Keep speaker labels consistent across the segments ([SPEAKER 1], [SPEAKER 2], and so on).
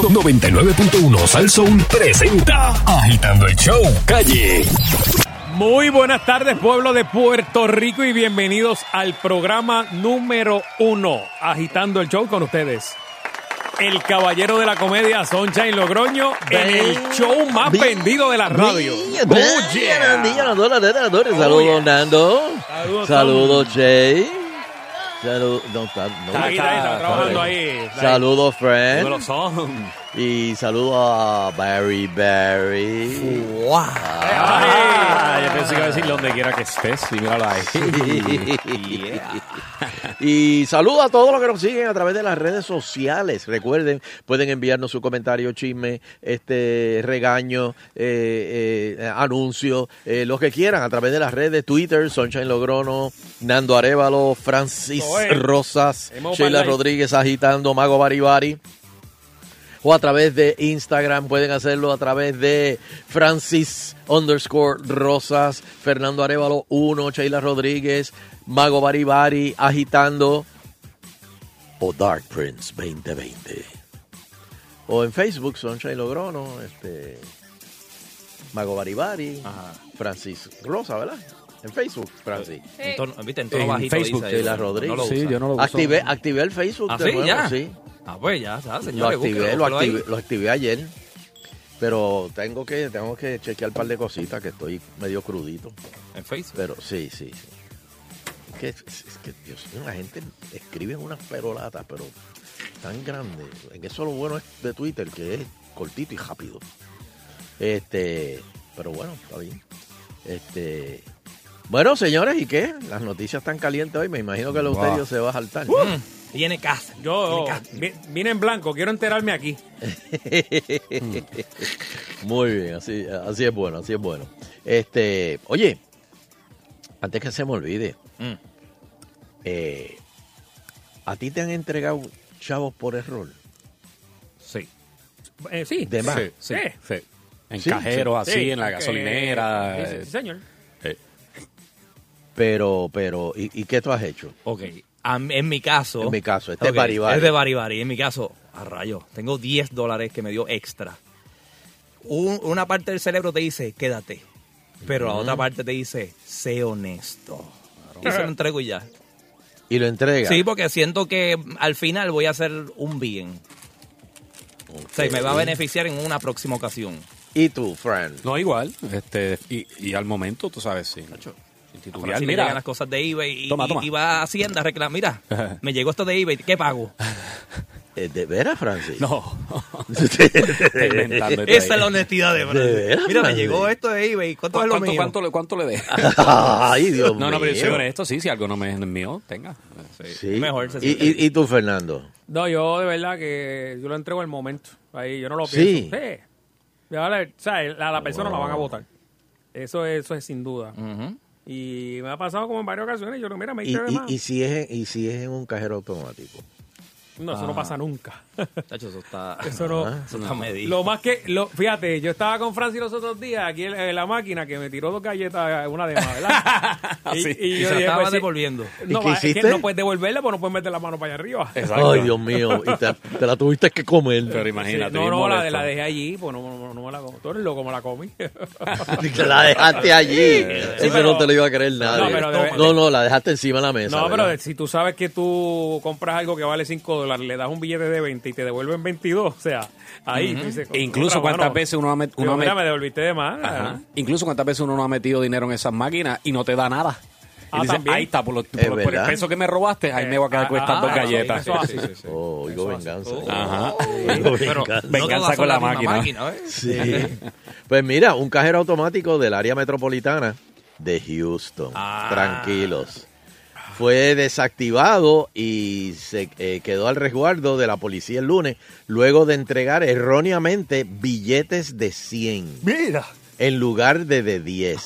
[SPEAKER 1] 99.1 Salsoul presenta Agitando el Show Calle.
[SPEAKER 2] Muy buenas tardes, pueblo de Puerto Rico, y bienvenidos al programa número uno, Agitando el Show con ustedes. El caballero de la comedia, Sunshine Logroño, en
[SPEAKER 3] Eh,
[SPEAKER 2] el show más vendido de la radio. Oh,
[SPEAKER 4] Oh, yeah. Saludos, Nando.
[SPEAKER 2] Saludos,
[SPEAKER 4] Saludos, Jay. Saludos, no, está- no,
[SPEAKER 2] Está ahí, está ahí, está trabajando ahí.
[SPEAKER 4] Saludos,
[SPEAKER 2] No lo
[SPEAKER 4] friend.
[SPEAKER 2] son.
[SPEAKER 4] Y saludos a Barry Barry.
[SPEAKER 2] Ay, yo pensé que iba a decir donde quiera que estés, y míralo ahí.
[SPEAKER 4] Y saludos a todos los que nos siguen a través de las redes sociales. Recuerden, pueden enviarnos su comentario, chisme, este regaño, eh, eh, anuncio, eh, lo que quieran a través de las redes Twitter, Sunshine Logrono, Nando Arevalo, Francis
[SPEAKER 2] Eso es.
[SPEAKER 4] Rosas,
[SPEAKER 2] Hemos
[SPEAKER 4] Sheila
[SPEAKER 2] parlado.
[SPEAKER 4] Rodríguez agitando, Mago Baribari. O a través de Instagram, pueden hacerlo a través de Francis underscore Rosas, Fernando Arevalo 1, Sheila Rodríguez, Mago Baribari, agitando o Dark Prince 2020. O en Facebook, Sunshine Logrono, este, Mago Baribari, Francis Rosa, ¿verdad? En Facebook, Francis.
[SPEAKER 3] En tono- ¿Viste? En tono
[SPEAKER 2] En
[SPEAKER 3] bajito
[SPEAKER 2] Facebook,
[SPEAKER 3] dice
[SPEAKER 4] Sheila
[SPEAKER 3] eso.
[SPEAKER 4] Rodríguez.
[SPEAKER 3] No lo
[SPEAKER 4] Sí,
[SPEAKER 3] usa.
[SPEAKER 5] no lo uso.
[SPEAKER 4] Activé, activé el Facebook
[SPEAKER 3] ¿Ah,
[SPEAKER 4] de
[SPEAKER 3] sí?
[SPEAKER 4] nuevo,
[SPEAKER 3] ¿Ya?
[SPEAKER 4] sí.
[SPEAKER 3] Ah, pues ya, está,
[SPEAKER 4] Lo
[SPEAKER 3] señores.
[SPEAKER 4] activé,
[SPEAKER 3] búsquenlo,
[SPEAKER 4] lo
[SPEAKER 3] búsquenlo ahí.
[SPEAKER 4] activé, lo activé ayer. Pero tengo que, tengo que chequear un par de cositas que estoy medio crudito.
[SPEAKER 3] En Facebook.
[SPEAKER 4] Pero sí, sí, sí. Es que, es- es que, Dios mío, la gente escribe unas perolatas, pero tan grandes. En eso lo bueno es de Twitter, que es cortito y rápido. Este, pero bueno, está bien. Este. Bueno, señores, ¿y qué? Las noticias están calientes hoy. Me imagino que el Euterio se va a saltar.
[SPEAKER 3] Uh. Tiene casa.
[SPEAKER 2] Uh. Yo
[SPEAKER 3] Tiene
[SPEAKER 2] vi- vine en blanco, quiero enterarme aquí.
[SPEAKER 4] Muy bien, así, así es bueno, así es bueno. Este, oye, antes que se me olvide,
[SPEAKER 3] Mm.
[SPEAKER 4] eh, a ti te han entregado chavos por error.
[SPEAKER 2] Sí. Eh, sí.
[SPEAKER 4] De más.
[SPEAKER 5] Sí, sí,
[SPEAKER 2] Eh.
[SPEAKER 5] sí. En
[SPEAKER 4] Sí,
[SPEAKER 5] cajeros,
[SPEAKER 2] Sí,
[SPEAKER 5] así, en la
[SPEAKER 2] porque-
[SPEAKER 5] gasolinera.
[SPEAKER 2] Sí, sí, sí, señor.
[SPEAKER 5] eh,
[SPEAKER 4] Pero, pero, ¿y, y qué tú has hecho?
[SPEAKER 3] Ok. A mí- Ah, en mi caso.
[SPEAKER 4] En mi caso, este es
[SPEAKER 3] Ok,
[SPEAKER 4] Baribari.
[SPEAKER 3] Es de Baribari. En mi caso, a rayo. Tengo 10 dólares que me dio extra. Un- una parte del cerebro te dice, quédate. Pero la otra parte te dice, sé honesto. Y se lo entrego y ya.
[SPEAKER 4] Y lo entregas.
[SPEAKER 3] Sí, porque siento que al final voy a hacer un bien. O sea, y me va a beneficiar en una próxima ocasión.
[SPEAKER 4] Y tú, Fran.
[SPEAKER 5] No, igual. Este, y, y al momento, tú sabes, sí. Sin
[SPEAKER 3] Ahora
[SPEAKER 5] titubear,
[SPEAKER 3] sí me llegan
[SPEAKER 5] mira.
[SPEAKER 3] las cosas de eBay y,
[SPEAKER 5] Toma,
[SPEAKER 3] y-
[SPEAKER 5] toma.
[SPEAKER 3] y va a Hacienda a reclamar. Mira, me llegó esto de eBay, ¿qué pago?
[SPEAKER 4] Eh, ¿De veras, Francis?
[SPEAKER 5] No, está
[SPEAKER 4] ¿De
[SPEAKER 5] inventando. está
[SPEAKER 3] Esa es
[SPEAKER 5] ahí.
[SPEAKER 3] la honestidad de
[SPEAKER 4] ¿De
[SPEAKER 3] verdad.
[SPEAKER 4] veras,
[SPEAKER 3] Mira, me
[SPEAKER 4] Francis?
[SPEAKER 3] llegó esto de eBay, ¿cuánto, es lo
[SPEAKER 5] ¿Cuánto,
[SPEAKER 3] mío?
[SPEAKER 5] cuánto, le- ¿Cuánto le dé?
[SPEAKER 4] Ay, Dios mío.
[SPEAKER 5] No, no, pero yo soy honesto, sí, si algo no me es mío, tenga.
[SPEAKER 4] Sí.
[SPEAKER 3] Mejor se
[SPEAKER 4] ¿Y,
[SPEAKER 3] siente
[SPEAKER 4] y, y tú, Fernando?
[SPEAKER 2] No, yo de verdad que yo lo entrego al momento. Ahí yo no lo
[SPEAKER 4] Sí.
[SPEAKER 2] pienso. Sí. Ya vale, o sea, a la persona la van a votar. Eso, es- eso es sin duda. Y me ha pasado como en varias ocasiones. Yo no, mira, me
[SPEAKER 4] Y,
[SPEAKER 2] hice de
[SPEAKER 4] y-
[SPEAKER 2] más.
[SPEAKER 4] y si es, en- y si es en un cajero automático.
[SPEAKER 2] No,
[SPEAKER 3] Ah.
[SPEAKER 2] eso no pasa nunca.
[SPEAKER 3] Tacho, eso está,
[SPEAKER 2] Eso no.
[SPEAKER 4] Ah.
[SPEAKER 3] eso está medido.
[SPEAKER 2] Lo más que, lo, fíjate, yo estaba con Francis los otros días aquí en, en la máquina que me tiró dos galletas, una de más, ¿verdad?
[SPEAKER 5] Sí.
[SPEAKER 3] Y se la
[SPEAKER 2] dije,
[SPEAKER 3] estaba
[SPEAKER 2] pues, sí.
[SPEAKER 3] devolviendo.
[SPEAKER 2] No,
[SPEAKER 4] ¿Y qué
[SPEAKER 2] es que
[SPEAKER 4] hiciste?
[SPEAKER 2] no puedes devolverla, pues no puedes meter la mano para allá arriba.
[SPEAKER 4] Ay, Dios mío. Y te, te la tuviste que comer.
[SPEAKER 5] Pero imagínate.
[SPEAKER 2] Sí, no,
[SPEAKER 5] bien
[SPEAKER 2] no, la,
[SPEAKER 5] molesto.
[SPEAKER 2] la dejé allí, pues no, no, no me la comí. Tú eres loco, me la comí.
[SPEAKER 4] Te la dejaste allí. Eso
[SPEAKER 2] pero-
[SPEAKER 4] no te lo iba a creer nadie.
[SPEAKER 2] No, pero de-
[SPEAKER 4] no, no, la dejaste encima de la mesa.
[SPEAKER 2] no, pero
[SPEAKER 4] ¿verdad?
[SPEAKER 2] si tú sabes que tú compras algo que vale 5 dólares, le das un billete de 20 y te devuelven 22, o sea, ahí tú dices,
[SPEAKER 5] E incluso
[SPEAKER 2] contra,
[SPEAKER 5] cuántas
[SPEAKER 2] mano,
[SPEAKER 5] veces uno ha met-
[SPEAKER 2] digo,
[SPEAKER 5] uno ha
[SPEAKER 2] mira,
[SPEAKER 5] met-
[SPEAKER 2] me devolviste de más.
[SPEAKER 5] Ajá. Incluso cuántas veces uno no ha metido dinero en esas máquinas y no te da nada. Y
[SPEAKER 2] Ah,
[SPEAKER 5] dices,
[SPEAKER 2] también.
[SPEAKER 5] ahí está, por, los- por
[SPEAKER 4] Es
[SPEAKER 5] los- por el
[SPEAKER 4] verdad.
[SPEAKER 5] peso que me robaste, ahí me voy a quedar con estas
[SPEAKER 2] ah,
[SPEAKER 5] dos
[SPEAKER 2] eso-
[SPEAKER 5] galletas.
[SPEAKER 2] eso así.
[SPEAKER 4] Oh, oigo venganza.
[SPEAKER 5] Ajá.
[SPEAKER 4] Oigo
[SPEAKER 3] Pero
[SPEAKER 4] venganza.
[SPEAKER 3] no
[SPEAKER 5] Venganza
[SPEAKER 3] todas
[SPEAKER 5] con
[SPEAKER 3] son
[SPEAKER 5] la
[SPEAKER 3] misma
[SPEAKER 5] máquina.
[SPEAKER 3] ¿eh?
[SPEAKER 4] Sí. Pues mira, un cajero automático del área metropolitana de Houston.
[SPEAKER 3] Ah.
[SPEAKER 4] Tranquilos. Fue desactivado y se eh, quedó al resguardo de la policía el lunes luego de entregar erróneamente billetes de 100
[SPEAKER 5] Mira.
[SPEAKER 4] en lugar de de 10.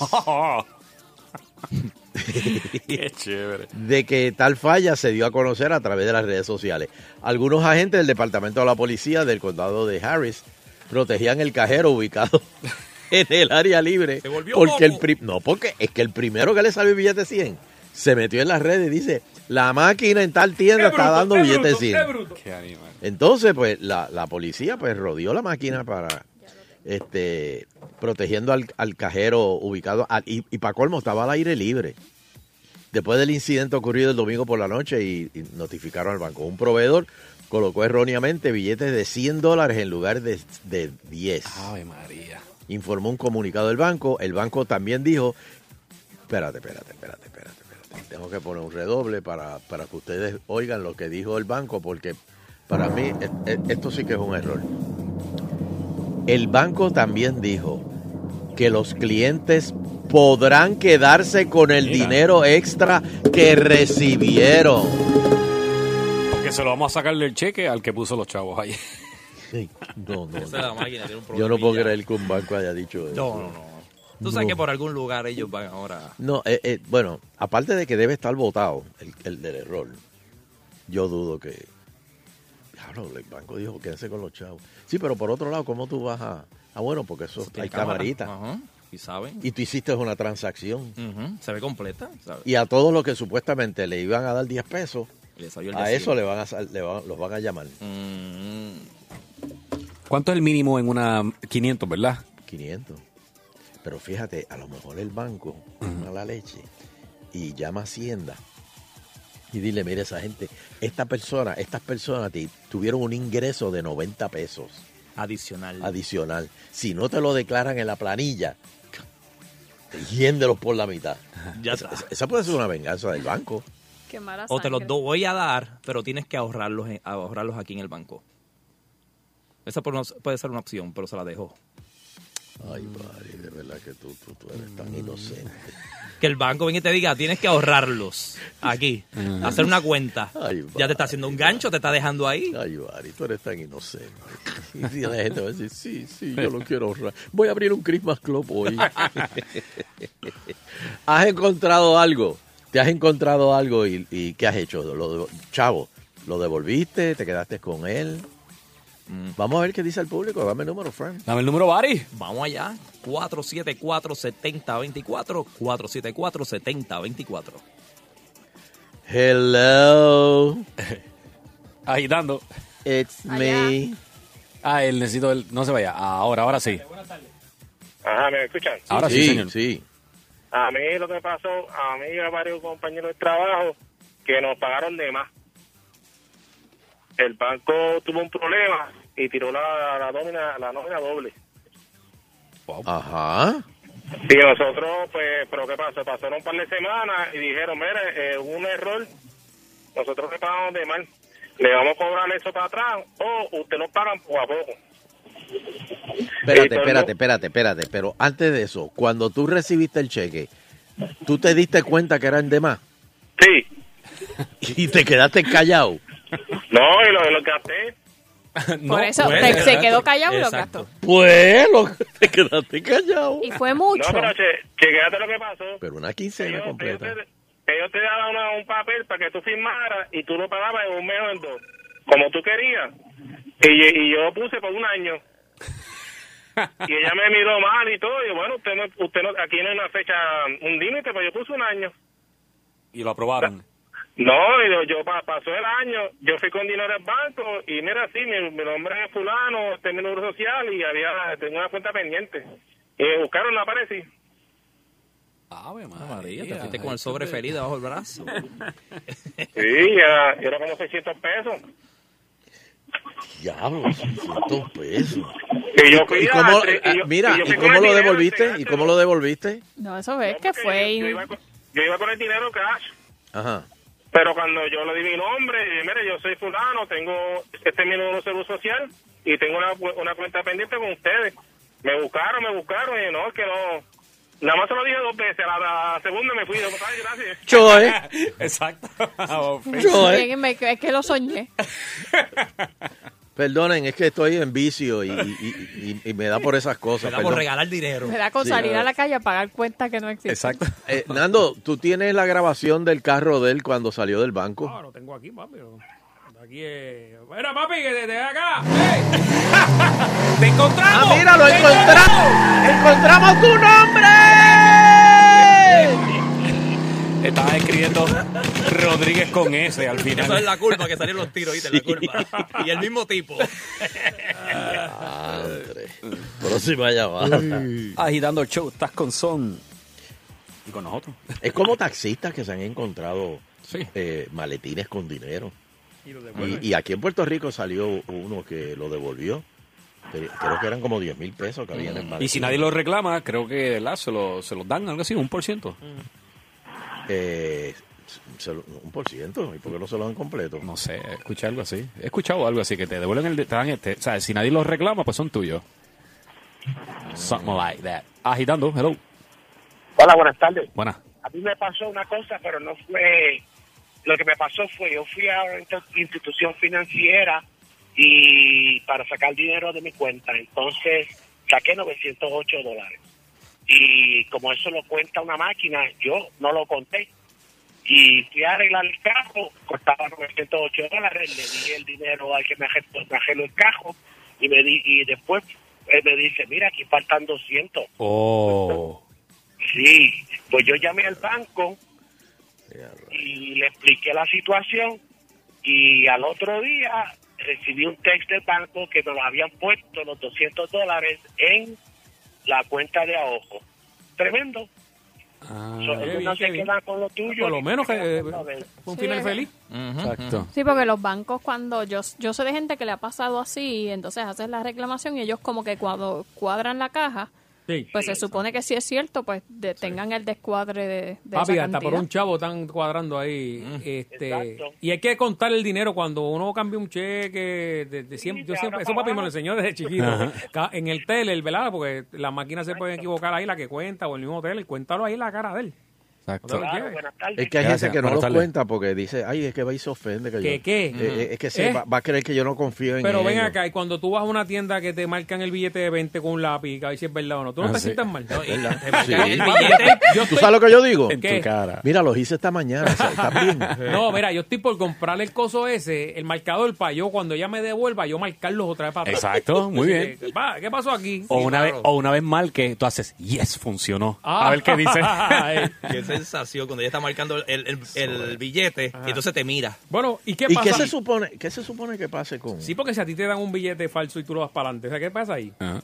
[SPEAKER 5] Qué chévere.
[SPEAKER 4] de que tal falla se dio a conocer a través de las redes sociales. Algunos agentes del Departamento de la Policía del Condado de Harris protegían el cajero ubicado en el área libre.
[SPEAKER 3] Se volvió
[SPEAKER 4] porque el
[SPEAKER 3] loco.
[SPEAKER 4] pri- No, porque es que el primero que le salió el billete 100 se metió en las redes y dice, la máquina en tal tienda
[SPEAKER 2] Es
[SPEAKER 4] está
[SPEAKER 2] bruto,
[SPEAKER 4] dando
[SPEAKER 2] es
[SPEAKER 4] billetes
[SPEAKER 2] bruto, es bruto.
[SPEAKER 5] Qué animal.
[SPEAKER 4] Entonces, pues, la, la policía pues rodeó la máquina para este protegiendo al, al cajero ubicado al- y, y para colmo estaba al aire libre. Después del incidente ocurrido el domingo por la noche y, y notificaron al banco. Un proveedor colocó erróneamente billetes de 100 dólares en lugar de, de 10
[SPEAKER 5] Ave María.
[SPEAKER 4] informó un comunicado del banco. El banco también dijo, espérate, espérate, espérate, espérate, espérate. Tengo que poner un redoble para, para que ustedes oigan lo que dijo el banco, porque para mí e- e- esto sí que es un error. El banco también dijo que los clientes podrán quedarse con el
[SPEAKER 5] Mira.
[SPEAKER 4] dinero extra que recibieron.
[SPEAKER 5] Porque se lo vamos a sacar del cheque al que puso los chavos ahí.
[SPEAKER 4] No, no,
[SPEAKER 3] Esa es la
[SPEAKER 4] no.
[SPEAKER 3] máquina, tiene un
[SPEAKER 4] Yo no puedo
[SPEAKER 3] problemilla.
[SPEAKER 4] creer que un banco haya dicho eso.
[SPEAKER 3] No, no, no. Tú sabes que por algún lugar ellos van ahora.
[SPEAKER 4] No, eh, eh, bueno, aparte de que debe estar votado el, el del error, yo dudo que. Claro, el banco dijo quédense con los chavos. Sí, pero por otro lado, ¿cómo tú vas a.? Ah, bueno, porque eso, hay
[SPEAKER 3] Tiene cámara.
[SPEAKER 4] camarita.
[SPEAKER 3] Ajá. Y saben.
[SPEAKER 4] Y tú hiciste una transacción.
[SPEAKER 3] Ujú, Se ve completa. ¿sabes?
[SPEAKER 4] Y a todos los que supuestamente le iban a dar 10 pesos,
[SPEAKER 3] Y le salió el
[SPEAKER 4] a
[SPEAKER 3] de
[SPEAKER 4] eso
[SPEAKER 3] sí.
[SPEAKER 4] le van a, sal- le van- los van a llamar
[SPEAKER 3] Mm,
[SPEAKER 5] ¿Cuánto es el mínimo en una 500, verdad?
[SPEAKER 4] 500. Pero fíjate, a lo mejor el banco a la leche y llama a Hacienda y dile, mire esa gente, esta persona, estas personas ti- tuvieron un ingreso de 90 pesos
[SPEAKER 3] adicional.
[SPEAKER 4] adicional. Si no te lo declaran en la planilla, hiéndelos por la mitad.
[SPEAKER 3] ya está.
[SPEAKER 4] Esa- Esa puede ser una venganza del banco.
[SPEAKER 6] Qué mala
[SPEAKER 3] O te los
[SPEAKER 6] sangre.
[SPEAKER 3] do- voy a dar, pero tienes que ahorrarlos, en- ahorrarlos aquí en el banco. Esa por- puede ser una opción, pero se la dejo.
[SPEAKER 4] Ay, padre, de verdad que tú, tú, tú eres tan inocente.
[SPEAKER 3] Mm. Que el banco venga y te diga, tienes que ahorrarlos aquí, hacer una cuenta.
[SPEAKER 4] Mm. Ay,
[SPEAKER 3] ya te está haciendo un
[SPEAKER 4] vaya.
[SPEAKER 3] gancho, te está dejando ahí.
[SPEAKER 4] Ay, Bari, tú eres tan inocente. Y la gente va a decir, sí, sí, yo lo quiero ahorrar. Voy a abrir un Christmas Club hoy. ¿Has encontrado algo? ¿Te has encontrado algo y, y qué has hecho? Lo, de- chavo, ¿lo devolviste? ¿Te quedaste con él? Mm, Vamos a ver qué dice el público. Dame el número, Frank.
[SPEAKER 5] Dame el número, Bari.
[SPEAKER 3] Vamos allá, 474-7024, 474-7024.
[SPEAKER 4] Hello,
[SPEAKER 5] Agitando.
[SPEAKER 4] it's me.
[SPEAKER 5] Ah, él necesito el. No se vaya. Ahora, ahora sí.
[SPEAKER 7] Ajá, ¿me escuchan?
[SPEAKER 5] Ahora sí, señor.
[SPEAKER 4] sí.
[SPEAKER 7] A mí lo que pasó, a mí y a varios compañeros de trabajo que nos pagaron de más. El banco tuvo un problema y tiró la, la nómina, la nómina doble.
[SPEAKER 4] Ajá.
[SPEAKER 7] Y nosotros, pues, ¿pero qué pasó? Pasaron un par de semanas y dijeron, mire, eh, hubo un error, nosotros le pagamos de mal, le vamos a cobrar eso para atrás o usted nos pagan poco a poco.
[SPEAKER 4] Espérate,
[SPEAKER 7] Entonces-
[SPEAKER 4] espérate, espérate, espérate. Pero antes de eso, cuando tú recibiste el cheque, ¿tú te diste cuenta que eran de más?
[SPEAKER 7] Sí.
[SPEAKER 4] Y te quedaste callado.
[SPEAKER 7] No, y lo, lo gasté.
[SPEAKER 6] Por eso
[SPEAKER 3] puede,
[SPEAKER 6] te- se
[SPEAKER 3] exacto.
[SPEAKER 6] quedó callado y lo
[SPEAKER 3] Exacto.
[SPEAKER 6] gastó.
[SPEAKER 4] Pues, lo- te quedaste callado.
[SPEAKER 6] Y fue mucho.
[SPEAKER 7] No, pero che, chequéate lo que pasó.
[SPEAKER 4] Pero una quincena
[SPEAKER 7] ellos,
[SPEAKER 4] completa.
[SPEAKER 7] ellos te, ellos te daban una- un papel para que tú firmaras y tú lo pagabas en un mes o en dos, como tú querías. Y, y yo puse por un año. Y ella me miró mal y todo. Y yo, bueno, usted no, usted no, aquí no hay una fecha, un límite, pero yo puse un año.
[SPEAKER 5] Y lo aprobaron.
[SPEAKER 7] No, y yo, yo pa- pasó el año, yo fui con dinero al banco y mira, sí, mi, mi nombre es fulano, este es mi número social y había, tenía una cuenta pendiente. Y me buscaron, no aparecí.
[SPEAKER 5] Ave
[SPEAKER 3] Ah, María,
[SPEAKER 5] María.
[SPEAKER 3] te fuiste con el sobre feliz debajo del brazo.
[SPEAKER 7] Sí, era, era como 600 pesos.
[SPEAKER 4] Diablo, 600 pesos.
[SPEAKER 7] Y yo fui
[SPEAKER 4] ¿Y
[SPEAKER 7] a-
[SPEAKER 4] cómo,
[SPEAKER 7] y yo-
[SPEAKER 4] ah, mira,
[SPEAKER 7] yo
[SPEAKER 4] ¿y
[SPEAKER 7] fui con
[SPEAKER 4] cómo
[SPEAKER 7] el
[SPEAKER 4] lo
[SPEAKER 7] dinero,
[SPEAKER 4] devolviste?
[SPEAKER 7] entregaste,
[SPEAKER 4] ¿Y cómo lo devolviste?
[SPEAKER 6] No, eso ves
[SPEAKER 7] No,
[SPEAKER 6] que
[SPEAKER 7] porque
[SPEAKER 6] fue.
[SPEAKER 7] Yo, yo iba con, yo iba con el dinero cash,
[SPEAKER 4] Ajá.
[SPEAKER 7] pero cuando yo le di mi nombre, y dije, mire, yo soy fulano, tengo este es mi número de seguro social y tengo una, cu- una cuenta pendiente con ustedes. Me buscaron, me buscaron, y yo, no, es que no. Nada más se lo dije dos veces, a la, la segunda me fui, yo, "Ay, gracias.
[SPEAKER 4] Yo, ¿eh?
[SPEAKER 5] Exacto.
[SPEAKER 6] Pues
[SPEAKER 4] Yo, ¿eh?
[SPEAKER 6] Bien, me- es que lo soñé.
[SPEAKER 4] Perdonen, es que estoy en vicio y, y- y- y- y me da por esas cosas.
[SPEAKER 3] Era por
[SPEAKER 4] perdón.
[SPEAKER 3] regalar dinero.
[SPEAKER 6] Me da con
[SPEAKER 4] Sí,
[SPEAKER 6] salir
[SPEAKER 4] eh.
[SPEAKER 6] a la calle a pagar cuentas que no existen.
[SPEAKER 5] Exacto.
[SPEAKER 4] Eh, Nando, ¿tú tienes la grabación del carro de él cuando salió del banco?
[SPEAKER 2] No, lo tengo aquí, papi. lo- Aquí es. Mira, papi, que te, te ve acá. ¡Ey! ¡Te encontramos!
[SPEAKER 4] ¡Ah, mira, lo
[SPEAKER 2] ¡Te
[SPEAKER 4] encontramos! ¡Encontramos tu nombre!
[SPEAKER 2] estabas escribiendo Rodríguez con S al final.
[SPEAKER 3] Eso es la culpa que salieron los tiros, ¿viste? La culpa. Y el mismo tipo.
[SPEAKER 4] Andre. Ah, Próxima llamada.
[SPEAKER 5] Agitando el show, estás con Son. Y con nosotros.
[SPEAKER 4] Es como taxistas que se han encontrado
[SPEAKER 5] Sí.
[SPEAKER 4] eh, maletines con dinero. Y, y aquí en Puerto Rico salió uno que lo devolvió. Pero Creo que eran como 10 mil pesos que había en el maletín.
[SPEAKER 5] Y si nadie lo reclama, creo que ¿verdad? se lo, se los dan algo así, un por ciento.
[SPEAKER 4] Eh, se lo- un por ciento. ¿Y por qué no se lo dan completo?
[SPEAKER 5] No sé, escuché algo así. He escuchado algo así, que te devuelven el... de- Te dan este, o sea, si nadie los reclama, pues son tuyos. Something like that. Agitando, hello.
[SPEAKER 8] Hola, buenas tardes.
[SPEAKER 5] Buenas.
[SPEAKER 8] A mí me pasó una cosa, pero no fue... Lo que me pasó fue, yo fui a una intu- institución financiera y para sacar dinero de mi cuenta. Entonces, saqué 908 dólares. Y como eso lo cuenta una máquina, yo no lo conté. Y fui a arreglar el carro, costaba 908 dólares, le di el dinero al que me arregló- me arregló el carro y, me di, y después él me dice, mira, aquí faltan 200.
[SPEAKER 5] Oh.
[SPEAKER 8] Sí, pues yo llamé al banco y le expliqué la situación y al otro día recibí un texto del banco que nos habían puesto los 200 dólares en la cuenta de ahorro. Tremendo.
[SPEAKER 5] Ah,
[SPEAKER 8] O sea, ellos no
[SPEAKER 2] bien, qué
[SPEAKER 8] se
[SPEAKER 2] bien.
[SPEAKER 8] quedan con lo tuyo.
[SPEAKER 2] Por lo
[SPEAKER 8] ni
[SPEAKER 2] menos
[SPEAKER 8] se
[SPEAKER 2] que
[SPEAKER 8] quedan
[SPEAKER 2] eh,
[SPEAKER 8] con lo de-
[SPEAKER 2] fue un
[SPEAKER 6] Sí,
[SPEAKER 2] final
[SPEAKER 6] es
[SPEAKER 2] feliz.
[SPEAKER 5] exacto.
[SPEAKER 6] Sí, porque los bancos cuando yo, yo sé de gente que le ha pasado así, y entonces haces la reclamación y ellos como que cuando cuadran la caja,
[SPEAKER 2] Sí.
[SPEAKER 6] pues se supone que si es cierto, pues de- tengan el descuadre de, de
[SPEAKER 2] Papi,
[SPEAKER 6] esa
[SPEAKER 2] hasta por
[SPEAKER 6] cantidad.
[SPEAKER 2] un chavo están cuadrando ahí. este,
[SPEAKER 8] Exacto.
[SPEAKER 2] y hay que contar el dinero cuando uno cambia un cheque. De, de siempre,
[SPEAKER 8] Sí,
[SPEAKER 2] yo
[SPEAKER 8] de
[SPEAKER 2] siempre,
[SPEAKER 8] ahora
[SPEAKER 2] eso
[SPEAKER 8] para
[SPEAKER 2] papi me lo
[SPEAKER 8] abajo.
[SPEAKER 2] enseñó desde chiquito. Ca- En el tele, ¿verdad? Porque las máquinas se pueden equivocar ahí, la que cuenta, o el mismo tele. Cuéntalo ahí en la cara de él. No te
[SPEAKER 5] Exacto.
[SPEAKER 2] lo
[SPEAKER 8] Claro,
[SPEAKER 2] lleves.
[SPEAKER 8] buenas tardes.
[SPEAKER 4] Es que hay
[SPEAKER 5] Gracias,
[SPEAKER 4] gente que no
[SPEAKER 5] buenas
[SPEAKER 4] lo
[SPEAKER 5] tardes.
[SPEAKER 4] cuenta porque dice, ay, es que va y se ofende. Que
[SPEAKER 2] ¿Que
[SPEAKER 4] yo-
[SPEAKER 2] qué?
[SPEAKER 4] Eh, eh, es que se
[SPEAKER 2] ¿Eh?
[SPEAKER 4] va, va a creer que yo no confío en
[SPEAKER 2] Pero ven
[SPEAKER 4] ellos.
[SPEAKER 2] acá, y cuando tú vas a una tienda que te marcan el billete de 20 con un lápiz, a ver si es verdad o no. Tú no
[SPEAKER 5] Ah,
[SPEAKER 2] te
[SPEAKER 5] sí.
[SPEAKER 2] sientas mal.
[SPEAKER 3] y te
[SPEAKER 4] Sí.
[SPEAKER 3] marcan el billete.
[SPEAKER 2] Yo
[SPEAKER 4] ¿Tú
[SPEAKER 2] estoy-
[SPEAKER 4] sabes lo que yo digo?
[SPEAKER 2] En tu ¿Qué?
[SPEAKER 5] cara.
[SPEAKER 4] Mira, los hice esta mañana. o sea, está bien.
[SPEAKER 2] No, mira, yo estoy por comprar el coso ese, el marcador, para yo cuando ella me devuelva, yo marcarlos otra vez para atrás.
[SPEAKER 5] Exacto, muy bien.
[SPEAKER 2] Eh, pa, ¿Qué pasó aquí?
[SPEAKER 5] O una, vez, o una vez mal que tú haces, yes, funcionó.
[SPEAKER 2] Ah.
[SPEAKER 5] A ver qué dice.
[SPEAKER 2] Ay.
[SPEAKER 3] Qué sensación cuando ella está marcando el, el- el billete y entonces te mira.
[SPEAKER 2] Bueno, ¿y qué
[SPEAKER 4] ¿Y
[SPEAKER 2] pasa?
[SPEAKER 4] qué se, supone, qué se supone que pase con...?
[SPEAKER 2] Sí, porque si a ti te dan un billete falso y tú lo das para adelante, o sea, ¿qué pasa ahí?
[SPEAKER 5] Ah.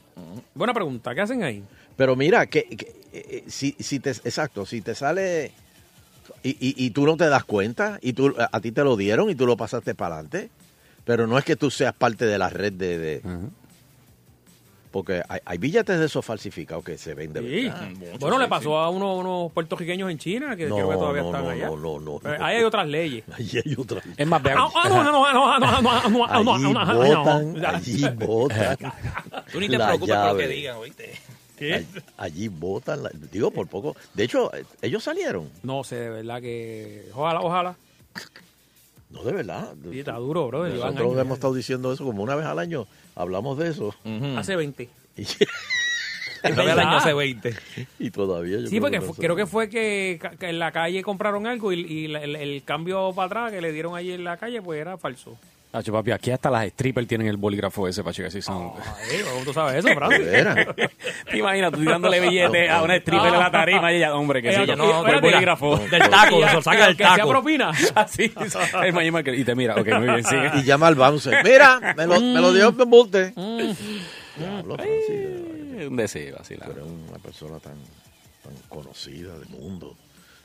[SPEAKER 2] Buena pregunta, ¿qué hacen ahí?
[SPEAKER 4] Pero mira, que, que, eh, eh, si, si te, exacto, si te sale y, y- y tú no te das cuenta, y tú, a, a ti te lo dieron y tú lo pasaste para adelante, pero no es que tú seas parte de la red de... de-
[SPEAKER 5] Ajá.
[SPEAKER 4] porque hay, hay billetes de esos falsificados que se venden.
[SPEAKER 2] Sí.
[SPEAKER 4] ¿verdad?
[SPEAKER 2] bueno, le pasó a uno- unos puertorriqueños en China que
[SPEAKER 4] No,
[SPEAKER 2] creo que todavía
[SPEAKER 4] no,
[SPEAKER 2] están
[SPEAKER 4] no,
[SPEAKER 2] allá.
[SPEAKER 4] no, no, no.
[SPEAKER 2] Pero Ahí hay otras leyes.
[SPEAKER 4] Allí hay otra.
[SPEAKER 5] Es más, vean.
[SPEAKER 2] Ah, ah, no, ah, no, ah, no, ah, no, ah, no, ah, no, ah, no,
[SPEAKER 4] Allí
[SPEAKER 2] ah, no, ah, no.
[SPEAKER 4] votan, allí votan.
[SPEAKER 3] Tú ni te
[SPEAKER 4] la
[SPEAKER 3] preocupas por lo que
[SPEAKER 4] llave.
[SPEAKER 3] digan, oíste.
[SPEAKER 2] ¿Qué?
[SPEAKER 4] All- Allí votan, la- digo, por poco. De hecho, eh, ellos salieron.
[SPEAKER 2] No sé, de verdad que. Ojalá, ojalá.
[SPEAKER 4] No, de verdad.
[SPEAKER 2] Sí, está duro, brother, llevan
[SPEAKER 4] Nosotros
[SPEAKER 2] años.
[SPEAKER 4] hemos estado diciendo eso como una vez al año. Hablamos de eso.
[SPEAKER 2] Hace 20.
[SPEAKER 4] Y,
[SPEAKER 3] Todavía el año hace 20.
[SPEAKER 4] y todavía yo
[SPEAKER 2] Sí, porque
[SPEAKER 4] no
[SPEAKER 2] fu-
[SPEAKER 4] se-
[SPEAKER 2] creo que fue que, ca- que en la calle compraron algo y, y la- el, el cambio para atrás que le dieron allí en la calle, pues era falso.
[SPEAKER 5] Tacho, papi, aquí hasta las strippers tienen el bolígrafo ese para checar si son.
[SPEAKER 2] Ay, ¿Cómo tú sabes eso, Francis?
[SPEAKER 4] Era.
[SPEAKER 5] Te imaginas tú tirándole billetes a una stripper en la tarima y ella, hombre, que sí,
[SPEAKER 2] Ella
[SPEAKER 5] yo
[SPEAKER 2] no-
[SPEAKER 5] no,
[SPEAKER 2] espérate.
[SPEAKER 5] el bolígrafo.
[SPEAKER 3] Del taco, eso, saca del
[SPEAKER 2] Que sea
[SPEAKER 3] taco.
[SPEAKER 2] propina.
[SPEAKER 5] Así, el Magic Marker. Y te mira, ok, muy bien, sigue.
[SPEAKER 4] Y llama al bouncer. Mira, me lo, me lo
[SPEAKER 2] Mm.
[SPEAKER 4] dio en bote. Diablo, Francis, de verdad,
[SPEAKER 5] Un deseo, así la
[SPEAKER 4] tú eres una persona tan, tan conocida del mundo.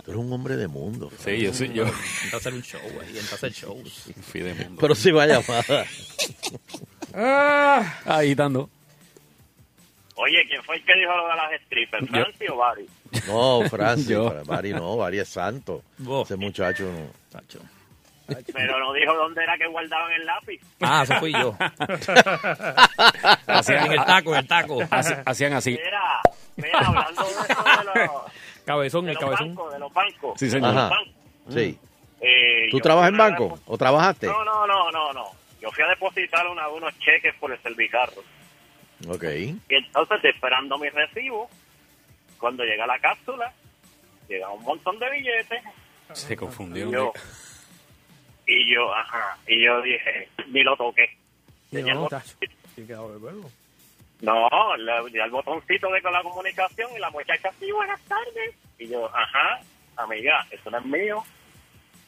[SPEAKER 4] Tú eres un hombre de mundo. Francis.
[SPEAKER 5] Sí, yo sí, yo
[SPEAKER 3] Entra a hacer un show, güey. Entra a hacer shows.
[SPEAKER 5] fui de mundo.
[SPEAKER 4] Pero sí va llamada.
[SPEAKER 2] Ah,
[SPEAKER 5] Agitando.
[SPEAKER 8] Oye, ¿quién fue el que dijo lo de las strippers? ¿Franci o Barry?
[SPEAKER 4] No, Francis.
[SPEAKER 5] Yo.
[SPEAKER 4] para- Bari no, Bari es santo.
[SPEAKER 3] Vos.
[SPEAKER 4] Ese muchacho no.
[SPEAKER 3] Tacho.
[SPEAKER 8] Pero no dijo dónde era que guardaban el lápiz.
[SPEAKER 3] Ah, eso fui yo. en
[SPEAKER 5] Hacían,
[SPEAKER 3] el taco, en el taco.
[SPEAKER 5] haci- hacían así.
[SPEAKER 8] Mira, mira, hablando de eso de los,
[SPEAKER 2] cabezón,
[SPEAKER 8] de
[SPEAKER 2] el
[SPEAKER 8] los
[SPEAKER 2] cabezón.
[SPEAKER 8] bancos, de los bancos.
[SPEAKER 5] Sí, señor. Mm.
[SPEAKER 4] Ajá.
[SPEAKER 8] Banco.
[SPEAKER 4] Sí.
[SPEAKER 8] Eh,
[SPEAKER 4] ¿Tú
[SPEAKER 8] yo
[SPEAKER 4] trabajas
[SPEAKER 8] fui
[SPEAKER 4] en
[SPEAKER 8] a una-
[SPEAKER 4] banco? ¿O trabajaste?
[SPEAKER 8] No, no, no, no, no. Yo fui a depositar una, unos cheques por el servicarro.
[SPEAKER 4] Ok.
[SPEAKER 8] Y entonces, esperando mi recibo, cuando llega la cápsula, llega un montón de billetes.
[SPEAKER 5] Se
[SPEAKER 8] Y
[SPEAKER 5] confundieron.
[SPEAKER 8] yo, y yo, ajá, y yo dije, ni lo toqué.
[SPEAKER 2] Sí,
[SPEAKER 8] Tenía el
[SPEAKER 2] no,
[SPEAKER 8] bot-
[SPEAKER 2] tacho. Sí, que, a ver, bueno.
[SPEAKER 8] No, le di al botoncito de con la comunicación y la muchacha, sí, buenas tardes. Y yo, ajá,
[SPEAKER 9] amiga, eso no es mío.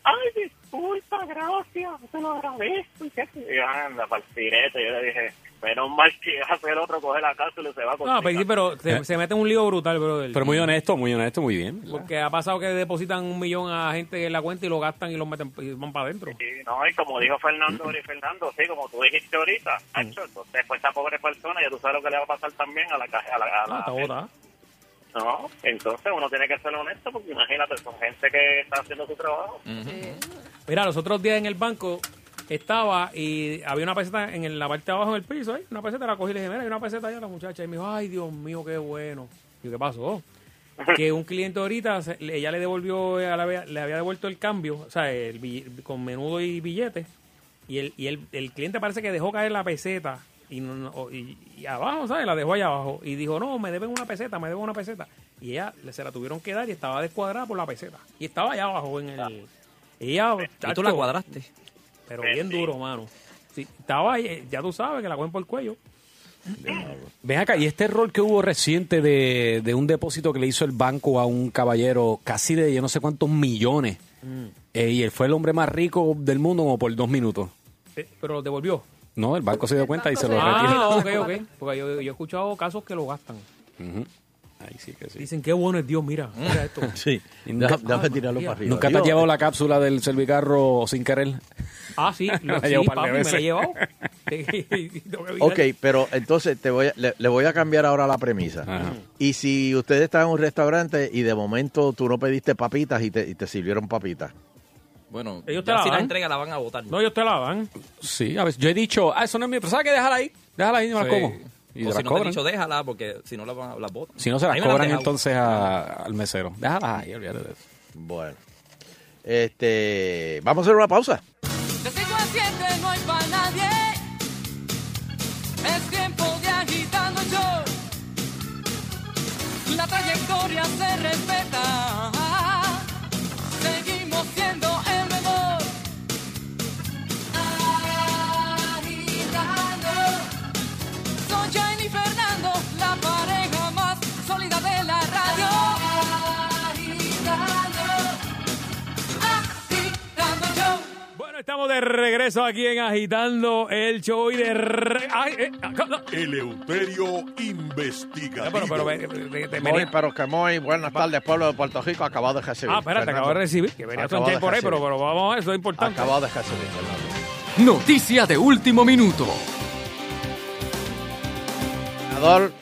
[SPEAKER 9] Ay, disculpa, gracias, te lo agradezco. Y qué sé yo. Y
[SPEAKER 8] "Ah,
[SPEAKER 9] anda, para el pirete, yo le dije, menos mal que hace el otro, coge la cápsula y se va con
[SPEAKER 2] No, pero, sí, pero se, se mete en un lío brutal, brother.
[SPEAKER 5] Pero muy honesto, muy honesto, muy bien. ¿verdad?
[SPEAKER 2] Porque ha pasado que depositan un millón a gente en la cuenta y lo gastan y lo meten y van para adentro.
[SPEAKER 9] Sí, no, y como dijo Fernando, ahorita, Fernando, sí, como tú dijiste ahorita, Ancho, entonces, después esta pobre persona, ya tú sabes lo que le va a pasar también a la caja, a la, a la-
[SPEAKER 2] Ah, está botada.
[SPEAKER 9] No, entonces uno tiene que ser honesto porque imagínate, son gente que está haciendo su trabajo.
[SPEAKER 2] Mira, los otros días en el banco estaba y había una peseta en la parte de abajo del piso, ¿eh? ahí, una peseta, la cogí y le dije, mira, hay una peseta allá, la muchacha. Y me dijo, ay, Dios mío, qué bueno. Y yo, ¿qué pasó? que un cliente ahorita, se- le- ella le devolvió, eh, a la vea- le había devuelto el cambio, o sea, el bill- con menudo y billete, y el, y el, el cliente parece que dejó caer la peseta y, no- no- y- y abajo, ¿sabes? La dejó allá abajo y dijo, no, me deben una peseta, me deben una peseta. Y ella le- se la tuvieron que dar y estaba descuadrada por la peseta. Y estaba allá abajo en el... Y ella,
[SPEAKER 3] Y tú la
[SPEAKER 2] chacho,
[SPEAKER 3] cuadraste.
[SPEAKER 2] pero bien duro, mano. Sí, estaba ahí, eh, ya tú sabes que la cogen por el cuello. Mm.
[SPEAKER 5] Ven acá, y este error que hubo reciente de, de un depósito que le hizo el banco a un caballero casi de yo no sé cuántos millones. Eh, y él fue el hombre más rico del mundo como por dos minutos.
[SPEAKER 2] Eh, pero lo devolvió.
[SPEAKER 5] No, el banco se dio
[SPEAKER 6] El
[SPEAKER 5] cuenta y
[SPEAKER 6] banco
[SPEAKER 5] se
[SPEAKER 6] se
[SPEAKER 5] lo
[SPEAKER 6] dio
[SPEAKER 5] retiró.
[SPEAKER 2] Ah, ok,
[SPEAKER 6] retiro.
[SPEAKER 2] ok. Porque yo, yo he escuchado casos que lo gastan.
[SPEAKER 5] Ay, sí que sí.
[SPEAKER 2] Dicen, qué bueno es Dios, mira, mira esto.
[SPEAKER 4] Sí. Deja- Déjame tirarlo
[SPEAKER 2] María.
[SPEAKER 4] para arriba.
[SPEAKER 5] ¿Nunca te has
[SPEAKER 4] Dios.
[SPEAKER 5] llevado la cápsula del servicarro sin querer?
[SPEAKER 2] Ah, sí, lo,
[SPEAKER 5] Me
[SPEAKER 2] sí,
[SPEAKER 5] la llevo un par de
[SPEAKER 2] papi, me la he
[SPEAKER 5] veces.
[SPEAKER 2] llevado. Sí, tengo que
[SPEAKER 4] Ok,
[SPEAKER 2] evitar.
[SPEAKER 4] pero entonces te voy a- le, le voy a cambiar ahora la premisa.
[SPEAKER 5] Ajá.
[SPEAKER 4] Y si usted está en un restaurante y de momento tú no pediste papitas y te, y te sirvieron papitas.
[SPEAKER 3] Bueno,
[SPEAKER 2] Ellos te
[SPEAKER 3] ya
[SPEAKER 2] la
[SPEAKER 3] si la
[SPEAKER 2] dan.
[SPEAKER 3] entrega la van a votar.
[SPEAKER 2] No, ellos te la dan.
[SPEAKER 5] Sí, a veces. Yo he dicho, ah, eso no es mío, pero ¿sabes qué? Déjala ahí. Déjala ahí, y me la como. Y
[SPEAKER 3] o si
[SPEAKER 5] se la
[SPEAKER 3] no te he
[SPEAKER 5] cobran.
[SPEAKER 3] dicho déjala, porque si no la van a la botan.
[SPEAKER 5] Si no, se
[SPEAKER 3] A mí me
[SPEAKER 5] las
[SPEAKER 3] la han
[SPEAKER 5] cobran
[SPEAKER 3] dejado.
[SPEAKER 5] entonces a- al mesero. Déjalas ahí, olvídate de eso.
[SPEAKER 4] Bueno. Este, vamos a hacer una pausa.
[SPEAKER 10] Te sigo haciendo y no hay para nadie. Es tiempo de agitando el show. La trayectoria se respeta. Seguimos siendo el mejor. Agitando. Son Jenny Fernando, la pareja más sólida de la radio. Agitando. Agitando el show.
[SPEAKER 2] Bueno, estamos de regreso aquí en Agitando el Show y de... re- Ay, eh, acá- no.
[SPEAKER 11] Eleuterio Investiga.
[SPEAKER 2] Pero, pero, ve- ve- ve- te
[SPEAKER 4] Muy,
[SPEAKER 2] venía-
[SPEAKER 4] pero que muy buenas tardes, pueblo de Puerto Rico. Acabado de recibir.
[SPEAKER 2] Ah, espérate, acabo de recibir. Que venía
[SPEAKER 4] Acabado
[SPEAKER 2] Sonche
[SPEAKER 4] de
[SPEAKER 2] por ahí, pero,
[SPEAKER 4] recibir.
[SPEAKER 2] pero vamos a eso, es importante.
[SPEAKER 4] Acabado de recibir, Fernando.
[SPEAKER 1] Noticia de último minuto.
[SPEAKER 4] gobernador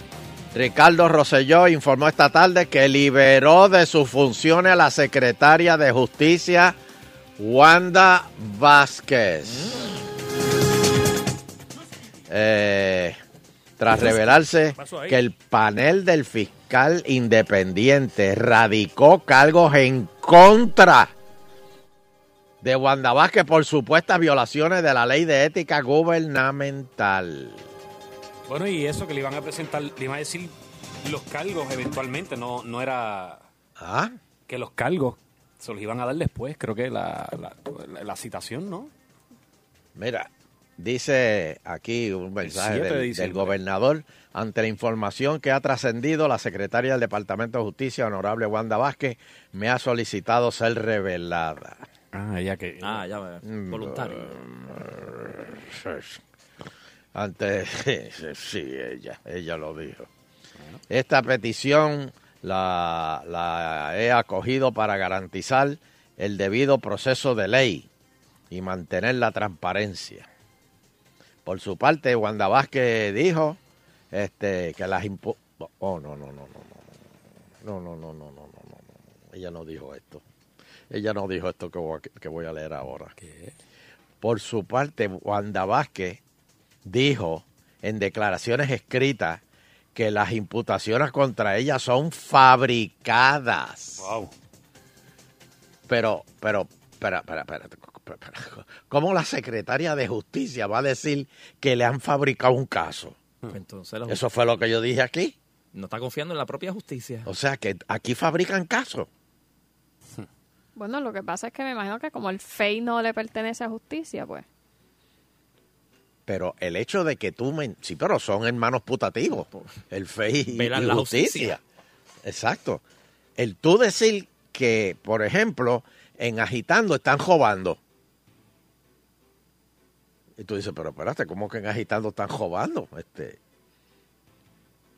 [SPEAKER 4] Ricardo Rosselló informó esta tarde que liberó de sus funciones a la secretaria de Justicia, Wanda Vázquez. Eh, tras revelarse
[SPEAKER 2] pasó ahí?
[SPEAKER 4] que el panel del fiscal independiente radicó cargos en contra de Wanda Vázquez por supuestas violaciones de la ley de ética gubernamental.
[SPEAKER 5] Bueno, y eso que le iban a presentar, le iban a decir los cargos eventualmente, no, no era
[SPEAKER 4] ¿Ah?
[SPEAKER 5] que los cargos se los iban a dar después, creo que la, la, la- la citación, ¿no?
[SPEAKER 4] Mira, dice aquí un mensaje
[SPEAKER 5] 7 de
[SPEAKER 4] del- del,
[SPEAKER 5] diciembre.
[SPEAKER 4] gobernador. Ante la información que ha trascendido, la secretaria del Departamento de Justicia, honorable Wanda Vázquez, me ha solicitado ser revelada. Mm,
[SPEAKER 5] Ah, ya que...
[SPEAKER 3] Ah, ya me. Voluntario.
[SPEAKER 4] eh, Ante, sí, ella, ella lo dijo. Esta petición la, la he acogido para garantizar el debido proceso de ley y mantener la transparencia. Por su parte, Wanda Vázquez dijo este, que las impu... Oh, no, no, no, no, no, no, no, no, no, no, no, no, no. Ella no dijo esto. Ella no dijo esto que voy a, que voy a leer ahora. Por su parte, Wanda Vázquez dijo en declaraciones escritas que las imputaciones contra ella son fabricadas.
[SPEAKER 5] Wow.
[SPEAKER 4] Pero, pero, espera, espera, espera, espera, espera. ¿Cómo la secretaria de justicia va a decir que le han fabricado un caso?
[SPEAKER 3] Entonces, la ju-
[SPEAKER 4] Eso fue lo que yo dije aquí.
[SPEAKER 3] no está confiando en la propia justicia.
[SPEAKER 4] O sea que aquí fabrican casos.
[SPEAKER 6] Bueno, lo que pasa es que me imagino que como el FEI no le pertenece a justicia, pues.
[SPEAKER 4] Pero el hecho de que tú... men- Sí, pero son hermanos putativos. El FEI y,
[SPEAKER 3] Velan
[SPEAKER 4] y
[SPEAKER 3] la
[SPEAKER 4] justicia. Exacto. El tú decir que, por ejemplo, en agitando están robando. Y tú dices, pero espérate, ¿cómo que en agitando están robando? Este,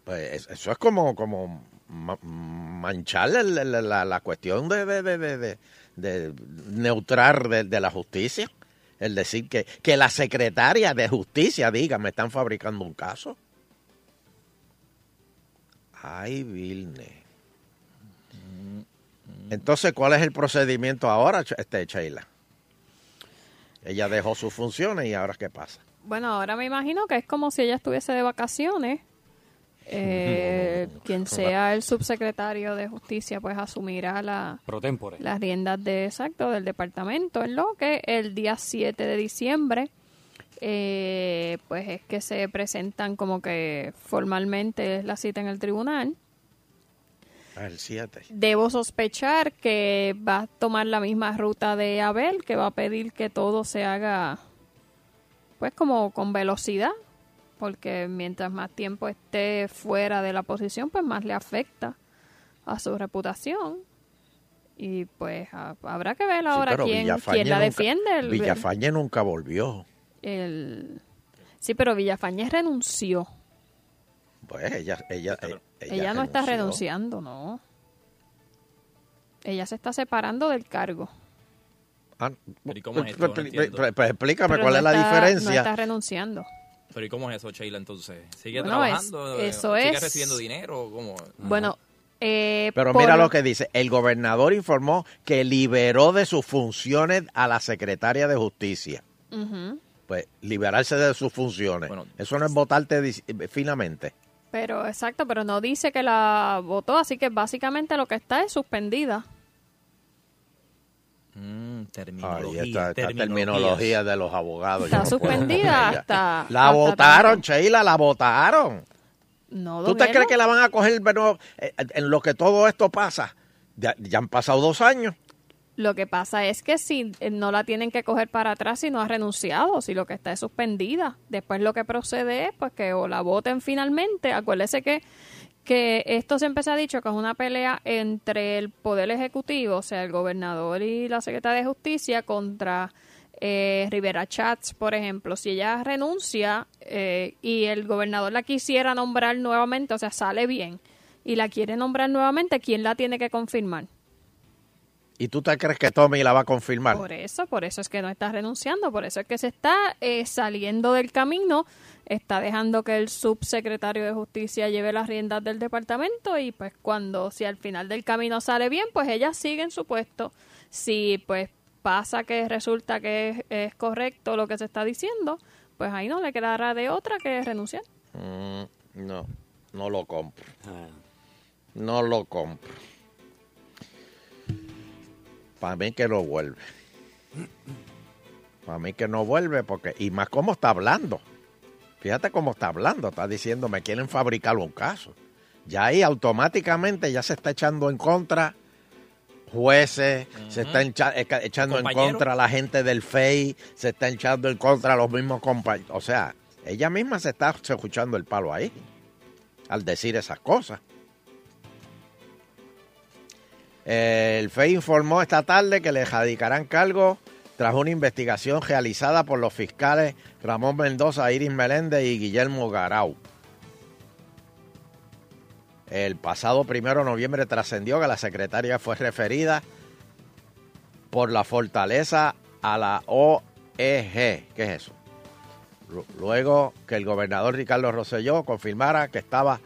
[SPEAKER 4] pues es- eso es como, como ma- mancharle la, la- la- la cuestión de, de, de- de- de- de neutrar de, de la justicia. El decir que, que la secretaria de justicia diga, me están fabricando un caso. Ay, Vilne. Entonces, ¿cuál es el procedimiento ahora, Ch- este, Sheila? Ella dejó sus funciones y ahora qué pasa.
[SPEAKER 6] Bueno, ahora me imagino que es como si ella estuviese de vacaciones. Eh, quien sea el subsecretario de Justicia, pues asumirá la,
[SPEAKER 5] Pro tempore.
[SPEAKER 6] las riendas de exacto del departamento, en lo que el día 7 de diciembre, eh, pues es que se presentan como que formalmente es la cita en el tribunal.
[SPEAKER 4] Ah, El 7.
[SPEAKER 6] Debo sospechar que va a tomar la misma ruta de Abel, que va a pedir que todo se haga pues como con velocidad, porque mientras más tiempo esté fuera de la posición, pues más le afecta a su reputación. Y pues ha- habrá que ver ahora quién, quién la defiende. el-
[SPEAKER 4] Villafañe nunca volvió.
[SPEAKER 6] el- Sí, pero Villafañez renunció.
[SPEAKER 4] Pues ella, ella,
[SPEAKER 6] Ella, no está
[SPEAKER 4] renunció.
[SPEAKER 6] renunciando, no. Ella se está separando del cargo.
[SPEAKER 4] Ah,
[SPEAKER 3] Pero ¿y cómo es
[SPEAKER 4] pues,
[SPEAKER 3] esto? No
[SPEAKER 4] pues,
[SPEAKER 3] entiendo.
[SPEAKER 4] pues, pues, explícame
[SPEAKER 6] Pero
[SPEAKER 4] cuál
[SPEAKER 6] no
[SPEAKER 4] es la
[SPEAKER 6] está-
[SPEAKER 4] diferencia.
[SPEAKER 6] No está renunciando.
[SPEAKER 3] Pero ¿y cómo es eso, Sheila, entonces? ¿Sigue
[SPEAKER 6] Bueno,
[SPEAKER 3] trabajando?
[SPEAKER 6] es- eso
[SPEAKER 3] ¿Sigue
[SPEAKER 6] es-
[SPEAKER 3] recibiendo dinero? o ¿Cómo?
[SPEAKER 6] Bueno, eh,
[SPEAKER 4] Pero
[SPEAKER 6] por
[SPEAKER 4] mira lo que dice. El gobernador informó que liberó de sus funciones a la secretaria de justicia.
[SPEAKER 6] Ujú.
[SPEAKER 4] Pues liberarse de sus funciones.
[SPEAKER 3] Bueno,
[SPEAKER 4] Eso no es votarte dis- finamente.
[SPEAKER 6] Pero exacto, pero no dice que la votó, así que básicamente lo que está es suspendida.
[SPEAKER 3] Mm, terminología,
[SPEAKER 4] Ahí está, esta
[SPEAKER 3] terminología.
[SPEAKER 4] terminología de los abogados.
[SPEAKER 6] Está
[SPEAKER 4] yo no puedo
[SPEAKER 6] suspendida
[SPEAKER 4] con ella.
[SPEAKER 6] hasta-
[SPEAKER 4] La
[SPEAKER 6] hasta
[SPEAKER 4] votaron, Sheila, la votaron.
[SPEAKER 6] No,
[SPEAKER 4] ¿Tú
[SPEAKER 6] don
[SPEAKER 4] te
[SPEAKER 6] Elo.
[SPEAKER 4] crees que la van a coger de nuevo? Eh, en lo que todo esto pasa? Ya, ya han pasado dos años.
[SPEAKER 6] Lo que pasa es que si eh, no la tienen que coger para atrás si no ha renunciado, si lo que está es suspendida. Después lo que procede es pues que o la voten finalmente. Acuérdese que, que esto siempre se ha dicho que es una pelea entre el Poder Ejecutivo, o sea, el gobernador y la Secretaría de Justicia contra eh, Rivera Chats, por ejemplo. Si ella renuncia eh, y el gobernador la quisiera nombrar nuevamente, o sea, sale bien, y la quiere nombrar nuevamente, ¿quién la tiene que confirmar?
[SPEAKER 4] ¿Y tú te crees que Tommy la va a confirmar?
[SPEAKER 6] Por eso, por eso es que no está renunciando, por eso es que se está eh, saliendo del camino, está dejando que el subsecretario de Justicia lleve las riendas del departamento y pues cuando, si al final del camino sale bien, pues ella sigue en su puesto. Si pues pasa que resulta que es, es correcto lo que se está diciendo, pues ahí no le quedará de otra que renunciar.
[SPEAKER 4] Mm, no, no lo compro. No lo compro. Para mí que no vuelve. Para mí que no vuelve porque... Y más cómo está hablando. Fíjate cómo está hablando. Está diciendo, me quieren fabricar un caso. Ya ahí automáticamente ya se está echando en contra jueces, se está encha- eca- echando en
[SPEAKER 3] Compañero.
[SPEAKER 4] contra la gente del FEI, se está echando en contra los mismos compañeros. O sea, ella misma se está escuchando el palo ahí al decir esas cosas. El FEI informó esta tarde que le radicarán cargo tras una investigación realizada por los fiscales Ramón Mendoza, Iris Meléndez y Guillermo Garau. El pasado primero de noviembre trascendió que la secretaria fue referida por la fortaleza a la OEG. ¿Qué es eso? Lu- Luego que el gobernador Ricardo Rosselló confirmara que estaba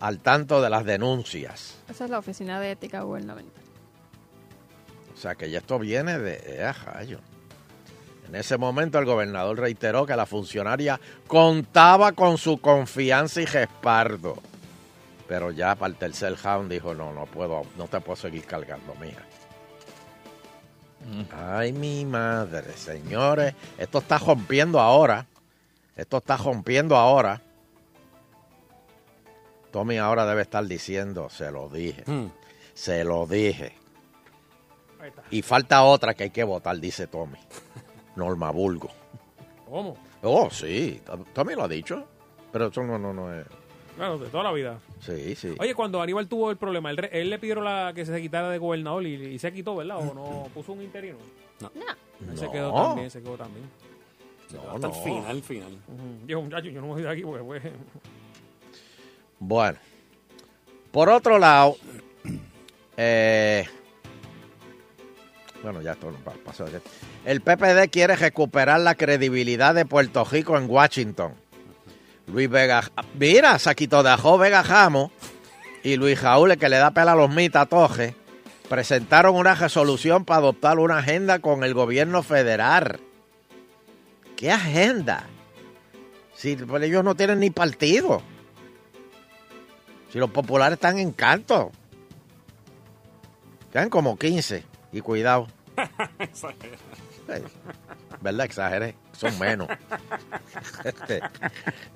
[SPEAKER 4] al tanto de las denuncias.
[SPEAKER 6] Esa es la Oficina de Ética Gubernamental.
[SPEAKER 4] O sea que ya esto viene de eh, a rayo. En ese momento el gobernador reiteró que la funcionaria contaba con su confianza y respaldo. Pero ya para el tercer round dijo, no, no puedo, no te puedo seguir cargando, mija. Ay, mi madre, señores. Esto está rompiendo ahora. Esto está rompiendo ahora. Tommy ahora debe estar diciendo, se lo dije. Se lo dije. Y falta otra que hay que votar, dice Tommy. Norma Bulgo.
[SPEAKER 2] ¿Cómo?
[SPEAKER 4] Oh, sí. Tommy lo ha dicho. Pero eso no, no, no es.
[SPEAKER 2] Bueno, de toda la vida.
[SPEAKER 4] Sí, sí.
[SPEAKER 2] Oye, cuando Aníbal tuvo el problema, él, re- él le pidieron la, que se quitara de gobernador y, y se quitó, ¿verdad? ¿O no? ¿Puso un interino?
[SPEAKER 6] No.
[SPEAKER 2] Él
[SPEAKER 4] No.
[SPEAKER 2] Se quedó también, se quedó también.
[SPEAKER 4] No,
[SPEAKER 5] Hasta
[SPEAKER 4] no.
[SPEAKER 5] el final, el final.
[SPEAKER 2] Yo, muchacho, yo no me voy de aquí porque pues,
[SPEAKER 4] Bueno. Por otro lado, eh, bueno, ya esto no pa- pasó. de- El PPD quiere recuperar la credibilidad de Puerto Rico en Washington. Luis Vega, mira, se quitó de Ajo Vega Jamo y Luis Jaúl, el que le da pela a los mitas Toje, presentaron una resolución para adoptar una agenda con el gobierno federal. ¿Qué agenda? Si pues, ellos no tienen ni partido. Si los populares están en canto. Quedan como 15. Y cuidado. Eh, ¿Verdad? Exageré. Son menos. Este,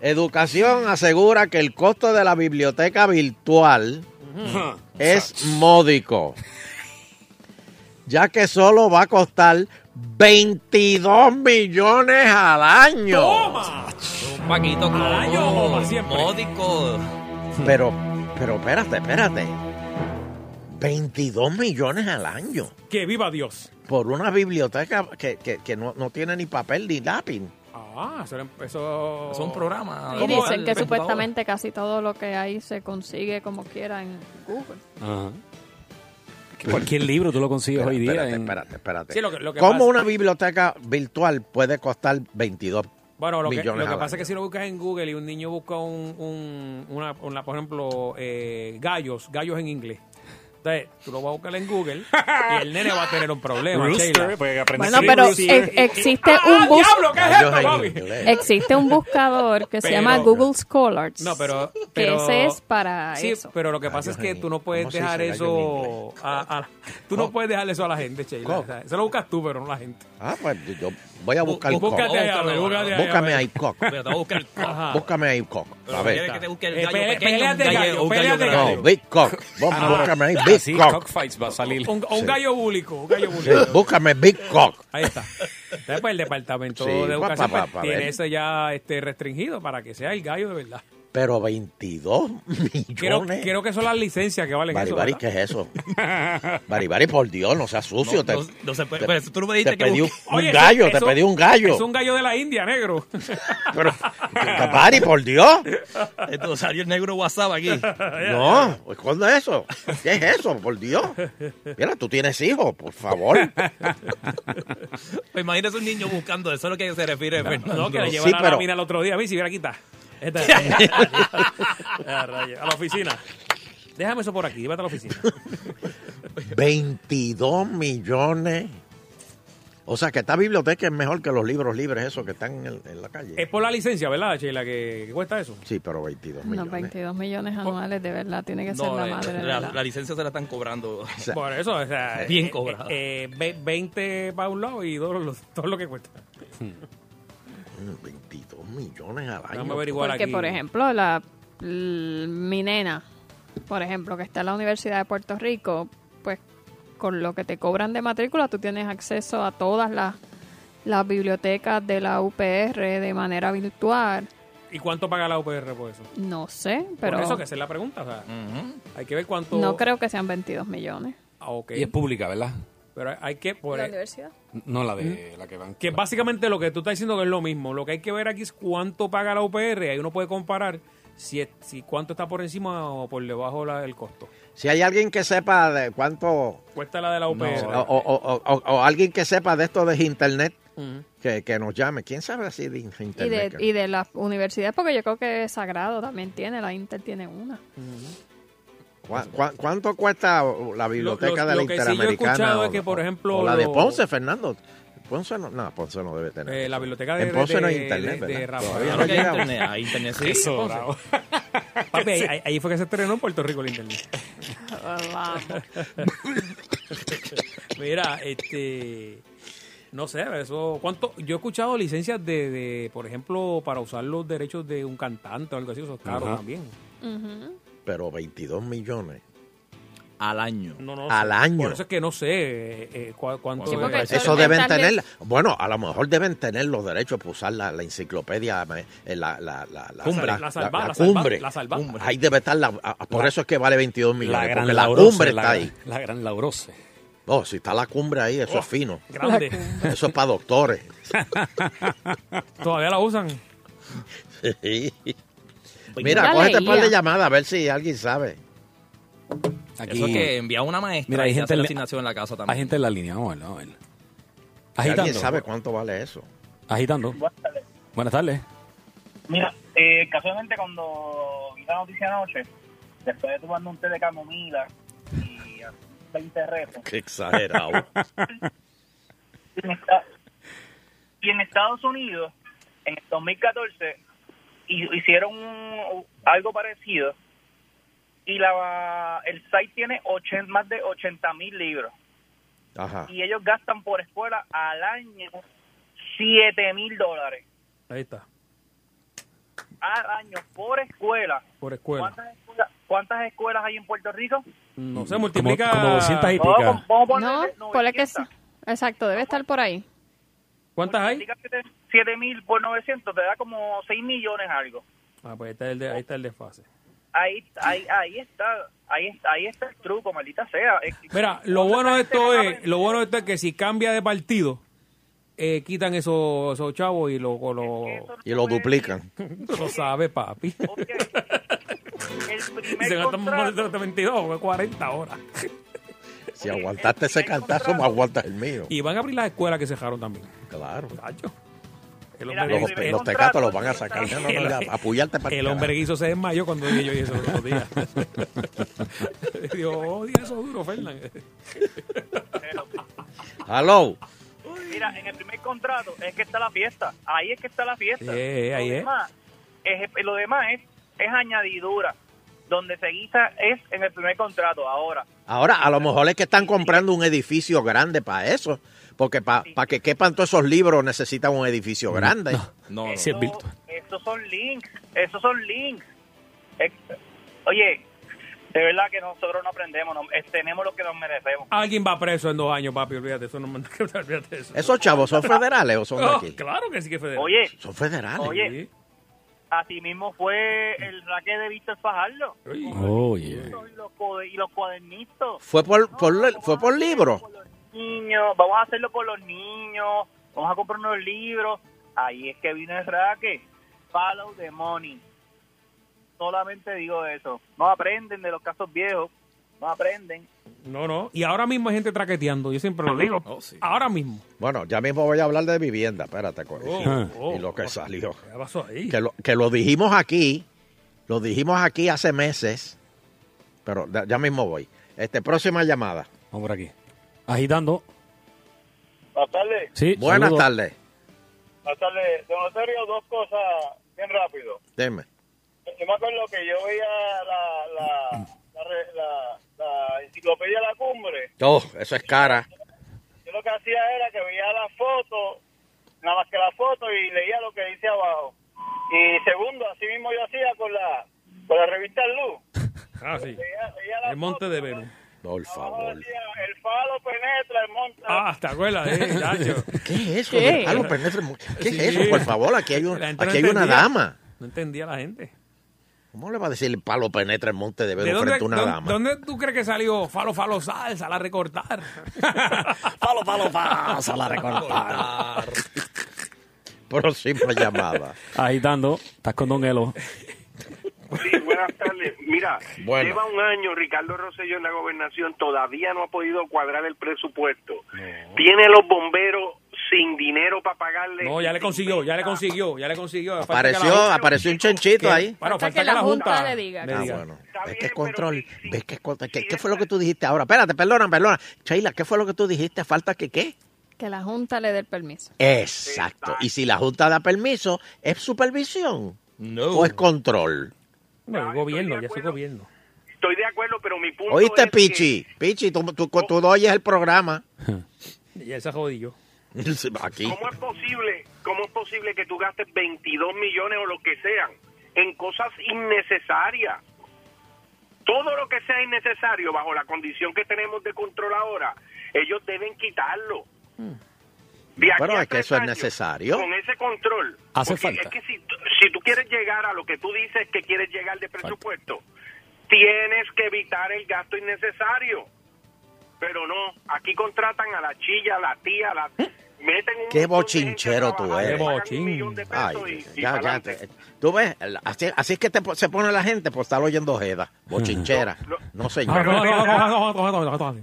[SPEAKER 4] Educación asegura que el costo de la biblioteca virtual es módico. Ya que solo va a costar 22 millones al año.
[SPEAKER 3] Un paquito como
[SPEAKER 2] año o para siempre?
[SPEAKER 3] módico.
[SPEAKER 4] Pero, pero espérate, espérate. 22 millones al año
[SPEAKER 2] que viva Dios.
[SPEAKER 4] por una biblioteca que, que- que no, no tiene ni papel ni lápiz.
[SPEAKER 2] Ah, eso... era- eso...
[SPEAKER 3] Es un
[SPEAKER 2] Ah,
[SPEAKER 3] programa.
[SPEAKER 6] Y dicen
[SPEAKER 3] El
[SPEAKER 6] que
[SPEAKER 3] computador.
[SPEAKER 6] supuestamente casi todo lo que hay se consigue como quiera en Google.
[SPEAKER 5] Ajá. Que Ah. Cualquier libro tú lo consigues hoy día.
[SPEAKER 4] espérate,
[SPEAKER 5] en-
[SPEAKER 4] espérate, espérate.
[SPEAKER 2] Sí, lo que- lo que
[SPEAKER 4] ¿Cómo
[SPEAKER 2] pasa-
[SPEAKER 4] una biblioteca virtual puede costar 22
[SPEAKER 2] Bueno, lo que,
[SPEAKER 4] millones
[SPEAKER 2] lo que
[SPEAKER 4] al
[SPEAKER 2] pasa es que
[SPEAKER 4] año?
[SPEAKER 2] si lo buscas en Google y un niño busca un, un- una, una, por ejemplo, eh, gallos, gallos en inglés. Entonces, tú lo vas a buscar en Google y el nene va a tener un problema, Sheila.
[SPEAKER 5] porque aprendí
[SPEAKER 6] Bueno,
[SPEAKER 5] a
[SPEAKER 6] pero
[SPEAKER 5] escribir.
[SPEAKER 6] ex- existe un bus
[SPEAKER 2] ¡Ah, ¡Diablo, qué es
[SPEAKER 4] Gallos
[SPEAKER 2] esto,
[SPEAKER 4] en
[SPEAKER 2] papi!
[SPEAKER 4] inglés.
[SPEAKER 6] existe un buscador que se
[SPEAKER 2] Pero-
[SPEAKER 6] llama Google Scholars.
[SPEAKER 2] No, pero,
[SPEAKER 6] que
[SPEAKER 2] pero-
[SPEAKER 6] ese es para
[SPEAKER 2] sí,
[SPEAKER 6] eso.
[SPEAKER 2] pero lo que pasa es que
[SPEAKER 4] en-
[SPEAKER 2] tú no puedes
[SPEAKER 4] ¿cómo se
[SPEAKER 2] dejar
[SPEAKER 4] dice gallo en
[SPEAKER 2] eso a, a- tú no puedes dejarle eso a la gente, Sheila.
[SPEAKER 4] ¿Cómo?
[SPEAKER 2] O sea, eso lo buscas tú, pero no la gente.
[SPEAKER 4] Ah, pues yo voy a buscar
[SPEAKER 2] Bú-
[SPEAKER 4] cock.
[SPEAKER 2] Búscate ahí, a
[SPEAKER 3] Búscalo,
[SPEAKER 2] ver, búscate ahí, a ver.
[SPEAKER 4] Búscame ahí cock.
[SPEAKER 3] Pero te voy a buscar el cojo.
[SPEAKER 2] Ajá.
[SPEAKER 4] Búscame ahí cock. A
[SPEAKER 3] ¿Quieres que te
[SPEAKER 4] ver.
[SPEAKER 3] busque el
[SPEAKER 2] Eh,
[SPEAKER 3] gallo
[SPEAKER 2] pele-
[SPEAKER 3] pequeño,
[SPEAKER 2] peleas
[SPEAKER 3] un
[SPEAKER 2] de
[SPEAKER 3] gallo-
[SPEAKER 2] gallo,
[SPEAKER 3] un gallo
[SPEAKER 2] peleas de
[SPEAKER 3] grande?
[SPEAKER 4] No, big cock. Vos Búscame ahí
[SPEAKER 5] Así,
[SPEAKER 4] big cock.
[SPEAKER 5] cockfights va a salir.
[SPEAKER 2] Un, un gallo búlico, un gallo
[SPEAKER 4] Sí,
[SPEAKER 2] búlico.
[SPEAKER 4] Búscame big cock.
[SPEAKER 2] Ahí está. Entonces, pues, el departamento
[SPEAKER 4] Sí,
[SPEAKER 2] de
[SPEAKER 4] pa-
[SPEAKER 2] educación
[SPEAKER 4] pa-
[SPEAKER 2] pues,
[SPEAKER 4] pa-
[SPEAKER 2] tiene
[SPEAKER 4] ver.
[SPEAKER 2] eso ya este, restringido para que sea el gallo de verdad.
[SPEAKER 4] Pero 22 millones.
[SPEAKER 2] Quiero, quiero que son las licencias que valen eso.
[SPEAKER 4] Baribari,
[SPEAKER 2] ¿verdad?
[SPEAKER 4] ¿qué es eso? Baribari, por Dios, no seas sucio.
[SPEAKER 3] No, no- no se puede- pero tú no me dijiste
[SPEAKER 4] te
[SPEAKER 3] que
[SPEAKER 4] pedí un,
[SPEAKER 3] busque-
[SPEAKER 4] un
[SPEAKER 2] Oye, eso-
[SPEAKER 4] gallo, te
[SPEAKER 2] eso-
[SPEAKER 4] pedí un gallo.
[SPEAKER 2] Es un gallo de la India, negro.
[SPEAKER 4] Pero, Bari, por Dios.
[SPEAKER 3] Esto salió el negro WhatsApp aquí.
[SPEAKER 4] No, pues, ¿cuándo es eso? ¿Qué es eso, por Dios? Mira, tú tienes hijos, por favor.
[SPEAKER 3] Pues imagínese un niño buscando eso, es lo que se refiere Fernando.
[SPEAKER 2] no, que le
[SPEAKER 4] Sí,
[SPEAKER 2] llevan a la
[SPEAKER 4] pero-
[SPEAKER 2] mina el otro día. A mí, si hubiera quitado. Ah, a la oficina. Déjame eso por aquí, llévate a la oficina.
[SPEAKER 4] 22 millones. O sea, que esta biblioteca es mejor que los libros libres esos que están en, el- en la
[SPEAKER 2] Es
[SPEAKER 4] calle.
[SPEAKER 2] por la licencia, ¿verdad, Sheila? Que, que cuesta eso.
[SPEAKER 4] Sí, pero 22
[SPEAKER 6] No,
[SPEAKER 4] millones.
[SPEAKER 6] 22
[SPEAKER 2] Oh.
[SPEAKER 6] millones anuales, de verdad, tiene que ser
[SPEAKER 3] No,
[SPEAKER 6] la
[SPEAKER 3] eh,
[SPEAKER 6] madre. de
[SPEAKER 3] la,
[SPEAKER 6] la-
[SPEAKER 3] la licencia se la están cobrando.
[SPEAKER 4] O sea,
[SPEAKER 2] Por eso, o sea,
[SPEAKER 3] Bien
[SPEAKER 2] eh,
[SPEAKER 3] cobrado.
[SPEAKER 2] eh, ve- 20 para un lado y todo lo, todo lo que cuesta.
[SPEAKER 3] Hmm.
[SPEAKER 4] 22 millones al año.
[SPEAKER 2] Déjame averiguar
[SPEAKER 6] Porque,
[SPEAKER 2] aquí.
[SPEAKER 6] por ejemplo, la, l- mi nena, por ejemplo, que está en la Universidad de Puerto Rico, pues con lo que te cobran de matrícula, tú tienes acceso a todas las, las bibliotecas de la UPR de manera virtual.
[SPEAKER 2] ¿Y cuánto paga la UPR por eso?
[SPEAKER 6] No sé,
[SPEAKER 2] Pero
[SPEAKER 6] Mm, pero
[SPEAKER 2] por eso que esa es la pregunta. O sea, Hay que ver cuánto.
[SPEAKER 6] no creo que sean 22 millones.
[SPEAKER 2] Ah, ok.
[SPEAKER 5] Y es pública, ¿verdad?
[SPEAKER 2] Pero hay que. por- e-
[SPEAKER 6] universidad?
[SPEAKER 5] No la de la que van.
[SPEAKER 2] que básicamente lo que tú estás diciendo que es lo mismo. Lo que hay que ver aquí es cuánto paga la UPR. Ahí uno puede comparar si, es- si cuánto está por encima o por debajo la- del costo.
[SPEAKER 4] Si hay alguien que sepa de cuánto
[SPEAKER 2] Cuesta la de la UPR.
[SPEAKER 4] O, o- o- o- o alguien que sepa de esto de internet, que, que nos llame. ¿Quién sabe así de internet?
[SPEAKER 6] Y de,
[SPEAKER 4] que-
[SPEAKER 6] y de las universidades, porque yo creo que Sagrado también tiene, la Inter tiene una.
[SPEAKER 4] ¿Cuá- cuá- ¿Cuánto cuesta la biblioteca
[SPEAKER 2] Lo- lo-
[SPEAKER 4] de la
[SPEAKER 2] lo que sí yo he
[SPEAKER 4] Interamericana?
[SPEAKER 2] escuchado
[SPEAKER 4] o-
[SPEAKER 2] es que, por
[SPEAKER 4] o-
[SPEAKER 2] ejemplo,
[SPEAKER 4] o la de
[SPEAKER 2] lo-
[SPEAKER 4] Ponce, Fernando. Ponce no, no, Ponce no debe tener.
[SPEAKER 2] Eh, la
[SPEAKER 4] eso.
[SPEAKER 2] biblioteca de-
[SPEAKER 4] En Ponce no hay
[SPEAKER 2] de-
[SPEAKER 4] internet,
[SPEAKER 2] de- de
[SPEAKER 4] ¿verdad?
[SPEAKER 2] Rafael.
[SPEAKER 4] Todavía
[SPEAKER 3] Claro
[SPEAKER 4] no
[SPEAKER 3] que hay
[SPEAKER 4] llegamos.
[SPEAKER 3] internet, hay internet sí.
[SPEAKER 5] Eso,
[SPEAKER 3] Entonces,
[SPEAKER 5] bravo.
[SPEAKER 2] Papi, ahí, ahí- ahí fue que se estrenó en Puerto Rico el internet. Mira, este. No sé, eso. ¿Cuánto? Yo he escuchado licencias de, de, por ejemplo, para usar los derechos de un cantante o algo así, eso es caro
[SPEAKER 5] Ajá.
[SPEAKER 2] también.
[SPEAKER 4] Pero 22 millones.
[SPEAKER 3] al año.
[SPEAKER 2] No, no
[SPEAKER 4] Al
[SPEAKER 2] sé.
[SPEAKER 4] año.
[SPEAKER 2] Por eso es que no sé eh, eh, cua- cuánto
[SPEAKER 6] Sí, porque
[SPEAKER 2] es.
[SPEAKER 6] eso-
[SPEAKER 4] Eso deben
[SPEAKER 6] Inventarle-
[SPEAKER 4] tener, bueno, a lo mejor deben tener los derechos para usar la, la enciclopedia, me- eh, la, la, la, la-
[SPEAKER 2] Cumbre.
[SPEAKER 4] la,
[SPEAKER 2] La salva- la salva-
[SPEAKER 4] cumbre.
[SPEAKER 2] la salva.
[SPEAKER 4] Cumbre. Ahí debe estar, la, ah, ah, por eso es que vale 22 millones,
[SPEAKER 5] La gran
[SPEAKER 4] porque la
[SPEAKER 5] Laurose,
[SPEAKER 4] cumbre
[SPEAKER 5] la
[SPEAKER 4] está
[SPEAKER 5] gran-
[SPEAKER 4] ahí.
[SPEAKER 5] La gran Laurose.
[SPEAKER 4] Oh, si está la cumbre ahí, eso es fino.
[SPEAKER 2] Grande.
[SPEAKER 4] Eso es para doctores.
[SPEAKER 2] Todavía la usan.
[SPEAKER 4] Mira,
[SPEAKER 6] Ya
[SPEAKER 4] cógete un par de
[SPEAKER 6] leía.
[SPEAKER 4] llamadas a ver si alguien sabe.
[SPEAKER 5] Aquí,
[SPEAKER 3] Eso es que envía a una maestra
[SPEAKER 5] Mira, hay
[SPEAKER 3] y
[SPEAKER 5] gente
[SPEAKER 3] hace
[SPEAKER 5] en
[SPEAKER 3] la
[SPEAKER 5] la-
[SPEAKER 3] asignación en la casa también.
[SPEAKER 5] hay gente en la línea, vamos a ver, vamos a ver.
[SPEAKER 4] Si
[SPEAKER 5] Agitando.
[SPEAKER 4] alguien sabe cuánto vale eso.
[SPEAKER 5] Agitando. Buenas tardes.
[SPEAKER 12] Mira, eh, casualmente cuando vi la noticia anoche, después de tomando un té de camomila y 20 retos,
[SPEAKER 4] Qué exagerado.
[SPEAKER 12] en esta- y en Estados Unidos, en el 2014, hi- hicieron un- algo parecido y la el site tiene 80 más de 80 mil libros
[SPEAKER 4] Ajá.
[SPEAKER 12] y ellos gastan por escuela al año 7 mil dólares
[SPEAKER 2] Ahí está.
[SPEAKER 12] al año por escuela.
[SPEAKER 2] Por escuela.
[SPEAKER 12] ¿Cuántas escuelas, cuántas escuelas hay en Puerto Rico?
[SPEAKER 2] No se multiplica.
[SPEAKER 5] Como, como 200 y
[SPEAKER 12] No,
[SPEAKER 5] pica.
[SPEAKER 12] vamos- vamos a
[SPEAKER 6] No, por
[SPEAKER 12] ponerle
[SPEAKER 6] que
[SPEAKER 12] 900.
[SPEAKER 6] sí. Exacto, debe estar por ahí.
[SPEAKER 2] ¿Cuántas hay?
[SPEAKER 12] Multiplica siete- siete mil por 900 te da como 6 millones algo.
[SPEAKER 2] Ah, pues ahí está el, de- ahí está el desfase.
[SPEAKER 12] Ahí, ahí, ahí está. Ahí, está- ahí está el truco, maldita sea. Es que-
[SPEAKER 2] Mira, lo
[SPEAKER 12] ¿cuánta
[SPEAKER 2] bueno de
[SPEAKER 12] gente
[SPEAKER 2] esto
[SPEAKER 12] gana
[SPEAKER 2] es, lo bueno de esto es que si cambia de partido, eh, quitan esos, esos chavos y lo, lo,
[SPEAKER 12] que eso no
[SPEAKER 4] Y lo
[SPEAKER 12] puede-
[SPEAKER 4] duplican.
[SPEAKER 2] lo sabe, papi.
[SPEAKER 12] Oye, El
[SPEAKER 2] Y se
[SPEAKER 12] primer
[SPEAKER 2] gastan más
[SPEAKER 12] contrato,
[SPEAKER 2] de 22, 40 pues horas.
[SPEAKER 4] Si aguantaste ese cantazo, me aguantas el mío.
[SPEAKER 2] Y van a abrir las escuelas que cerraron también.
[SPEAKER 4] Claro.
[SPEAKER 2] Cacho. El
[SPEAKER 12] Mira,
[SPEAKER 2] hombre,
[SPEAKER 4] Los,
[SPEAKER 12] primer
[SPEAKER 4] los
[SPEAKER 12] contrato,
[SPEAKER 4] tecatos los van a sacar. No, no, no,
[SPEAKER 2] el-
[SPEAKER 4] ya, apoyarte para
[SPEAKER 2] el hombre guiso se desmayó cuando dije yo eso los otros días. Dios, odia eso duro, Fernán.
[SPEAKER 4] Hello.
[SPEAKER 12] mira, en el primer contrato es que está la fiesta. Ahí es que está la fiesta.
[SPEAKER 2] Eh, ahí
[SPEAKER 12] lo,
[SPEAKER 2] es.
[SPEAKER 12] demás es, lo demás es, es añadidura. Donde se guisa es en el primer contrato. Ahora,
[SPEAKER 4] Ahora, a lo mejor es que están comprando un edificio grande para eso. Porque para que quepan todos esos libros necesitan un edificio grande.
[SPEAKER 3] No, no.
[SPEAKER 5] Sí, es virtual.
[SPEAKER 12] Estos son links, estos son links. Eh, Oye, de verdad que nosotros no aprendemos, no- eh, tenemos lo que nos merecemos.
[SPEAKER 2] Alguien va preso en dos años, papi, olvídate. Eso no me olvídate de eso.
[SPEAKER 4] ¿Esos chavos son federales o son de
[SPEAKER 2] Oh,
[SPEAKER 4] aquí?
[SPEAKER 2] claro que sí que es federal.
[SPEAKER 12] Oye,
[SPEAKER 4] Son federales.
[SPEAKER 12] Oye. así mismo fue el raque de Víctor Fajardo.
[SPEAKER 2] Uy.
[SPEAKER 5] Oh, yeah.
[SPEAKER 12] Y los, co- y los cuadernitos.
[SPEAKER 4] Fue por, por-
[SPEAKER 12] No,
[SPEAKER 4] fue por
[SPEAKER 12] vamos a
[SPEAKER 4] libro.
[SPEAKER 12] hacerlo por los niños, vamos a hacerlo por los niños, vamos a comprar unos libros. Ahí es que vino el raque. Follow the money. Solamente digo eso. No aprenden de los casos viejos. No aprenden.
[SPEAKER 2] No, no. Y ahora mismo hay gente traqueteando. Yo siempre lo digo.
[SPEAKER 3] Oh, sí.
[SPEAKER 2] Ahora mismo.
[SPEAKER 4] Bueno, ya mismo voy a hablar de vivienda. Espérate, corregí.
[SPEAKER 5] Ah.
[SPEAKER 2] Oh, oh,
[SPEAKER 4] Y lo que
[SPEAKER 2] oh.
[SPEAKER 4] salió.
[SPEAKER 2] ¿Qué pasó ahí?
[SPEAKER 4] Que lo, que lo dijimos aquí. Lo dijimos aquí hace meses. Pero ya- ya mismo voy. Este, próxima llamada.
[SPEAKER 5] Vamos por aquí. Agitando.
[SPEAKER 12] Buenas tardes.
[SPEAKER 5] Sí,
[SPEAKER 4] Buenas
[SPEAKER 5] saludos.
[SPEAKER 4] tardes.
[SPEAKER 12] Buenas tardes. Don Osorio, dos cosas bien rápido.
[SPEAKER 4] Dime.
[SPEAKER 12] Yo me acuerdo que yo veía la, la, la, re- la- la enciclopedia de la cumbre.
[SPEAKER 4] Oh, eso es cara.
[SPEAKER 12] Yo lo que hacía era que veía la foto, nada más que la foto, y leía lo que dice abajo. Y segundo, así mismo yo hacía con la, con la revista Luz.
[SPEAKER 2] Ah, sí.
[SPEAKER 12] Leía- leía la
[SPEAKER 2] El monte
[SPEAKER 12] foto,
[SPEAKER 2] de Venus.
[SPEAKER 4] Por
[SPEAKER 12] abajo
[SPEAKER 4] favor.
[SPEAKER 12] decía, el falo penetra, el monte...
[SPEAKER 2] Ah, ¿te acuerdas? Eh, chacho?
[SPEAKER 4] ¿Qué es eso?
[SPEAKER 6] ¿Qué?
[SPEAKER 4] del palo penetra el mu- ¿Qué es
[SPEAKER 2] Sí.
[SPEAKER 4] eso? Por favor, aquí hay, un-
[SPEAKER 2] La gente no
[SPEAKER 4] aquí hay una
[SPEAKER 2] entendía.
[SPEAKER 4] dama.
[SPEAKER 2] No entendía la gente.
[SPEAKER 4] ¿Cómo le va a decir el palo penetra el monte de
[SPEAKER 2] ¿De
[SPEAKER 4] Venus
[SPEAKER 2] dónde,
[SPEAKER 4] frente a una
[SPEAKER 2] dónde-
[SPEAKER 4] dama?
[SPEAKER 2] dónde tú crees que salió Falo Falo Salsa la recortar?
[SPEAKER 5] Palo, palo,
[SPEAKER 2] Ah,
[SPEAKER 4] Ah,
[SPEAKER 5] pasa la recortada.
[SPEAKER 4] Próxima llamada.
[SPEAKER 5] Agitando. Estás con Don Elo.
[SPEAKER 9] Sí, buenas tardes. Mira,
[SPEAKER 4] Bueno.
[SPEAKER 9] lleva un año Ricardo Rosselló en la gobernación, todavía no ha podido cuadrar el presupuesto. Tiene los bomberos sin dinero para pagarle.
[SPEAKER 2] No, ya le consiguió, ya le consiguió, ya le consiguió. Falta que la
[SPEAKER 4] Apareció,
[SPEAKER 2] Junta-
[SPEAKER 4] apareció un chanchito
[SPEAKER 2] que-
[SPEAKER 4] ahí.
[SPEAKER 2] Bueno,
[SPEAKER 6] Falta
[SPEAKER 2] falta
[SPEAKER 6] que la Junta le diga.
[SPEAKER 4] Ah,
[SPEAKER 2] diga.
[SPEAKER 4] bueno.
[SPEAKER 9] Está
[SPEAKER 4] ¿Ves
[SPEAKER 9] bien,
[SPEAKER 4] qué
[SPEAKER 9] pero
[SPEAKER 4] control?
[SPEAKER 9] si-
[SPEAKER 4] ¿Ves qué, control? ¿Qué,
[SPEAKER 9] si
[SPEAKER 4] qué
[SPEAKER 9] es-
[SPEAKER 4] fue lo que tú dijiste ahora? Espérate, perdona, perdona. Sheila, ¿qué fue lo que tú dijiste? Falta que qué.
[SPEAKER 6] Que la Junta le dé el permiso.
[SPEAKER 4] Exacto. Y si la Junta da permiso, ¿es supervisión?
[SPEAKER 3] No.
[SPEAKER 4] ¿O es control?
[SPEAKER 2] No, el gobierno, ya es
[SPEAKER 9] Estoy
[SPEAKER 2] el
[SPEAKER 9] de
[SPEAKER 2] gobierno.
[SPEAKER 9] Estoy de acuerdo, pero mi punto
[SPEAKER 4] ¿Oíste,
[SPEAKER 9] es que-
[SPEAKER 4] Pichi? Pichi, tú, tú, tú no oyes el programa.
[SPEAKER 2] Ya se jodió.
[SPEAKER 4] Aquí.
[SPEAKER 9] ¿Cómo es posible, cómo es posible que tú gastes 22 millones o lo que sean en cosas innecesarias?
[SPEAKER 13] todo lo que sea innecesario bajo la condición que tenemos de control ahora, ellos deben quitarlo. De aquí
[SPEAKER 4] Bueno,
[SPEAKER 13] a
[SPEAKER 4] es que
[SPEAKER 13] tres
[SPEAKER 4] eso es
[SPEAKER 13] años,
[SPEAKER 4] necesario.
[SPEAKER 13] Con ese control.
[SPEAKER 14] Hace
[SPEAKER 13] porque
[SPEAKER 14] falta.
[SPEAKER 13] Es que si, tú- si tú quieres llegar a lo que tú dices que quieres llegar de presupuesto, tienes que evitar el gasto innecesario. Pero no, aquí contratan a la chilla, a la tía, a la...
[SPEAKER 14] ¿Eh?
[SPEAKER 13] Meten un montón de
[SPEAKER 4] Qué
[SPEAKER 13] gente
[SPEAKER 4] bochinchero
[SPEAKER 13] a
[SPEAKER 4] tú
[SPEAKER 13] trabajar,
[SPEAKER 4] eres.
[SPEAKER 13] pagan un
[SPEAKER 2] Bochín.
[SPEAKER 13] millón de pesos
[SPEAKER 4] Ay,
[SPEAKER 13] y- y
[SPEAKER 4] ya, ya.
[SPEAKER 13] pa'lante.
[SPEAKER 4] te- Tú ves, la- así, así es que te po- se pone la gente por estar oyendo Jeda, bochinchera.
[SPEAKER 13] No,
[SPEAKER 4] No,
[SPEAKER 2] No,
[SPEAKER 4] señor.
[SPEAKER 2] no, no, no, no, no, no, no, no, no.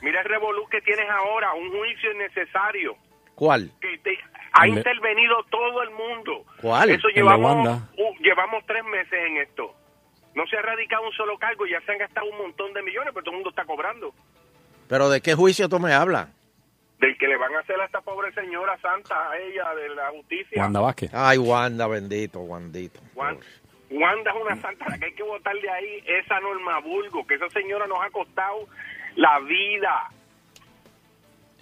[SPEAKER 13] Mira el revolú que tienes ahora, un juicio innecesario.
[SPEAKER 4] ¿Cuál?
[SPEAKER 13] que te- ha
[SPEAKER 14] El de-
[SPEAKER 13] intervenido todo el mundo.
[SPEAKER 4] ¿Cuál?
[SPEAKER 13] Eso
[SPEAKER 14] El de
[SPEAKER 13] llevamos,
[SPEAKER 14] Wanda.
[SPEAKER 13] uh, llevamos tres meses en esto. No se ha radicado un solo cargo y ya se han gastado un montón de millones, pero todo el mundo está cobrando.
[SPEAKER 4] ¿Pero de qué juicio tú me hablas?
[SPEAKER 13] Del que le van a hacer a esta pobre señora santa, a ella, de la justicia.
[SPEAKER 14] Wanda Vázquez.
[SPEAKER 4] Ay, Wanda, bendito, Wandito.
[SPEAKER 13] Wan- Wanda es una santa, la que hay que votar de ahí esa norma vulgo, que esa señora nos ha costado la vida.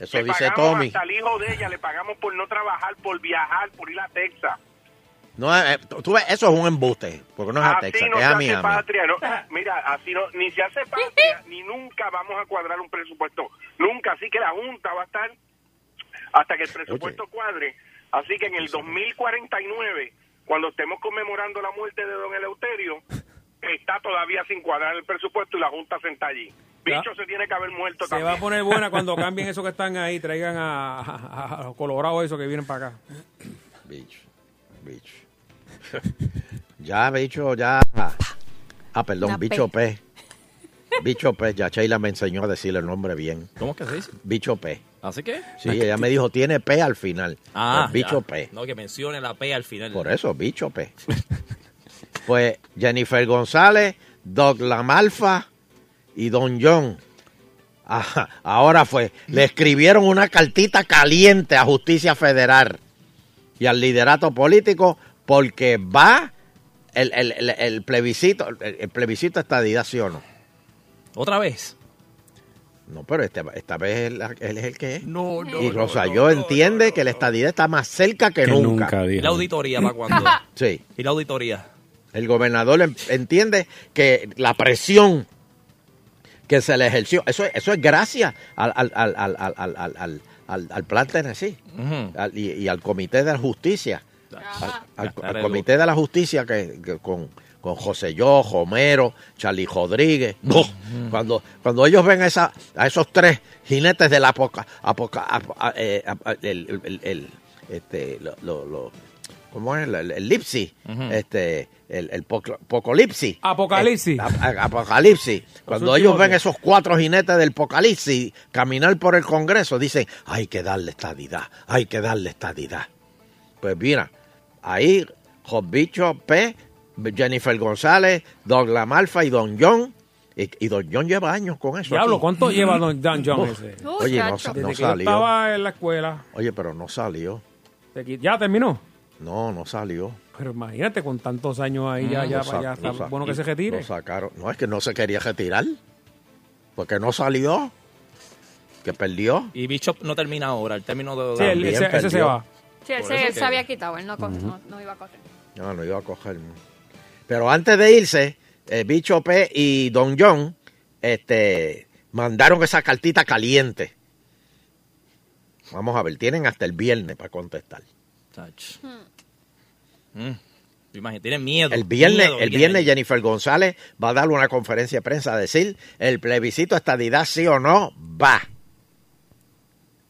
[SPEAKER 4] Eso
[SPEAKER 13] Le
[SPEAKER 4] dice
[SPEAKER 13] pagamos
[SPEAKER 4] Tommy.
[SPEAKER 13] Hasta el hijo de ella le pagamos por no trabajar, por viajar, por ir a Texas.
[SPEAKER 4] No, eh, tú tú ves, eso es un embuste, porque no es a
[SPEAKER 13] así
[SPEAKER 4] Texas,
[SPEAKER 13] no
[SPEAKER 4] que es
[SPEAKER 13] se
[SPEAKER 4] a
[SPEAKER 13] hace
[SPEAKER 4] Miami.
[SPEAKER 13] patria. no. Mira, así no, ni se hace patria, ni nunca vamos a cuadrar un presupuesto. Nunca. Así que la Junta va a estar hasta que el presupuesto cuadre. Así que en el 2049, cuando estemos conmemorando la muerte de don Eleuterio, está todavía sin cuadrar el presupuesto y la Junta senta allí.
[SPEAKER 2] Ya.
[SPEAKER 13] Bicho se tiene que haber muerto
[SPEAKER 2] Se va a
[SPEAKER 13] también.
[SPEAKER 2] poner buena cuando cambien eso que están ahí, traigan a, a- a los colorados esos que vienen para acá.
[SPEAKER 4] Bicho, bicho. ya, bicho, ya. Ah, perdón,
[SPEAKER 6] Una
[SPEAKER 4] bicho P. Bicho P, ya Sheila me enseñó a decir el nombre bien.
[SPEAKER 3] ¿Cómo es que se dice?
[SPEAKER 4] Bicho P.
[SPEAKER 3] ¿Así que?
[SPEAKER 4] Sí, ella me dijo, tiene P al final. Pues, bicho
[SPEAKER 3] Ah, ya.
[SPEAKER 4] P.
[SPEAKER 3] No, que mencione la P al final.
[SPEAKER 4] Por eso, bicho P. pues Jennifer González, Doc Lamalfa y Don John. Ajá, ahora fue, le escribieron una cartita caliente a Justicia Federal y al liderato político porque va el, el- el- el plebiscito, el, el plebiscito estadidad, ¿sí o no?
[SPEAKER 3] ¿Otra vez?
[SPEAKER 4] No, pero este- esta vez él, él es el que es.
[SPEAKER 3] No, no.
[SPEAKER 4] y Rosa, yo entiende que la estadidad está más cerca que, nunca.
[SPEAKER 14] dijo.
[SPEAKER 3] La auditoría para cuando.
[SPEAKER 4] Sí.
[SPEAKER 3] ¿Y la auditoría?
[SPEAKER 4] El gobernador en- entiende que la presión que se le ejerció, eso, eso es gracias al, al, al, al, al, al, al, al- al- al plan Tennessee
[SPEAKER 3] Ujú.
[SPEAKER 4] al- y, y al Comité de la Justicia. Al, al-
[SPEAKER 3] Ya,
[SPEAKER 4] al
[SPEAKER 3] dale,
[SPEAKER 4] Comité de la Justicia que, que con, con José Yo, Homero, Charlie Rodríguez. ¡No!
[SPEAKER 15] Mm.
[SPEAKER 4] Cuando, cuando ellos ven a, esa, a esos tres jinetes del apoca, apoca- ap- a- eh, ap- a- el, el- el- este, lo, lo- lo- ¿cómo es? El, el, el Lipsy, este, el, el poco- Pocolipsi.
[SPEAKER 2] Apocalipsis.
[SPEAKER 4] Eh, ap- apocalipsis. Cuando
[SPEAKER 2] últimos
[SPEAKER 4] ellos ven
[SPEAKER 2] días.
[SPEAKER 4] esos cuatro jinetes del apocalipsis caminar por el Congreso, dicen, hay que darle estadidad, hay que darle estadidad. Pues mira, ahí Josbicho P, Jennifer González, Doug Lamalfa y Don John. Y, y Don John lleva años con eso.
[SPEAKER 2] Diablo,
[SPEAKER 4] aquí.
[SPEAKER 2] ¿cuánto lleva Don Dan John ese? Desde
[SPEAKER 6] Uy,
[SPEAKER 4] Oye, no,
[SPEAKER 6] chacho.
[SPEAKER 4] sa-
[SPEAKER 2] que
[SPEAKER 4] no
[SPEAKER 2] yo
[SPEAKER 4] salió.
[SPEAKER 2] estaba en la escuela.
[SPEAKER 4] Oye, pero no salió.
[SPEAKER 2] te qui- Ya terminó.
[SPEAKER 4] No, no salió.
[SPEAKER 2] Pero imagínate con tantos años ahí, ya, ya,
[SPEAKER 4] Lo Mm, sa-
[SPEAKER 2] ya
[SPEAKER 4] lo
[SPEAKER 2] está
[SPEAKER 4] sa-
[SPEAKER 2] bueno que se
[SPEAKER 4] lo
[SPEAKER 2] retire.
[SPEAKER 4] sacaron. No, es que no se quería retirar. Porque no salió. Que perdió.
[SPEAKER 3] Y Bishop no termina ahora, el término de.
[SPEAKER 2] Sí, el-
[SPEAKER 4] También
[SPEAKER 2] ese, ese
[SPEAKER 4] perdió.
[SPEAKER 2] se va.
[SPEAKER 6] Sí, él,
[SPEAKER 3] Por
[SPEAKER 6] se,
[SPEAKER 3] eso
[SPEAKER 6] él
[SPEAKER 3] que-
[SPEAKER 6] se había quitado, él no, co- no, no iba a correr.
[SPEAKER 4] No, no iba a coger. no. Pero antes de irse, el bicho P y Don John este, mandaron esa cartita caliente. Vamos a ver, tienen hasta el viernes para contestar.
[SPEAKER 3] Touch. Mm. Hmm. Imagínate, tienen miedo.
[SPEAKER 4] El viernes,
[SPEAKER 3] miedo que
[SPEAKER 4] el
[SPEAKER 3] tienen.
[SPEAKER 4] viernes Jennifer González va a dar una conferencia de prensa a decir el plebiscito a estadidad sí o no va.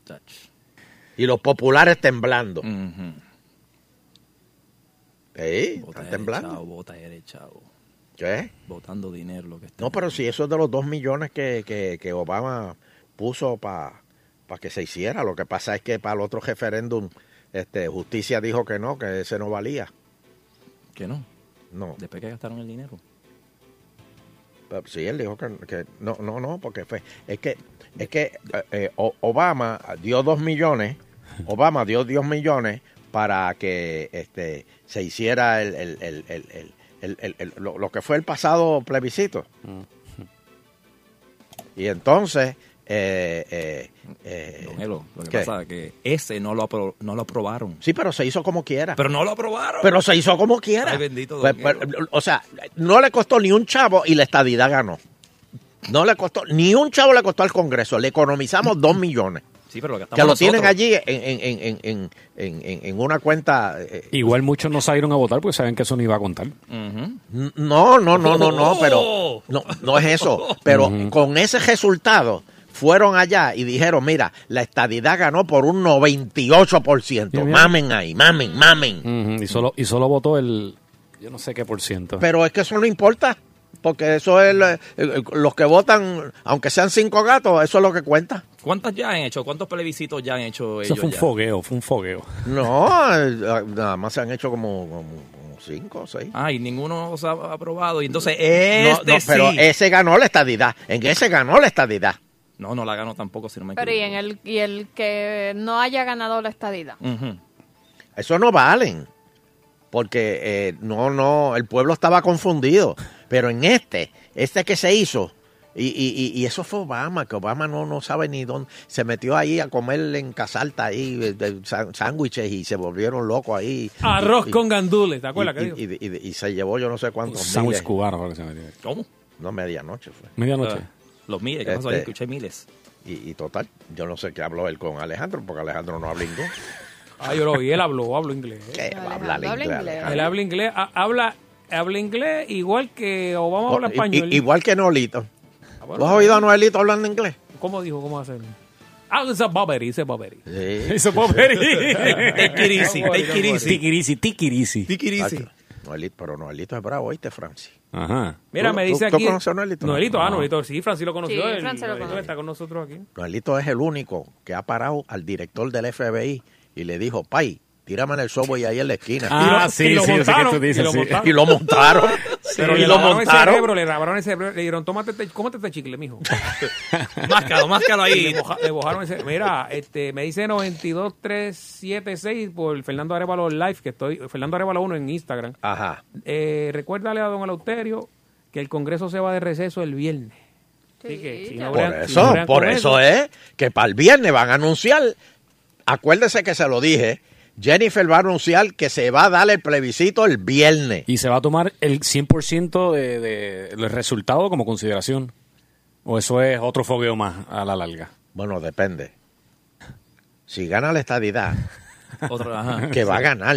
[SPEAKER 3] Touch.
[SPEAKER 4] Y los populares temblando.
[SPEAKER 3] Ujú. Pues
[SPEAKER 4] Sí,
[SPEAKER 3] Bota
[SPEAKER 4] están
[SPEAKER 3] eres,
[SPEAKER 4] temblando.
[SPEAKER 3] chavo, bota eres, chavo.
[SPEAKER 4] ¿Qué?
[SPEAKER 3] Botando dinero lo que está.
[SPEAKER 4] No, pero si eso es de los dos millones que, que- que Obama puso para que se hiciera, lo que pasa es que para el otro referéndum, este, justicia dijo que no, que ese no valía.
[SPEAKER 3] Que no.
[SPEAKER 4] No,
[SPEAKER 3] Después que gastaron el dinero.
[SPEAKER 4] pero sí, él dijo que, que no, no, no, porque fue, es que, es que eh, eh, O- Obama dio dos millones, Obama dio dos millones para que este, se hiciera el, el- el- el- el- el- el- el- lo, lo que fue el pasado plebiscito. Y entonces, eh, eh, eh,
[SPEAKER 3] Don Elo, lo que
[SPEAKER 4] ¿qué?
[SPEAKER 3] pasa es que ese no lo, apro- no lo aprobaron.
[SPEAKER 4] Sí, pero se hizo como quiera.
[SPEAKER 3] Pero no lo aprobaron.
[SPEAKER 4] Pero se hizo como quiera.
[SPEAKER 3] Ay, bendito
[SPEAKER 4] Pues,
[SPEAKER 3] Don
[SPEAKER 4] pues,
[SPEAKER 3] Elo.
[SPEAKER 4] o sea, no le costó ni un chavo y la estadidad ganó. No le costó, ni un chavo le costó al Congreso. Le economizamos dos millones.
[SPEAKER 3] Sí, pero lo gastamos
[SPEAKER 4] Que lo
[SPEAKER 3] nosotros.
[SPEAKER 4] tienen allí en, en- en- en- en- en- en una cuenta. eh,
[SPEAKER 5] Igual muchos no salieron a votar porque saben que eso no iba a contar.
[SPEAKER 3] Ujú. Oh.
[SPEAKER 4] n- No, no, no, no, no,
[SPEAKER 6] Oh.
[SPEAKER 4] pero no, no es eso. Pero con ese resultado fueron allá y dijeron, mira, la estadidad ganó por un 98%.
[SPEAKER 5] Mira, mira.
[SPEAKER 4] Mamen ahí, mamen, mamen.
[SPEAKER 5] Ujú, y, solo, y solo votó el. Yo no sé qué por ciento.
[SPEAKER 4] Pero es que eso no importa, porque eso es lo- eh, eh, los que votan, aunque sean cinco gatos, eso es lo que cuenta.
[SPEAKER 3] ¿Cuántas ya han hecho? ¿Cuántos plebiscitos ya han hecho
[SPEAKER 4] Pues
[SPEAKER 5] eso
[SPEAKER 3] ellos?
[SPEAKER 5] fue un
[SPEAKER 3] ya?
[SPEAKER 5] fogueo, fue un fogueo.
[SPEAKER 4] No, eh, nada más se han hecho como, como- como cinco o seis.
[SPEAKER 3] Ay, ninguno se ha aprobado. Y entonces
[SPEAKER 4] No,
[SPEAKER 3] este
[SPEAKER 4] no, pero
[SPEAKER 3] sí.
[SPEAKER 4] ese ganó la estadidad. En ese ganó la estadidad.
[SPEAKER 3] No, no la ganó tampoco, si no me equivoco.
[SPEAKER 6] Pero y, en el, y el que no haya ganado la estadida.
[SPEAKER 3] Ujú.
[SPEAKER 4] Eso no valen. Porque eh, no, no, el pueblo estaba confundido. Pero en este, este que se hizo, y, y- y- y eso fue Obama, que Obama no, no sabe ni dónde. Se metió ahí a comer en Casalta, ahí, eh, de sá- sándwiches, y se volvieron locos ahí.
[SPEAKER 2] Arroz
[SPEAKER 4] Y-
[SPEAKER 2] con gandules, ¿te acuerdas?
[SPEAKER 4] y-
[SPEAKER 2] que dijo?
[SPEAKER 4] y, y- y- y se llevó yo no sé
[SPEAKER 5] Un
[SPEAKER 4] cuántos
[SPEAKER 5] sándwich
[SPEAKER 4] miles.
[SPEAKER 5] cubano, fue lo que se me dio.
[SPEAKER 3] ¿Cómo?
[SPEAKER 4] No, medianoche fue.
[SPEAKER 5] Medianoche.
[SPEAKER 3] Ah, los miles, ¿qué pasó ahí?
[SPEAKER 4] Este-
[SPEAKER 3] Escuché miles.
[SPEAKER 4] Y, y total, yo no sé qué habló él con Alejandro, porque Alejandro no habla inglés.
[SPEAKER 2] Ah, yo lo vi, él habló, habló inglés.
[SPEAKER 4] ¿Qué va
[SPEAKER 6] Alejandro
[SPEAKER 4] a hablar
[SPEAKER 6] habla
[SPEAKER 4] inglés?
[SPEAKER 6] inglés.
[SPEAKER 4] Alejandro?
[SPEAKER 2] Él habla inglés, ha- habla, habla inglés igual que Obama habla
[SPEAKER 4] I- i-
[SPEAKER 2] español.
[SPEAKER 4] Oh, Igual que Noelito.
[SPEAKER 2] Ah,
[SPEAKER 4] ¿Tú
[SPEAKER 2] bueno,
[SPEAKER 4] has oído a Noelito hablando inglés?
[SPEAKER 2] ¿Cómo dijo? ¿Cómo hacer? Ah, it's a bobbery, it's a bobbery.
[SPEAKER 4] Sí.
[SPEAKER 2] It's a bobbery.
[SPEAKER 3] Take it easy, take it easy.
[SPEAKER 5] Tikirisi, tikirisi.
[SPEAKER 4] Tacho, Noelito, pero Noelito es bravo, ¿oíste, Francis?
[SPEAKER 5] Ajá.
[SPEAKER 2] Mira,
[SPEAKER 4] ¿Tú-
[SPEAKER 2] me
[SPEAKER 4] tú-
[SPEAKER 2] dice
[SPEAKER 4] tú
[SPEAKER 2] aquí.
[SPEAKER 4] conoces a Noelito?
[SPEAKER 2] Noelito, ah,
[SPEAKER 5] No.
[SPEAKER 2] Noelito, sí, Francis lo conoció.
[SPEAKER 6] Sí,
[SPEAKER 2] el-
[SPEAKER 6] Francis lo
[SPEAKER 2] Noelito
[SPEAKER 6] conoce.
[SPEAKER 2] está con nosotros aquí.
[SPEAKER 4] Noelito es el único que ha parado al director del FBI y le dijo, pay, tírame en el sobo y ahí en la esquina.
[SPEAKER 5] Ah,
[SPEAKER 2] lo-
[SPEAKER 5] sí,
[SPEAKER 2] y lo
[SPEAKER 5] sí, yo sé que
[SPEAKER 2] montaron,
[SPEAKER 5] tú
[SPEAKER 2] y
[SPEAKER 5] dices.
[SPEAKER 2] lo
[SPEAKER 5] sí.
[SPEAKER 2] montaron.
[SPEAKER 4] Y lo montaron.
[SPEAKER 2] Pero
[SPEAKER 4] y
[SPEAKER 2] le
[SPEAKER 4] lo
[SPEAKER 2] lavaron el cerebro,
[SPEAKER 4] montaron.
[SPEAKER 2] le lavaron el cerebro, le dijeron, tómate este, cómate este chicle, mijo.
[SPEAKER 3] Máscalo, máscalo ahí.
[SPEAKER 2] Le, moja- le bojaron ese. Mira, este, me dice 92376 por Fernando Arevalo Live, que estoy, Fernando Arevalo 1 en Instagram.
[SPEAKER 4] Ajá.
[SPEAKER 2] Eh, recuérdale a don Eleuterio que el Congreso se va de receso el viernes. Así que,
[SPEAKER 6] Sí,
[SPEAKER 2] si
[SPEAKER 6] ya.
[SPEAKER 2] no
[SPEAKER 4] Por
[SPEAKER 2] bregan- si no
[SPEAKER 4] eso,
[SPEAKER 2] bregan
[SPEAKER 4] por
[SPEAKER 2] con
[SPEAKER 4] eso es que para el viernes van a anunciar. Acuérdese que se lo dije. Jennifer va a anunciar que se va a dar el plebiscito el viernes.
[SPEAKER 5] Y se va a tomar el 100% de- de- del resultado como consideración. O eso es otro fogueo más a la larga.
[SPEAKER 4] Bueno, depende. Si gana la estadidad,
[SPEAKER 3] Otro, ajá.
[SPEAKER 4] que va a ganar.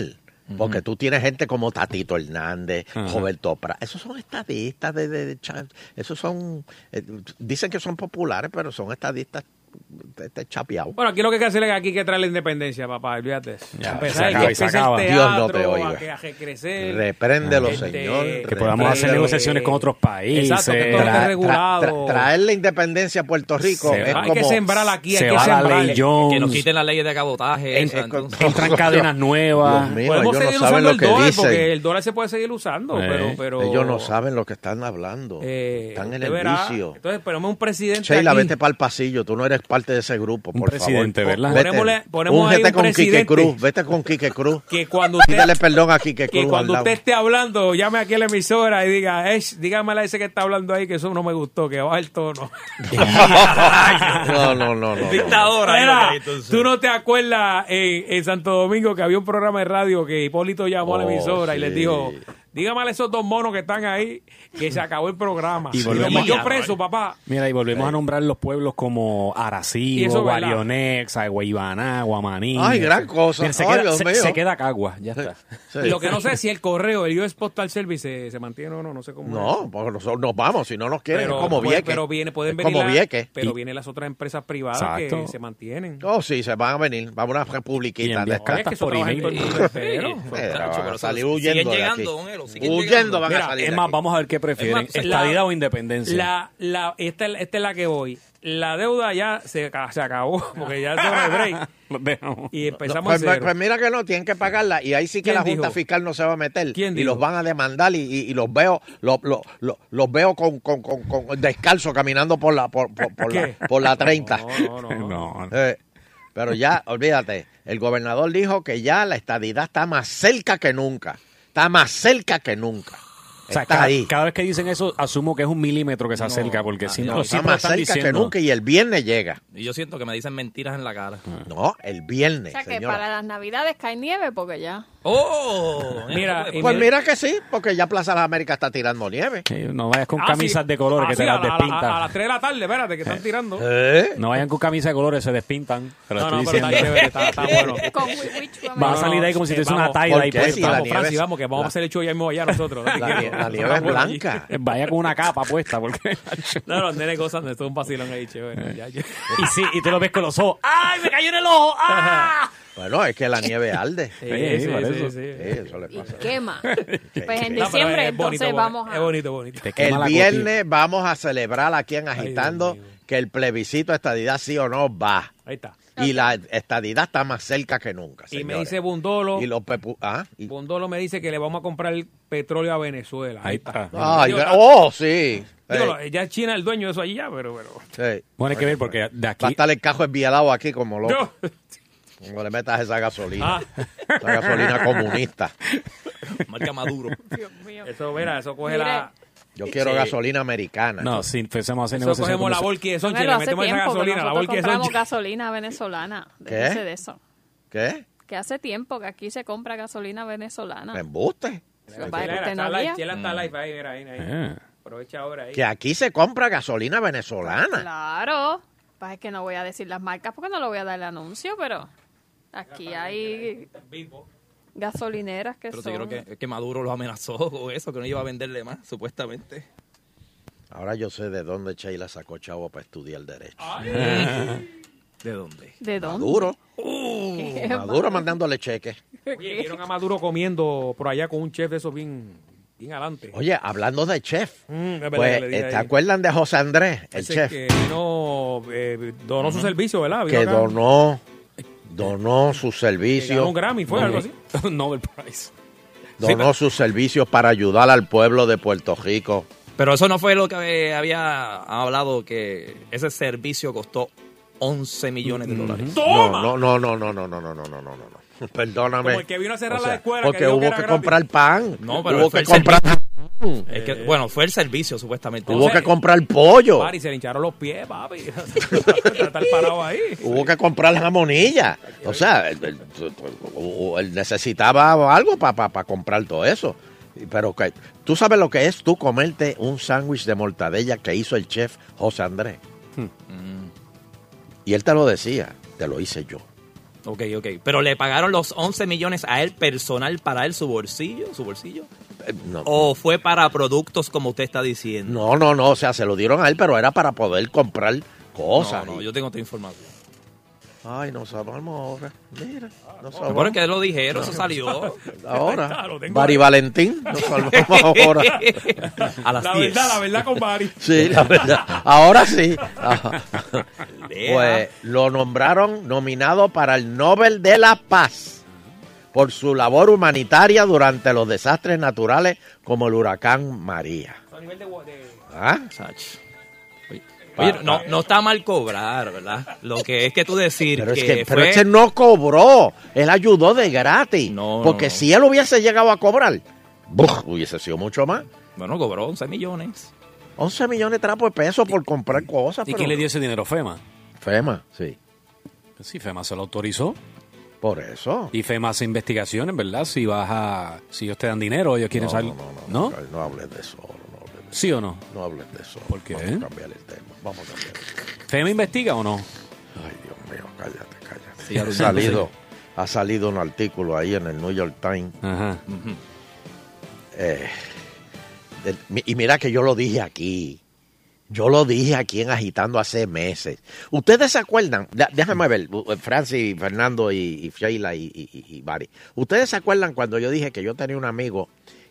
[SPEAKER 4] Porque tú tienes gente como Tatito Hernández, Roberto Prat. Esos son estadistas de, de- de cha- esos son eh, dicen que son populares, pero son estadistas de, de chapeados.
[SPEAKER 2] Bueno, aquí lo que hay que hacer es que aquí hay que trae la independencia, papá, olvídate.
[SPEAKER 5] Ya,
[SPEAKER 2] Empezar,
[SPEAKER 5] se acaba,
[SPEAKER 2] Pues que
[SPEAKER 5] se
[SPEAKER 2] empiece el
[SPEAKER 5] acaba.
[SPEAKER 2] teatro,
[SPEAKER 4] Dios no te oiga.
[SPEAKER 2] a que- a que crecer.
[SPEAKER 4] Repréndelo,
[SPEAKER 2] Este,
[SPEAKER 4] señor.
[SPEAKER 2] Que
[SPEAKER 5] podamos
[SPEAKER 4] repréndelo.
[SPEAKER 5] hacer negociaciones con otros países.
[SPEAKER 2] Exacto, que todo
[SPEAKER 5] Tra-
[SPEAKER 2] esté
[SPEAKER 5] tra-
[SPEAKER 2] regulado.
[SPEAKER 4] traer la independencia a Puerto Rico
[SPEAKER 5] Se
[SPEAKER 4] es
[SPEAKER 5] va.
[SPEAKER 2] hay
[SPEAKER 4] como
[SPEAKER 2] que sembrar aquí, hay
[SPEAKER 5] se
[SPEAKER 2] que
[SPEAKER 5] va la
[SPEAKER 2] sembrar.
[SPEAKER 5] ley Jones.
[SPEAKER 3] Que nos quiten la ley de cabotaje.
[SPEAKER 4] Es
[SPEAKER 3] esa,
[SPEAKER 4] con-
[SPEAKER 3] entonces.
[SPEAKER 5] Entran cadenas nuevas.
[SPEAKER 4] Dios mío,
[SPEAKER 2] Podemos
[SPEAKER 4] ellos no
[SPEAKER 2] seguir
[SPEAKER 4] saben
[SPEAKER 2] usando
[SPEAKER 4] lo
[SPEAKER 2] el
[SPEAKER 4] que
[SPEAKER 2] dólar,
[SPEAKER 4] dicen.
[SPEAKER 2] porque el dólar se puede seguir usando,
[SPEAKER 5] Eh.
[SPEAKER 2] pero, pero...
[SPEAKER 4] Ellos no saben lo que están hablando.
[SPEAKER 2] Eh,
[SPEAKER 4] están en
[SPEAKER 2] usted
[SPEAKER 4] el
[SPEAKER 2] verá.
[SPEAKER 4] vicio.
[SPEAKER 2] Entonces, ponemos un presidente
[SPEAKER 4] Sheila,
[SPEAKER 2] aquí.
[SPEAKER 4] vete para el pasillo. Tú no eres parte de ese grupo,
[SPEAKER 5] Un
[SPEAKER 4] por
[SPEAKER 5] presidente,
[SPEAKER 4] favor.
[SPEAKER 5] ¿verdad?
[SPEAKER 4] Vete.
[SPEAKER 2] Ponémosle- ponemos
[SPEAKER 4] Úngete
[SPEAKER 2] ahí un
[SPEAKER 4] con Quique
[SPEAKER 2] presidente.
[SPEAKER 4] Cruz. Vete con Quique Cruz.
[SPEAKER 2] que cuando usted...
[SPEAKER 4] Pídele perdón a Quique Cruz.
[SPEAKER 2] que cuando
[SPEAKER 4] al lado.
[SPEAKER 2] usted esté hablando, llame aquí a la emisora y diga, es, dígame a ese que está hablando ahí que eso no me gustó, que baja el tono.
[SPEAKER 4] No, no, no, no. no.
[SPEAKER 3] Dictador, ahí lo que
[SPEAKER 2] Mira,
[SPEAKER 3] hay, entonces.
[SPEAKER 2] tú no te acuerdas en, en Santo Domingo que había un programa de radio que Hipólito llamó a la
[SPEAKER 4] Oh,
[SPEAKER 2] emisora y
[SPEAKER 4] sí.
[SPEAKER 2] les dijo, dígame a esos dos monos que están ahí que se acabó el programa.
[SPEAKER 5] Y
[SPEAKER 2] Y, lo
[SPEAKER 5] volvemos
[SPEAKER 2] metió
[SPEAKER 5] a-
[SPEAKER 2] preso, papá.
[SPEAKER 5] Mira, y volvemos a nombrar los pueblos como
[SPEAKER 2] Y eso
[SPEAKER 5] Arecibo,
[SPEAKER 2] es verdad.
[SPEAKER 5] Guarionex, Guaybaná, Guamaní.
[SPEAKER 4] Ay, gran cosa.
[SPEAKER 5] Mira, se,
[SPEAKER 4] Ay,
[SPEAKER 5] queda,
[SPEAKER 4] Dios
[SPEAKER 5] se-
[SPEAKER 4] mío.
[SPEAKER 5] se queda Cagua, ya está.
[SPEAKER 4] Sí.
[SPEAKER 2] Lo que no sé es si el correo, el US Postal Service, se, se mantiene o no, no sé cómo. es.
[SPEAKER 4] No, porque nosotros nos vamos. Si no nos quieren,
[SPEAKER 2] Pero,
[SPEAKER 4] es como
[SPEAKER 2] puede-
[SPEAKER 4] Vieques.
[SPEAKER 2] pero viene, pueden
[SPEAKER 4] Es
[SPEAKER 2] venir
[SPEAKER 4] como
[SPEAKER 2] la-
[SPEAKER 4] Vieques.
[SPEAKER 2] Pero
[SPEAKER 5] Y-
[SPEAKER 2] vienen las otras empresas privadas que
[SPEAKER 5] Exacto.
[SPEAKER 2] se mantienen.
[SPEAKER 4] Oh, sí, se van a venir. Vamos a una
[SPEAKER 5] Y
[SPEAKER 4] republiquita.
[SPEAKER 5] envías
[SPEAKER 4] de
[SPEAKER 2] Oye,
[SPEAKER 4] estas.
[SPEAKER 2] es que
[SPEAKER 5] cartas
[SPEAKER 2] eso
[SPEAKER 5] por
[SPEAKER 2] trabaja en todo el
[SPEAKER 5] email.
[SPEAKER 2] mundo entero.
[SPEAKER 4] Mira,
[SPEAKER 3] Chacho,
[SPEAKER 4] van
[SPEAKER 3] pero
[SPEAKER 4] a salir
[SPEAKER 3] siguen
[SPEAKER 4] huyendo de
[SPEAKER 3] llegando,
[SPEAKER 4] aquí.
[SPEAKER 3] don Elo, siguen
[SPEAKER 4] Huyendo
[SPEAKER 3] llegando.
[SPEAKER 4] van a
[SPEAKER 2] Mira,
[SPEAKER 4] salir
[SPEAKER 5] Es
[SPEAKER 4] de
[SPEAKER 5] más,
[SPEAKER 4] aquí.
[SPEAKER 5] vamos a ver qué prefieren,
[SPEAKER 3] Es más, la-
[SPEAKER 5] estadidad o independencia.
[SPEAKER 2] La, la, esta, es la- esta es la que voy. La deuda ya se, ca- se acabó, porque ya es hora de break.
[SPEAKER 5] Los dejamos.
[SPEAKER 2] Y empezamos
[SPEAKER 4] pues,
[SPEAKER 2] a cero.
[SPEAKER 4] pues mira que no, tienen que pagarla y ahí sí que
[SPEAKER 2] ¿Quién
[SPEAKER 4] la Junta
[SPEAKER 2] dijo?
[SPEAKER 4] Fiscal no se va a meter
[SPEAKER 2] ¿Quién
[SPEAKER 4] y
[SPEAKER 2] dijo?
[SPEAKER 4] los van a demandar y, y- y los veo lo- lo- lo- los veo con, con, con- con- descalzo caminando por la por, por- por la,
[SPEAKER 2] ¿Qué?
[SPEAKER 4] por la 30.
[SPEAKER 2] No, no, no.
[SPEAKER 5] No, no.
[SPEAKER 4] Eh, pero ya, olvídate, el gobernador dijo que ya la estadidad está más cerca que nunca. Está más cerca que nunca.
[SPEAKER 5] O sea,
[SPEAKER 4] Está
[SPEAKER 5] cada,
[SPEAKER 4] ahí.
[SPEAKER 5] cada vez que dicen eso, asumo que es un milímetro que se acerca, porque
[SPEAKER 2] ah,
[SPEAKER 5] si no,
[SPEAKER 4] No, está
[SPEAKER 5] siempre
[SPEAKER 4] más
[SPEAKER 5] están
[SPEAKER 4] cerca que
[SPEAKER 5] diciendo.
[SPEAKER 4] nunca y el viernes llega.
[SPEAKER 3] Y yo siento que me dicen mentiras en la cara.
[SPEAKER 4] No, el viernes,
[SPEAKER 6] O sea que
[SPEAKER 4] señora.
[SPEAKER 6] para las navidades cae nieve porque ya.
[SPEAKER 3] ¡Oh!
[SPEAKER 2] Mira, y
[SPEAKER 4] Pues mira que sí, porque ya Plaza de las Américas está tirando nieve.
[SPEAKER 5] Sí, no vayas con
[SPEAKER 2] Ah,
[SPEAKER 5] camisas
[SPEAKER 2] sí.
[SPEAKER 5] de colores
[SPEAKER 2] Ah,
[SPEAKER 5] que
[SPEAKER 2] sí,
[SPEAKER 5] te las
[SPEAKER 2] a la- a la-
[SPEAKER 5] despintan.
[SPEAKER 2] A, las 3 de la tarde, espérate, que están tirando.
[SPEAKER 4] ¿Eh?
[SPEAKER 5] No vayan con camisas de colores, se despintan. Te lo
[SPEAKER 2] No,
[SPEAKER 5] estoy
[SPEAKER 2] no, pero está
[SPEAKER 5] diciendo.
[SPEAKER 2] chévere, está, está bueno. Eh,
[SPEAKER 6] Con Wiwich fue
[SPEAKER 5] Vas a
[SPEAKER 6] mejor.
[SPEAKER 5] salir de ahí como si te hiciese una talla
[SPEAKER 4] ¿por
[SPEAKER 5] ahí
[SPEAKER 4] qué?
[SPEAKER 5] puesta.
[SPEAKER 4] Si la
[SPEAKER 2] Vamos,
[SPEAKER 4] nieve
[SPEAKER 2] Francis,
[SPEAKER 4] es-
[SPEAKER 2] vamos, que vamos a hacer el show ya mismo allá nosotros. date
[SPEAKER 4] La,
[SPEAKER 2] quieto.
[SPEAKER 4] nie- la
[SPEAKER 2] Nosotros
[SPEAKER 4] nieve es
[SPEAKER 2] vamos allí.
[SPEAKER 4] blanca.
[SPEAKER 5] Vaya con una capa puesta. Porque...
[SPEAKER 2] No, los nenes gozan de esto, es un vacilón ahí, chévere. Ya, ya.
[SPEAKER 5] y Eh. sí, y tú lo ves con los ojos. ¡Ay, me cayó en el ojo! ¡Ah!
[SPEAKER 4] Bueno, es que la nieve arde. Sí,
[SPEAKER 5] Sí, por eso.
[SPEAKER 4] eso le
[SPEAKER 6] Y
[SPEAKER 4] pasa.
[SPEAKER 6] quema. Pues en
[SPEAKER 4] No, pero
[SPEAKER 2] No, pero
[SPEAKER 6] diciembre
[SPEAKER 2] es bonito,
[SPEAKER 6] entonces
[SPEAKER 2] bonito,
[SPEAKER 6] vamos a...
[SPEAKER 2] Es bonito, bonito.
[SPEAKER 5] Te quema
[SPEAKER 4] El
[SPEAKER 5] la
[SPEAKER 4] viernes vamos a celebrar aquí en Agitando que el plebiscito estadidad sí o no va.
[SPEAKER 2] Ahí está.
[SPEAKER 4] Y la estadidad está más cerca que nunca.
[SPEAKER 2] Y me
[SPEAKER 4] señores.
[SPEAKER 2] dice Bundolo.
[SPEAKER 4] Y los pepu- ah, y-
[SPEAKER 2] Bondolo me dice que le vamos a comprar el petróleo a Venezuela.
[SPEAKER 5] Ahí está. Ah,
[SPEAKER 4] Ay,
[SPEAKER 2] Digo,
[SPEAKER 4] oh, sí.
[SPEAKER 2] Digo,
[SPEAKER 5] eh.
[SPEAKER 4] Sí,
[SPEAKER 2] ya China es el dueño de eso allí ya, pero bueno.
[SPEAKER 4] sí.
[SPEAKER 5] Bueno, hay que ver porque de
[SPEAKER 4] Va a
[SPEAKER 5] aquí...
[SPEAKER 4] estar el cajo envialado aquí como loco.
[SPEAKER 2] Yo-
[SPEAKER 4] Como le metas esa gasolina.
[SPEAKER 2] Ah.
[SPEAKER 4] Esa gasolina comunista.
[SPEAKER 3] Marca Maduro.
[SPEAKER 6] Dios mío.
[SPEAKER 2] Eso, mira, eso coge
[SPEAKER 6] Mire,
[SPEAKER 2] la...
[SPEAKER 4] Yo quiero
[SPEAKER 3] Sí.
[SPEAKER 4] gasolina americana.
[SPEAKER 5] No, si empezamos a hacer
[SPEAKER 2] pues Eso
[SPEAKER 5] negociaciones...
[SPEAKER 2] cogemos la
[SPEAKER 5] con-
[SPEAKER 2] volki de Sonche,
[SPEAKER 6] Bueno,
[SPEAKER 2] le
[SPEAKER 6] hace
[SPEAKER 2] metemos esa
[SPEAKER 6] tiempo que
[SPEAKER 2] gasolina, la
[SPEAKER 6] nosotros
[SPEAKER 2] volki de
[SPEAKER 6] compramos
[SPEAKER 2] Sonche.
[SPEAKER 6] gasolina venezolana.
[SPEAKER 4] ¿Qué?
[SPEAKER 6] Déjese de eso.
[SPEAKER 4] ¿Qué?
[SPEAKER 6] Que hace tiempo que aquí se compra gasolina venezolana.
[SPEAKER 4] Embuste.
[SPEAKER 6] Vaya que usted no
[SPEAKER 2] Está
[SPEAKER 6] había.
[SPEAKER 2] live, Chela
[SPEAKER 5] Mm.
[SPEAKER 2] está live ahí, mira, ahí, ahí.
[SPEAKER 5] Eh.
[SPEAKER 2] Aprovecha ahora ahí.
[SPEAKER 4] Que aquí se compra gasolina venezolana.
[SPEAKER 6] Claro. Pues es que no voy a decir las marcas porque no le voy a dar el anuncio, pero aquí hay
[SPEAKER 2] Bimbo.
[SPEAKER 6] gasolineras que
[SPEAKER 3] Pero te
[SPEAKER 6] son...
[SPEAKER 3] creo que, que Maduro los amenazó con eso, que no iba a venderle más, supuestamente.
[SPEAKER 4] Ahora yo sé de dónde Sheila sacó chavo para estudiar derecho.
[SPEAKER 3] ¿De dónde?
[SPEAKER 6] ¿De dónde? Uh.
[SPEAKER 4] Maduro.
[SPEAKER 6] ¿Qué
[SPEAKER 4] Maduro mandándole cheques.
[SPEAKER 2] Oye, vieron a Maduro comiendo por allá con un chef de esos bien, bien adelante.
[SPEAKER 4] Oye, hablando de chef.
[SPEAKER 2] Mm, es verdad
[SPEAKER 4] Pues,
[SPEAKER 2] que le di
[SPEAKER 4] eh,
[SPEAKER 2] ahí.
[SPEAKER 4] ¿te acuerdan de José Andrés, el
[SPEAKER 2] Ese
[SPEAKER 4] chef?
[SPEAKER 2] Que no eh, donó su servicio, ¿verdad? Vino
[SPEAKER 4] Que
[SPEAKER 2] acá,
[SPEAKER 4] donó, donó sus
[SPEAKER 2] que ganó
[SPEAKER 4] servicios,
[SPEAKER 2] un Grammy, fue algo así.
[SPEAKER 5] Nobel Prize.
[SPEAKER 4] donó sus servicios para ayudar al pueblo de Puerto Rico.
[SPEAKER 3] Pero eso no fue lo que había hablado, que ese servicio costó 11 millones
[SPEAKER 4] Mm-hmm.
[SPEAKER 3] de dólares.
[SPEAKER 4] No, no, no, no, no, no, no, no, no, no, no, no. Perdóname.
[SPEAKER 2] Como el que vino a cerrar
[SPEAKER 4] O
[SPEAKER 2] la
[SPEAKER 4] sea,
[SPEAKER 2] escuela, que
[SPEAKER 4] Porque
[SPEAKER 2] dijo que
[SPEAKER 4] hubo
[SPEAKER 2] era
[SPEAKER 4] que,
[SPEAKER 2] gratis.
[SPEAKER 4] comprar pan.
[SPEAKER 3] No, pero
[SPEAKER 4] hubo
[SPEAKER 3] fue
[SPEAKER 4] que
[SPEAKER 3] el
[SPEAKER 4] comprar,
[SPEAKER 3] Es que, bueno, fue el servicio, supuestamente.
[SPEAKER 4] hubo
[SPEAKER 3] No sé.
[SPEAKER 4] Eh. que comprar pollo.
[SPEAKER 2] Pari, se le hincharon los pies, papi. Estar parado ahí.
[SPEAKER 4] Hubo que comprar jamonilla. O sea, eh, él, él- o- o él necesitaba algo para comprar todo eso. Pero que, tú sabes lo que es tú comerte un sándwich de mortadella que hizo el chef José Andrés.
[SPEAKER 3] Mm,
[SPEAKER 4] Y él te lo decía, te lo hice yo.
[SPEAKER 3] Ok, ok. Pero le pagaron los 11 millones a él personal para él, su bolsillo, su bolsillo.
[SPEAKER 4] Eh, No,
[SPEAKER 3] ¿O fue para productos como usted está diciendo?
[SPEAKER 4] no, no, no, o sea, se lo dieron a él, pero era para poder comprar cosas.
[SPEAKER 3] no, no, yo tengo esta información.
[SPEAKER 4] Ay, nos salvamos ahora. Mira,
[SPEAKER 3] Bueno,
[SPEAKER 4] nos salvamos
[SPEAKER 3] que lo dijeron, eso salió.
[SPEAKER 4] ahora.
[SPEAKER 2] está, lo tengo
[SPEAKER 4] Bari
[SPEAKER 2] ahí.
[SPEAKER 4] Valentín, nos salvamos ahora.
[SPEAKER 3] A las
[SPEAKER 2] La
[SPEAKER 3] 10.
[SPEAKER 2] verdad, la verdad con Bari.
[SPEAKER 4] Sí, la verdad. Ahora sí. Ah,
[SPEAKER 3] Vea.
[SPEAKER 4] Pues lo nombraron nominado para el Nobel de la Paz por su labor humanitaria durante los desastres naturales como el huracán María. ¿Ah?
[SPEAKER 3] Sach. Oye, oye, no, no está mal cobrar, ¿verdad? Lo que es que tú decir
[SPEAKER 4] Pero,
[SPEAKER 3] que,
[SPEAKER 4] es que, pero
[SPEAKER 3] fue...
[SPEAKER 4] este no cobró, él ayudó de gratis.
[SPEAKER 3] No,
[SPEAKER 4] porque
[SPEAKER 3] no.
[SPEAKER 4] si él hubiese llegado a cobrar, ¡buf! hubiese sido mucho más.
[SPEAKER 3] Bueno, cobró 11 millones.
[SPEAKER 4] 11 millones de trapos de pesos por comprar cosas.
[SPEAKER 5] ¿Y
[SPEAKER 4] pero-
[SPEAKER 5] quién le dio ese dinero? FEMA.
[SPEAKER 4] FEMA, sí.
[SPEAKER 5] Sí, FEMA se lo autorizó.
[SPEAKER 4] Por eso.
[SPEAKER 5] Y FEMA hace investigaciones, ¿verdad? Si vas a... Si ellos te dan dinero, ellos quieren salir...
[SPEAKER 4] no,
[SPEAKER 5] ¿No?
[SPEAKER 4] no, no, no hables de eso. No hables de eso.
[SPEAKER 5] ¿Sí o no?
[SPEAKER 4] No hables de eso.
[SPEAKER 5] ¿Por qué?
[SPEAKER 4] Vamos a cambiar el tema. Vamos a cambiar el tema.
[SPEAKER 5] ¿FEMA investiga o no?
[SPEAKER 4] Ay, Dios mío, cállate, cállate.
[SPEAKER 3] Sí,
[SPEAKER 4] ha
[SPEAKER 3] Arun,
[SPEAKER 4] salido, ha salido un artículo ahí en el New York Times.
[SPEAKER 5] Ajá.
[SPEAKER 4] eh, del- mi- y mira que yo lo dije aquí. Yo lo dije aquí en Agitando hace meses. ¿Ustedes se acuerdan? Da- Déjame ver, u- eh, Francis, Fernando y, y Sheila y, y, y- y Barry. ¿Ustedes se acuerdan cuando yo dije que yo tenía un amigo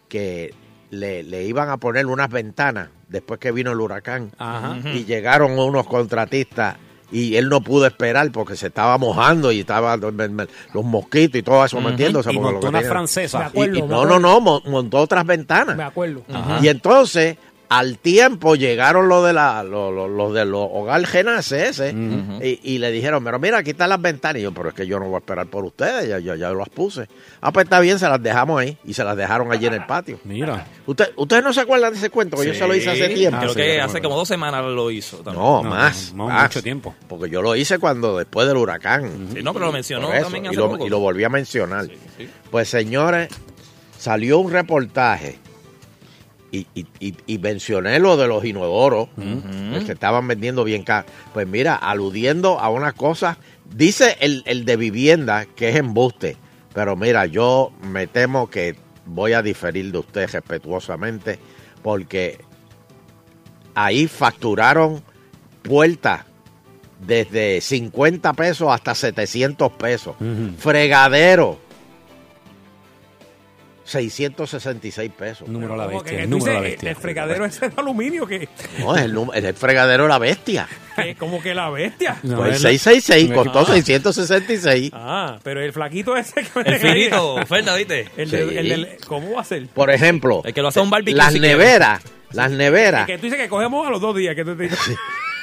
[SPEAKER 4] que le, le iban a poner unas ventanas después que vino el huracán?
[SPEAKER 5] Ajá.
[SPEAKER 4] y llegaron unos contratistas y él no pudo esperar porque se estaba mojando y estaba me- me- los mosquitos y todo eso metiéndose.
[SPEAKER 5] Y
[SPEAKER 4] porque lo que
[SPEAKER 5] montó una
[SPEAKER 4] tenía-
[SPEAKER 5] francesa.
[SPEAKER 4] Y- y no, no, no, mo- montó otras ventanas.
[SPEAKER 2] Me acuerdo.
[SPEAKER 5] Ajá.
[SPEAKER 4] Y entonces Al tiempo llegaron los de la, los, los- los de los hogar Genase ese, y, y le dijeron, pero mira, aquí están las ventanas. Y yo, pero es que yo no voy a esperar por ustedes, ya, ya, ya las puse. Ah, pues está bien, se las dejamos ahí. Y se las dejaron allí en el patio.
[SPEAKER 5] Mira.
[SPEAKER 4] Usted, ¿Ustedes no se acuerdan de ese cuento? Que Yo se lo hice hace tiempo.
[SPEAKER 5] Ah,
[SPEAKER 3] Creo que hace como dos semanas lo hizo. también.
[SPEAKER 4] No, más,
[SPEAKER 5] no,
[SPEAKER 4] más.
[SPEAKER 5] mucho tiempo.
[SPEAKER 4] Porque yo lo hice cuando, después del huracán.
[SPEAKER 3] Sí, no, pero lo mencionó
[SPEAKER 4] Por eso,
[SPEAKER 3] también
[SPEAKER 4] y,
[SPEAKER 3] hace
[SPEAKER 4] lo,
[SPEAKER 3] poco.
[SPEAKER 4] y lo volví a mencionar. Pues señores, salió un reportaje y, y- y- y mencioné lo de los inodoros que se estaban vendiendo bien caro. Pues mira, aludiendo a unas cosas, dice el, el de vivienda que es embuste, pero mira, yo me temo que voy a diferir de usted respetuosamente porque ahí facturaron puertas desde 50 pesos hasta 700 pesos.
[SPEAKER 10] Mm.
[SPEAKER 4] Fregadero. 666 pesos.
[SPEAKER 5] Número la
[SPEAKER 2] Como que tú dices,
[SPEAKER 3] eh,
[SPEAKER 2] El fregadero ese de aluminio que,
[SPEAKER 4] No, es el, num- el fregadero de la bestia.
[SPEAKER 2] que es como que la bestia.
[SPEAKER 4] Pues 666 costó
[SPEAKER 2] Ah.
[SPEAKER 4] 666.
[SPEAKER 2] Ah, pero el flaquito ese que me
[SPEAKER 3] El finito, oferta, ¿viste?
[SPEAKER 2] El de-
[SPEAKER 4] Sí.
[SPEAKER 2] el del- ¿Cómo va a ser?
[SPEAKER 4] Por ejemplo,
[SPEAKER 3] El que lo hace a un barbecue
[SPEAKER 4] las
[SPEAKER 3] si quiere.
[SPEAKER 4] neveras, las
[SPEAKER 2] El
[SPEAKER 4] neveras,
[SPEAKER 2] Que tú dices que cogemos a los dos días. Que tú te...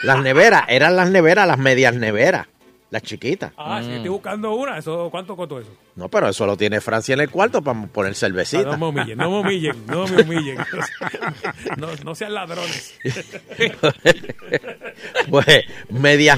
[SPEAKER 4] las neveras, eran las neveras, las medias neveras, las chiquitas. Mm.
[SPEAKER 2] Ah, sí, estoy buscando una. Eso, ¿Cuánto costó eso?
[SPEAKER 4] No, pero eso lo tiene Francia en el cuarto para poner
[SPEAKER 2] Ah, no
[SPEAKER 4] cervecita.
[SPEAKER 2] me humillen, no me humillen, no me humillen. No, no sean ladrones.
[SPEAKER 4] pues medias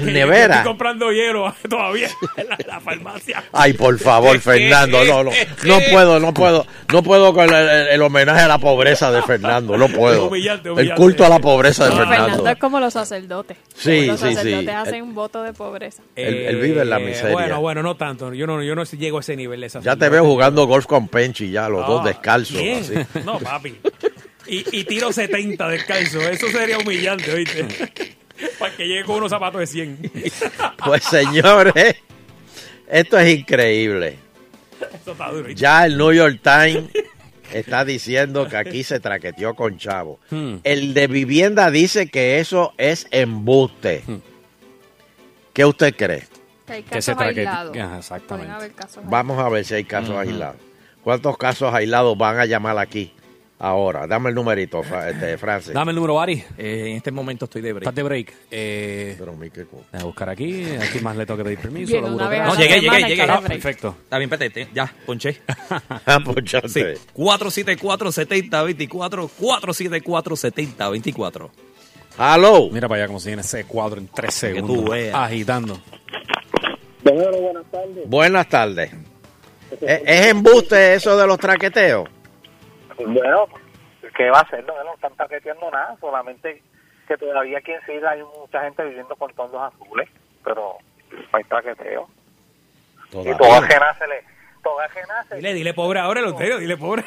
[SPEAKER 2] Yo
[SPEAKER 4] neveras.
[SPEAKER 2] Estoy comprando hielo todavía en la, la farmacia.
[SPEAKER 4] Ay, por favor, Fernando, no, no, no puedo, no puedo, no puedo con el, el- el homenaje a la pobreza de Fernando, no puedo.
[SPEAKER 2] Humillante,
[SPEAKER 4] El
[SPEAKER 2] humillante.
[SPEAKER 4] culto a la pobreza de Fernando.
[SPEAKER 6] Fernando es como los sacerdotes.
[SPEAKER 4] Sí,
[SPEAKER 6] los
[SPEAKER 4] sí, sí.
[SPEAKER 6] sacerdotes
[SPEAKER 4] Eh,
[SPEAKER 6] hacen un voto de pobreza.
[SPEAKER 4] Él, él vive en la
[SPEAKER 2] Eh,
[SPEAKER 4] miseria.
[SPEAKER 2] Bueno, bueno, no tanto. Yo no, yo no llego a ese nivel. de
[SPEAKER 4] ya
[SPEAKER 2] sacerdote.
[SPEAKER 4] te veo jugando golf con Penchi, ya los dos
[SPEAKER 2] Ah,
[SPEAKER 4] descalzos.
[SPEAKER 2] bien.
[SPEAKER 4] así.
[SPEAKER 2] No, papi. Y, y tiro 70 descalzo. Eso sería humillante, ¿oíste? Para que llegue con unos zapatos de 100.
[SPEAKER 4] Pues señores, esto es increíble.
[SPEAKER 2] Eso está duro. ¿oíste?
[SPEAKER 4] Ya el New York Times está diciendo que aquí se traqueteó con Chavo.
[SPEAKER 2] Hmm.
[SPEAKER 4] El de vivienda dice que eso es embuste.
[SPEAKER 2] Hmm.
[SPEAKER 4] ¿Qué usted cree?
[SPEAKER 6] Que hay
[SPEAKER 5] Que se
[SPEAKER 6] casos
[SPEAKER 5] traque.
[SPEAKER 6] aislados.
[SPEAKER 5] Ajá,
[SPEAKER 6] Pueden
[SPEAKER 5] Exactamente.
[SPEAKER 6] haber casos
[SPEAKER 4] Vamos a ver si hay casos aislados. ¿Cuántos casos aislados van a llamar aquí ahora? Dame el numerito, Fra- este, Francis.
[SPEAKER 5] Dame el número, Bari.
[SPEAKER 3] Eh, en este momento estoy de break.
[SPEAKER 5] Estás de break. Eh,
[SPEAKER 4] Pero, mi, qué co-
[SPEAKER 5] voy a buscar aquí. Aquí más le tengo que pedir permiso.
[SPEAKER 6] Llega
[SPEAKER 5] la
[SPEAKER 6] una vez
[SPEAKER 5] burocracia.
[SPEAKER 6] a
[SPEAKER 3] No,
[SPEAKER 6] la
[SPEAKER 3] llegué, llegué,
[SPEAKER 6] semana y
[SPEAKER 3] llegué.
[SPEAKER 6] cada
[SPEAKER 3] No,
[SPEAKER 6] break.
[SPEAKER 5] Perfecto.
[SPEAKER 3] Está bien, espérate, ya, ponché.
[SPEAKER 4] Ah, pues ya
[SPEAKER 3] Sí,
[SPEAKER 4] sé.
[SPEAKER 3] 474-7024, 474-7024.
[SPEAKER 4] Hello.
[SPEAKER 5] Mira para allá cómo se llena ese cuadro en tres
[SPEAKER 3] que
[SPEAKER 5] segundos.
[SPEAKER 3] tú veas.
[SPEAKER 5] Agitando.
[SPEAKER 16] buenas tardes.
[SPEAKER 4] Buenas tardes. ¿Es es embuste eso de los traqueteos?
[SPEAKER 16] Bueno, ¿qué va a hacer? No, no están taqueteando nada, solamente que todavía aquí en Sila hay mucha gente viviendo con tondos azules, pero no hay taqueteo. Y todo
[SPEAKER 4] Todavía.
[SPEAKER 16] ajena se le... Todo ajena se
[SPEAKER 2] Dile, dile pobre ahora, Eleuterio, dile pobre.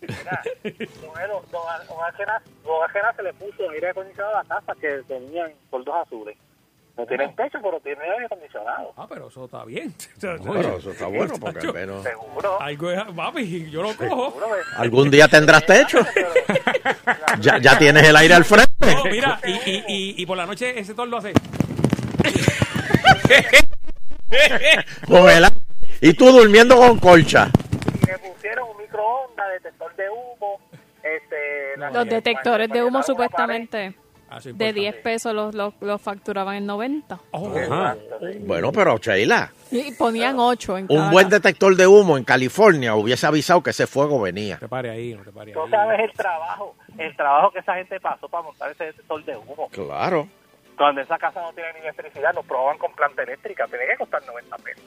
[SPEAKER 16] Mira, bueno, don, A- don Ángela- don Ángela se le puso aire acondicionado a la casa que tenían dos azules. No tienen techo, pero tienen aire acondicionado.
[SPEAKER 2] Ah, pero eso está bien.
[SPEAKER 4] Bueno, eso está bueno porque al menos...
[SPEAKER 16] Seguro.
[SPEAKER 2] Algo es, papi, yo lo cojo.
[SPEAKER 16] seguro, eh.
[SPEAKER 4] ¿Algún día tendrás techo?
[SPEAKER 16] Pero-
[SPEAKER 4] Ya, ya tienes el aire al frente.
[SPEAKER 2] No, Oh, mira, y, y, y, y por la noche ese toro lo hace.
[SPEAKER 4] Jovelán. Y tú durmiendo con colcha.
[SPEAKER 16] y le pusieron un microondas, detector de humo. Este, la-
[SPEAKER 6] Los detectores de humo
[SPEAKER 16] conectaron una pared.
[SPEAKER 6] supuestamente
[SPEAKER 2] Ah, eso es
[SPEAKER 6] de
[SPEAKER 2] importante.
[SPEAKER 6] 10 pesos los, los, los facturaban en 90.
[SPEAKER 2] Oh,
[SPEAKER 4] Bueno, pero Sheila,
[SPEAKER 6] Y ponían 8 en cada
[SPEAKER 2] Ah,
[SPEAKER 4] un buen
[SPEAKER 6] casa.
[SPEAKER 4] detector de humo en California hubiese avisado que ese fuego venía.
[SPEAKER 2] te pare ahí, no te pare ahí.
[SPEAKER 16] No sabes el trabajo, el trabajo que esa gente pasó para montar ese detector de humo.
[SPEAKER 4] Claro.
[SPEAKER 16] Cuando esa casa no tiene ni electricidad, lo proban con planta eléctrica, tiene que costar 90 pesos.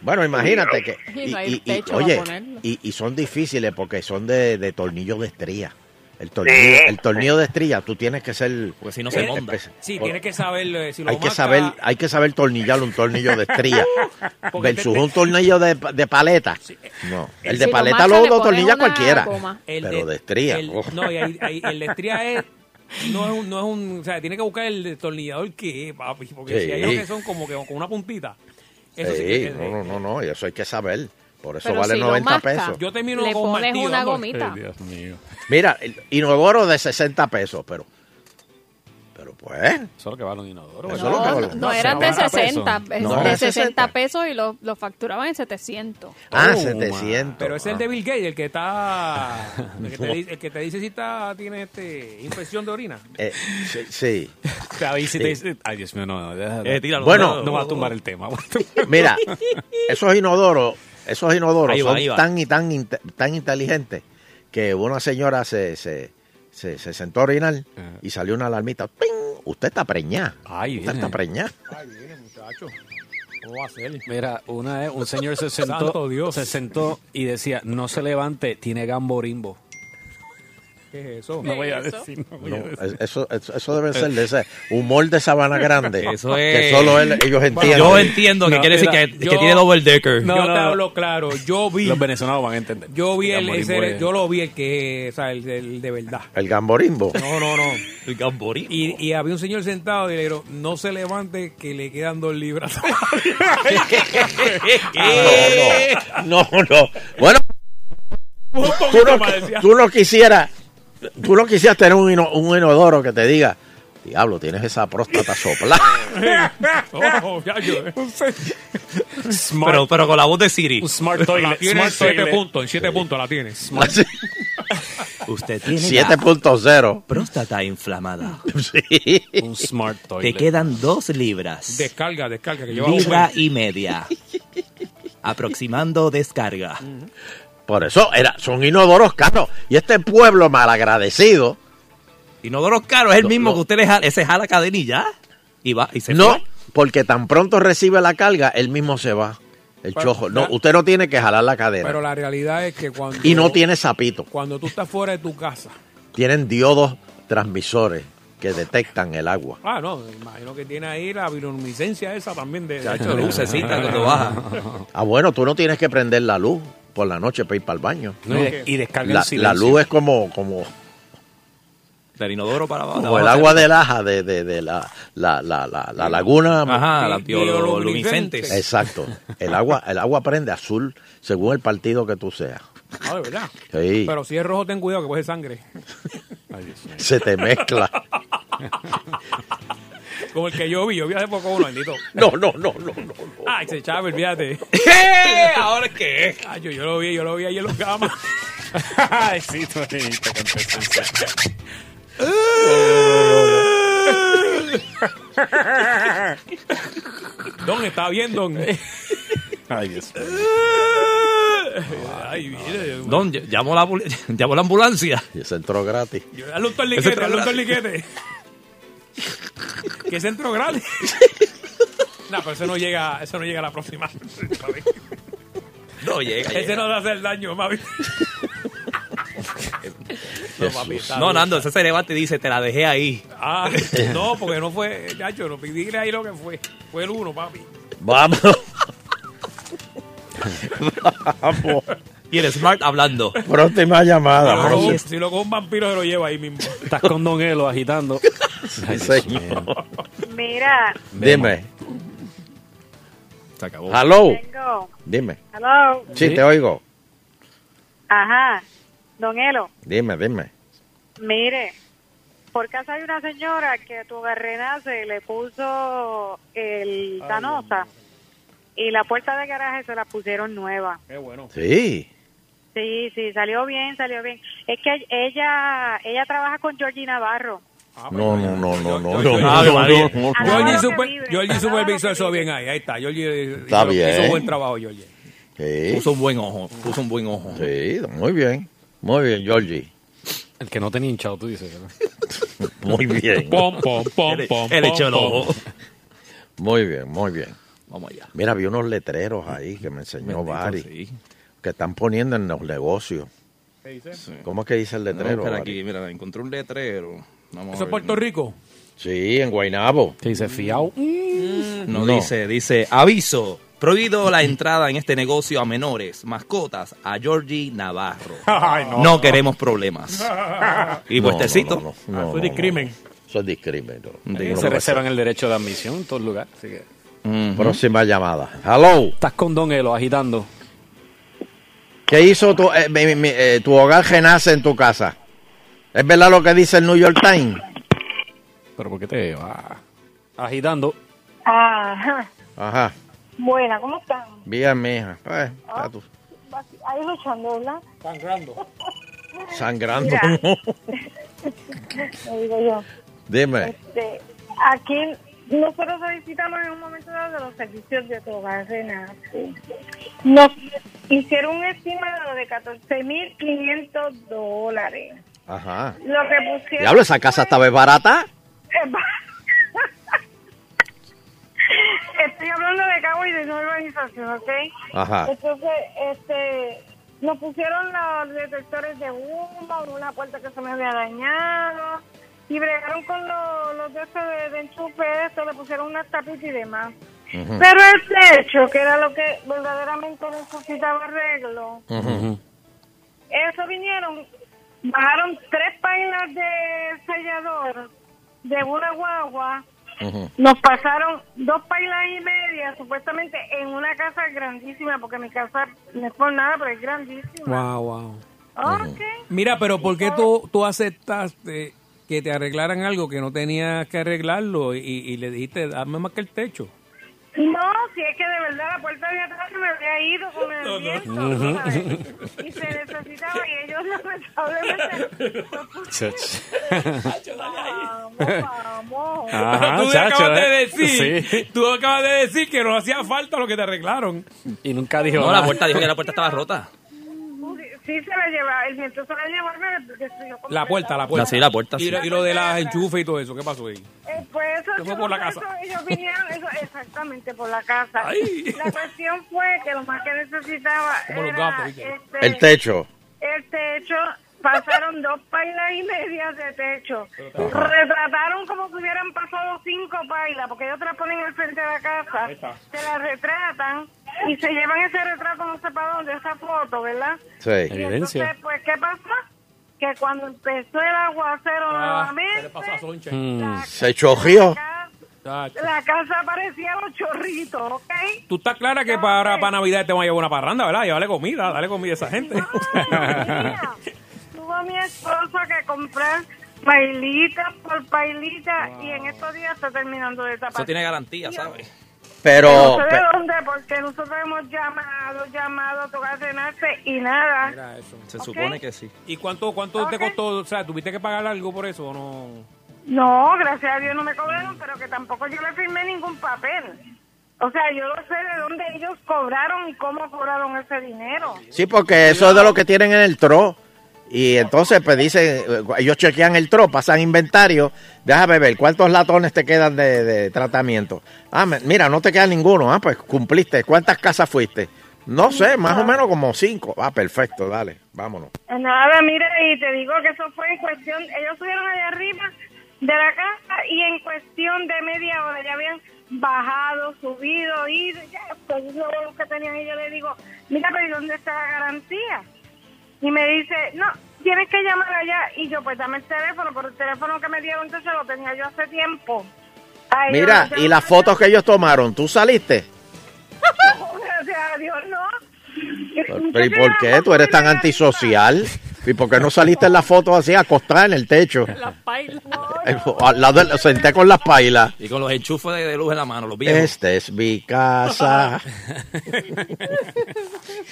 [SPEAKER 4] Bueno, imagínate que...
[SPEAKER 6] Y no hay techo
[SPEAKER 4] oye,
[SPEAKER 6] para ponerlo.
[SPEAKER 4] y, y son difíciles porque son de, de tornillo de estría. El tornillo, el tornillo de estría, tú tienes que ser... eh,
[SPEAKER 3] Porque si no se monta.
[SPEAKER 4] espe-
[SPEAKER 2] Sí, tienes que saber eh, si lo
[SPEAKER 4] pues, Hay que
[SPEAKER 2] maca-
[SPEAKER 4] saber, hay que saber tornillar un tornillo de estría
[SPEAKER 2] Porque
[SPEAKER 4] versus
[SPEAKER 2] te- eh,
[SPEAKER 4] un tornillo de, de paleta. No, el de
[SPEAKER 6] Si lo
[SPEAKER 4] paleta
[SPEAKER 6] maca,
[SPEAKER 4] lo,
[SPEAKER 6] le
[SPEAKER 4] lo
[SPEAKER 6] pones
[SPEAKER 4] tornilla
[SPEAKER 6] una
[SPEAKER 4] cualquiera,
[SPEAKER 6] goma.
[SPEAKER 2] el
[SPEAKER 4] pero de estría.
[SPEAKER 2] el-
[SPEAKER 4] oh.
[SPEAKER 2] No, y ahí- ahí el de estría es. No es, un, no es un. O sea, tiene que buscar el tornillador que es, papi. Porque
[SPEAKER 4] Sí.
[SPEAKER 2] si hay unos que son como que con una puntita. Eso sí,
[SPEAKER 4] Sí,
[SPEAKER 2] que-
[SPEAKER 4] no, no, no, no, y eso hay que saber. Por eso
[SPEAKER 6] Pero
[SPEAKER 4] vale
[SPEAKER 6] si lo
[SPEAKER 4] 90
[SPEAKER 6] masca.
[SPEAKER 4] pesos.
[SPEAKER 2] Yo termino
[SPEAKER 6] Le
[SPEAKER 2] con un
[SPEAKER 6] pones
[SPEAKER 2] martillo,
[SPEAKER 6] una
[SPEAKER 2] vamos.
[SPEAKER 6] gomita.
[SPEAKER 5] Dios mío.
[SPEAKER 4] Mira, el inodoro de 60 pesos, pero. Pero Pues.
[SPEAKER 5] Solo que vale un inodoro. ¿verdad?
[SPEAKER 4] Eso es lo que
[SPEAKER 6] No,
[SPEAKER 4] vale.
[SPEAKER 6] no, eran de 60, es
[SPEAKER 4] No.
[SPEAKER 6] de
[SPEAKER 4] Era
[SPEAKER 6] 60 pesos y lo, lo facturaban en 700.
[SPEAKER 4] Ah,
[SPEAKER 2] Oh,
[SPEAKER 4] 700.
[SPEAKER 2] Pero es el de Bill Gates, el que está. El que te, dice- el que te dice si está, tiene este, infección de orina.
[SPEAKER 4] Eh, sí. sí.
[SPEAKER 5] David, si te
[SPEAKER 4] Sí.
[SPEAKER 5] dice- Ay, Dios mío, no. no, deja-
[SPEAKER 3] Eh, tíralo,
[SPEAKER 4] Bueno.
[SPEAKER 5] no, no va a tumbar el tema.
[SPEAKER 4] Mira, esos inodoros, esos inodoros
[SPEAKER 3] Ahí va,
[SPEAKER 4] son
[SPEAKER 3] ahí va.
[SPEAKER 4] tan y tan, inte- tan inteligentes que una señora se, se, se, se sentó a orinar y salió una alarmita. ¡Ping! Usted está preñada.
[SPEAKER 5] Ay,
[SPEAKER 4] Usted
[SPEAKER 5] viene.
[SPEAKER 4] está preñada.
[SPEAKER 17] Ay, viene, muchacho.
[SPEAKER 2] ¿Cómo va a ser?
[SPEAKER 5] Mira, una vez un señor se
[SPEAKER 2] Santo
[SPEAKER 5] sentó,
[SPEAKER 2] Dios.
[SPEAKER 5] se sentó y decía, no se levante, tiene gamborimbo.
[SPEAKER 2] ¿Qué es eso?
[SPEAKER 5] No voy a decir. no voy a
[SPEAKER 4] No,
[SPEAKER 5] decir.
[SPEAKER 4] es- eso, eso, eso debe
[SPEAKER 5] Eh,
[SPEAKER 4] ser de ese humor de sabana grande.
[SPEAKER 3] Eso
[SPEAKER 4] Que
[SPEAKER 3] es-
[SPEAKER 4] solo él- ellos entienden.
[SPEAKER 3] Yo entiendo que
[SPEAKER 5] No,
[SPEAKER 3] quiere
[SPEAKER 5] mira,
[SPEAKER 3] decir que, que
[SPEAKER 2] yo-
[SPEAKER 3] tiene double decker.
[SPEAKER 5] No,
[SPEAKER 2] yo
[SPEAKER 5] no,
[SPEAKER 2] te
[SPEAKER 5] no.
[SPEAKER 2] hablo claro. Yo vi.
[SPEAKER 5] Los venezolanos van a entender.
[SPEAKER 2] Yo vi el,
[SPEAKER 5] Gamborimbo
[SPEAKER 2] ese-
[SPEAKER 5] es-
[SPEAKER 2] yo lo vi el que, o sea, el, el de verdad.
[SPEAKER 4] El gamborimbo.
[SPEAKER 2] No, no, no.
[SPEAKER 3] El gamborín.
[SPEAKER 2] Y, y había un señor sentado y le dijeron, no se levante que le quedan dos libras.
[SPEAKER 4] No, no. no. Bueno, tú no, tú no quisieras, tú no quisieras tener un, ino- un inodoro que te diga, diablo, tienes esa próstata soplada.
[SPEAKER 2] No, ya yo-
[SPEAKER 5] Smart-
[SPEAKER 3] Pero, pero con la voz de Siri.
[SPEAKER 5] un smart
[SPEAKER 2] La
[SPEAKER 5] toilet.
[SPEAKER 2] tiene en
[SPEAKER 5] Smart
[SPEAKER 2] siete
[SPEAKER 5] toilet.
[SPEAKER 2] puntos, en siete puntos la tienes.
[SPEAKER 4] Así,
[SPEAKER 3] Usted tiene
[SPEAKER 4] 7.0.
[SPEAKER 3] próstata inflamada.
[SPEAKER 4] Sí.
[SPEAKER 5] Un smart
[SPEAKER 3] Te
[SPEAKER 5] toilet.
[SPEAKER 3] quedan dos libras.
[SPEAKER 2] Descarga, descarga, que yo hago
[SPEAKER 3] Libra y media. Aproximando descarga.
[SPEAKER 4] Por eso era, son inodoros caros. Y este pueblo malagradecido,
[SPEAKER 3] Inodoro caro es el
[SPEAKER 4] No,
[SPEAKER 3] mismo
[SPEAKER 4] no.
[SPEAKER 3] que usted le jala, ese jala cadenilla y va y se
[SPEAKER 4] no,
[SPEAKER 3] fue.
[SPEAKER 4] porque tan pronto recibe la carga, él mismo se va. El
[SPEAKER 2] Pero-
[SPEAKER 4] chojo. No, usted no tiene que jalar la cadera.
[SPEAKER 2] Pero la realidad es que cuando...
[SPEAKER 4] y no tiene sapito.
[SPEAKER 2] Cuando tú estás fuera de tu casa.
[SPEAKER 4] Tienen diodos transmisores que detectan el agua.
[SPEAKER 2] Ah, no, me imagino que tiene ahí la bioluminiscencia esa también de...
[SPEAKER 3] Chacho, lucecita cuando baja.
[SPEAKER 4] Ah, bueno, tú no tienes que prender la luz por la noche para ir para el baño.
[SPEAKER 5] No, y, de- y descarga
[SPEAKER 4] La,
[SPEAKER 5] en
[SPEAKER 4] la
[SPEAKER 5] silencio.
[SPEAKER 4] luz es como, como,
[SPEAKER 3] Del inodoro para abajo.
[SPEAKER 4] como el agua del aja de, de, de la, la, la, la, la laguna.
[SPEAKER 3] Ajá, la
[SPEAKER 2] Bioluminiscente.
[SPEAKER 3] bioluminiscentes.
[SPEAKER 4] Exacto. El agua, el agua prende azul según el partido que tú seas.
[SPEAKER 2] Ah, de verdad.
[SPEAKER 4] Sí,
[SPEAKER 2] Pero si es rojo, ten cuidado que puede sangre.
[SPEAKER 4] se te mezcla.
[SPEAKER 2] Como el que yo vi, yo vi hace poco uno, bendito.
[SPEAKER 4] No, no, no, no, no. no.
[SPEAKER 2] Ay, se Chávez, fíjate.
[SPEAKER 3] ¿Ahora qué?
[SPEAKER 2] Ay, yo, yo lo vi, yo lo vi ahí en los camas.
[SPEAKER 5] Ay, sí, tú te contestas.
[SPEAKER 2] Don, está bien, Don.
[SPEAKER 5] Ay, Dios mío.
[SPEAKER 2] Ay, mire. yo-
[SPEAKER 3] Don, ll- llamó la, ambul- llamó la ambulancia.
[SPEAKER 4] Y se entró gratis.
[SPEAKER 2] yo- Dale un torniquete,
[SPEAKER 3] Ese-
[SPEAKER 2] dale un torniquete. ¿Qué centro grande? No, pero eso no llega, eso no llega a la próxima.
[SPEAKER 3] No llega.
[SPEAKER 2] Ese no te hace el daño, mami.
[SPEAKER 4] Jesús.
[SPEAKER 3] No, Nando, ese se levanta y dice, te la dejé ahí.
[SPEAKER 2] Ah, no, porque no fue, Chacho, no dile ahí lo que fue. Fue el uno, papi.
[SPEAKER 4] Vamos. Vamos.
[SPEAKER 3] Y el Smart hablando.
[SPEAKER 4] Ah, pues. Próxima llamada.
[SPEAKER 2] Pero
[SPEAKER 4] próxima-
[SPEAKER 2] si- si lo coge un vampiro, se lo lleva ahí mismo.
[SPEAKER 5] Estás con Don Elo agitando. Ay, Dios
[SPEAKER 4] señor.
[SPEAKER 5] mío.
[SPEAKER 18] Mira,
[SPEAKER 4] Dime.
[SPEAKER 3] Se acabó.
[SPEAKER 4] Hello.
[SPEAKER 18] tengo.
[SPEAKER 4] Dime.
[SPEAKER 18] Hello.
[SPEAKER 4] Sí,
[SPEAKER 5] Sí.
[SPEAKER 4] te oigo.
[SPEAKER 18] Ajá. Don Elo,
[SPEAKER 4] Dime, dime.
[SPEAKER 18] mire. Por casa hay una señora que a tu garrenace le puso el canosa y la puerta de garaje se la pusieron nueva.
[SPEAKER 2] Qué bueno.
[SPEAKER 4] Sí.
[SPEAKER 18] Sí, sí, salió bien, salió bien. Es que ella ella trabaja con Georgie Navarro.
[SPEAKER 4] No, no, no,
[SPEAKER 2] yo-
[SPEAKER 4] no, no. no,
[SPEAKER 2] yo-
[SPEAKER 4] no,
[SPEAKER 3] Ah, yo-
[SPEAKER 4] no,
[SPEAKER 3] yo-
[SPEAKER 4] no,
[SPEAKER 18] yo-
[SPEAKER 4] no.
[SPEAKER 2] Giorgi,
[SPEAKER 18] Alaba lo que
[SPEAKER 2] super,
[SPEAKER 18] vibre,
[SPEAKER 2] Giorgi
[SPEAKER 18] alaba
[SPEAKER 2] supervisó
[SPEAKER 18] lo que
[SPEAKER 2] eso
[SPEAKER 18] vibre.
[SPEAKER 2] bien ahí. Ahí está. Giorgi
[SPEAKER 4] Está
[SPEAKER 2] hizo, hizo
[SPEAKER 4] bien.
[SPEAKER 2] buen trabajo, Giorgi.
[SPEAKER 4] Sí,
[SPEAKER 3] Puso un buen ojo. Puso un buen ojo.
[SPEAKER 4] sí, muy bien. Muy bien, Georgie.
[SPEAKER 5] El que no tenía hinchado, tú dices. ¿verdad?
[SPEAKER 4] Muy bien.
[SPEAKER 2] Pom, pom, pom,
[SPEAKER 3] Él, e-
[SPEAKER 2] pom.
[SPEAKER 3] él
[SPEAKER 2] pom,
[SPEAKER 3] echó el
[SPEAKER 2] pom.
[SPEAKER 3] ojo.
[SPEAKER 4] Muy bien, muy bien.
[SPEAKER 3] Vamos allá.
[SPEAKER 4] Mira, vi unos letreros ahí que me
[SPEAKER 3] Bendito,
[SPEAKER 4] enseñó Bari,
[SPEAKER 3] sí.
[SPEAKER 4] que están poniendo en los negocios. ¿Cómo es que dice el
[SPEAKER 3] Vamos a
[SPEAKER 4] letrero?
[SPEAKER 3] buscar
[SPEAKER 4] Bari?
[SPEAKER 3] aquí, mira, encontré un letrero. Vamos a
[SPEAKER 2] Eso es
[SPEAKER 3] ver.
[SPEAKER 2] Puerto Rico.
[SPEAKER 4] Sí, en Guaynabo.
[SPEAKER 5] Que dice fiao.
[SPEAKER 2] Mm,
[SPEAKER 3] No,
[SPEAKER 4] No.
[SPEAKER 3] dice, dice, aviso, prohibido la entrada en este negocio a menores, mascotas, a Georgie Navarro. no, queremos problemas. y puestecito.
[SPEAKER 4] No, no, no, no,
[SPEAKER 2] Ah, eso es
[SPEAKER 4] no,
[SPEAKER 2] discrimen.
[SPEAKER 4] no. Eso es discrimen. no.
[SPEAKER 3] Sí.
[SPEAKER 4] Yo no
[SPEAKER 5] Eh, Se
[SPEAKER 4] voy a
[SPEAKER 5] reservan el derecho de admisión en todos lugares. así que-
[SPEAKER 4] hacer. Próxima llamada. Hello.
[SPEAKER 5] Estás con Don Elo agitando.
[SPEAKER 4] ¿Qué hizo tu, eh, mi- mi- eh, tu hogar genace en tu casa? ¿Es verdad lo que dice el New York Times?
[SPEAKER 5] Pero ¿por qué te va agitando?
[SPEAKER 18] Ajá.
[SPEAKER 4] Ajá.
[SPEAKER 18] Ah, Buena, ¿cómo están?
[SPEAKER 4] Vía mija. Pues, está tú
[SPEAKER 18] Ahí luchando, ¿verdad?
[SPEAKER 19] Sangrando.
[SPEAKER 4] sangrando.
[SPEAKER 18] Le digo yo.
[SPEAKER 4] Dime.
[SPEAKER 18] Este, aquí nosotros solicitamos en un momento dado de los servicios de hogar Renate. Nos hicieron un estimado de 14.500 dólares.
[SPEAKER 4] Ajá.
[SPEAKER 18] Lo que pusieron...
[SPEAKER 4] Diablo, esa casa estaba barata.
[SPEAKER 18] Estoy hablando de cabo y de no urbanización, ¿ok?
[SPEAKER 4] Ajá.
[SPEAKER 18] Entonces, este, nos pusieron los detectores de humo, una puerta que se me había dañado, y bregaron con los, los de, estos de, de enchufe, esto, le pusieron unas tapitas y demás. Pero el techo, que era lo que verdaderamente necesitaba arreglo, eso vinieron, bajaron tres páginas de sellador de una guagua, nos pasaron dos pailas y media, supuestamente en una casa grandísima, porque mi casa no es por nada, pero es grandísima.
[SPEAKER 2] Wow, wow.
[SPEAKER 18] Ok.
[SPEAKER 2] Mira, pero ¿por qué tú, tú aceptaste que te arreglaran algo que no tenías que arreglarlo y, y le dijiste, dame más que el techo?
[SPEAKER 18] No, si es que de verdad la puerta de atrás se me había ido con el viento,
[SPEAKER 2] Ujú.
[SPEAKER 18] ¿sabes? Y se necesitaba y ellos lamentablemente... Vamos.
[SPEAKER 5] Ajá,
[SPEAKER 2] tú le
[SPEAKER 5] chacho,
[SPEAKER 2] acabas de
[SPEAKER 5] ¿eh?
[SPEAKER 2] decir, tú acabas de decir que no hacía falta lo que te arreglaron.
[SPEAKER 5] Y nunca dijo.
[SPEAKER 3] No,
[SPEAKER 5] nada.
[SPEAKER 3] la puerta dijo que la puerta estaba rota.
[SPEAKER 18] Sí se la lleva, el viento se la llevó, pero porque yo como-
[SPEAKER 2] La puerta, la puerta.
[SPEAKER 3] No, sí, la puerta,
[SPEAKER 2] Y,
[SPEAKER 3] sí.
[SPEAKER 2] lo- y lo de las enchufes y todo eso, ¿qué pasó ahí?
[SPEAKER 18] Eh, pues eso,
[SPEAKER 2] Se fue por la
[SPEAKER 18] eso,
[SPEAKER 2] casa.
[SPEAKER 18] ellos vinieron eso, exactamente por la casa. La cuestión fue que lo más que necesitaba
[SPEAKER 4] Como los
[SPEAKER 18] era
[SPEAKER 4] gatos, ¿viste?
[SPEAKER 18] este,
[SPEAKER 4] El techo.
[SPEAKER 18] el techo. Pasaron dos pailas y medias de techo.
[SPEAKER 4] Ajá.
[SPEAKER 18] Retrataron como si hubieran pasado cinco pailas, porque ellos te las ponen al frente de la casa, te la retratan y se llevan ese retrato no sé para dónde, esa foto, ¿verdad?
[SPEAKER 4] Sí.
[SPEAKER 18] Entonces, pues, ¿qué pasó? Que cuando empezó el aguacero
[SPEAKER 2] Ah,
[SPEAKER 18] nuevamente,
[SPEAKER 4] Hmm.
[SPEAKER 5] Hmm.
[SPEAKER 4] Se chojió.
[SPEAKER 18] la casa parecía los chorritos, ¿ok?
[SPEAKER 2] Tú estás clara que para, para Navidad te van a llevar una parranda, ¿verdad? Llevarle comida, darle comida a esa gente.
[SPEAKER 18] Tuvo mi esposo que comprar pailita por pailita y en estos días está terminando de tapar.
[SPEAKER 3] Ah. Eso tiene garantía, ¿sabes?
[SPEAKER 4] Pero,
[SPEAKER 18] No sé de
[SPEAKER 4] pe-
[SPEAKER 18] dónde, porque nosotros hemos llamado, llamado, tocar cenarse y nada.
[SPEAKER 3] Se supone que sí.
[SPEAKER 2] ¿Y cuánto, cuánto te costó? O sea, ¿tuviste que pagar algo por eso o no?
[SPEAKER 18] No, gracias a Dios no me cobraron, pero que tampoco yo le firmé ningún papel. O sea, yo no sé de dónde ellos cobraron y cómo cobraron ese dinero.
[SPEAKER 4] sí, porque eso es de lo que tienen en el tro. Y entonces, pues dicen, eh, ellos chequean el tro, pasan inventario. Déjame ver, ¿cuántos latones te quedan de, de tratamiento? Ah, me- mira, no te queda ninguno. Ah, pues cumpliste. ¿Cuántas casas fuiste? No sé, más o menos como cinco. Ah, perfecto, dale, vámonos.
[SPEAKER 18] Nada, mira, y te digo que eso fue en cuestión, ellos subieron allá arriba de la casa y en cuestión de media hora ya habían bajado, subido, ido, ya, pues eso es lo que tenían y yo le digo, mira, pero ¿y dónde está la garantía? Y me dice, no, tienes que llamar allá y yo pues dame el teléfono, pero el teléfono que me dieron entonces lo tenía yo hace tiempo. Ay,
[SPEAKER 4] Mira,
[SPEAKER 18] yo-
[SPEAKER 4] y las fotos que ellos tomaron, ¿tú saliste?
[SPEAKER 18] No, gracias a Dios, no.
[SPEAKER 4] Pero ¿y por qué? Tú eres tan antisocial. ¿Y por qué no saliste en la foto así, acostada en el techo? Al lado del- senté con las pailas.
[SPEAKER 3] Y con los enchufes de, de luz en la mano, los viejos.
[SPEAKER 4] Esta es mi casa. Este-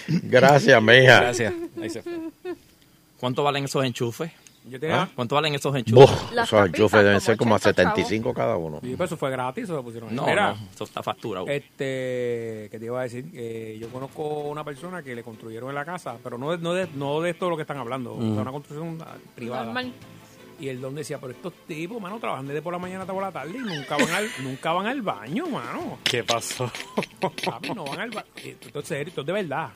[SPEAKER 4] Gracias, mija.
[SPEAKER 3] Gracias. Ahí se fue. ¿Cuánto valen esos enchufes? ¿Ah?
[SPEAKER 2] tenía-
[SPEAKER 3] ¿Cuánto valen esos enchufes?
[SPEAKER 4] Buf, esos enchufes deben ser como a 75 cada uno.
[SPEAKER 2] Sí, pero eso fue gratis, o lo pusieron ahí.
[SPEAKER 3] No,
[SPEAKER 2] Mira,
[SPEAKER 3] no, eso está factura. güey.
[SPEAKER 2] Este, que te iba a decir, Eh, yo conozco una persona que le construyeron en la casa, pero no de, no de, no de esto de lo que están hablando,
[SPEAKER 5] Mm.
[SPEAKER 2] o sea, una construcción ah, privada.
[SPEAKER 5] Normal.
[SPEAKER 2] Y el don decía, pero estos tipos, mano, trabajan desde por la mañana hasta por la tarde y nunca van al, nunca van al baño, mano.
[SPEAKER 5] ¿Qué pasó?
[SPEAKER 2] Papi, no van al baño. Esto es serio, esto es de verdad.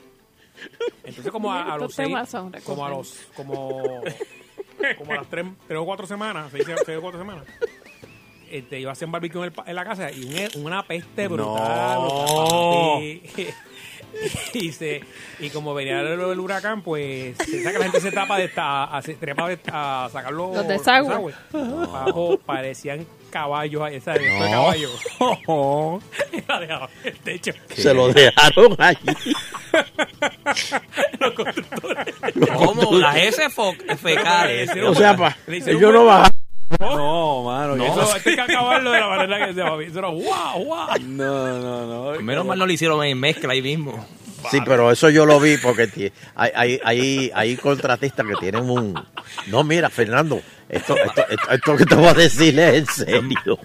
[SPEAKER 2] Entonces, como a, a los
[SPEAKER 10] Estos
[SPEAKER 2] seis,
[SPEAKER 10] temas son
[SPEAKER 2] como a los, como, como a las tres, tres o cuatro semanas, seis, seis o cuatro semanas, este, iba a hacer barbecue en, el pa- en la casa y un- una peste brutal.
[SPEAKER 5] No.
[SPEAKER 2] papi. y, se, y como venía el, el huracán, pues se saca- la gente se tapa de esta, a, se trepa de- a sacar los,
[SPEAKER 10] Los desagües.
[SPEAKER 2] Bajo, parecían caballos, ahí, esa esto de
[SPEAKER 5] No.
[SPEAKER 2] caballo. Y la dejaba en el techo.
[SPEAKER 4] Se lo dejaron allí.
[SPEAKER 3] ¿Cómo? Las heces fo- fecales.
[SPEAKER 4] O sea, pa- ellos no bajaron.
[SPEAKER 5] No, mano.
[SPEAKER 2] No,
[SPEAKER 5] eso-
[SPEAKER 2] eso hay que acabarlo de la manera que se va. Eso era guau, guau.
[SPEAKER 5] No, no, no.
[SPEAKER 3] Menos mal no lo hicieron en mezcla ahí mismo.
[SPEAKER 4] Sí, pero eso yo lo vi porque ti- hay, hay, hay, hay contratistas que tienen un... No, mira, Fernando, esto, esto, esto, esto que te voy a decir es en serio.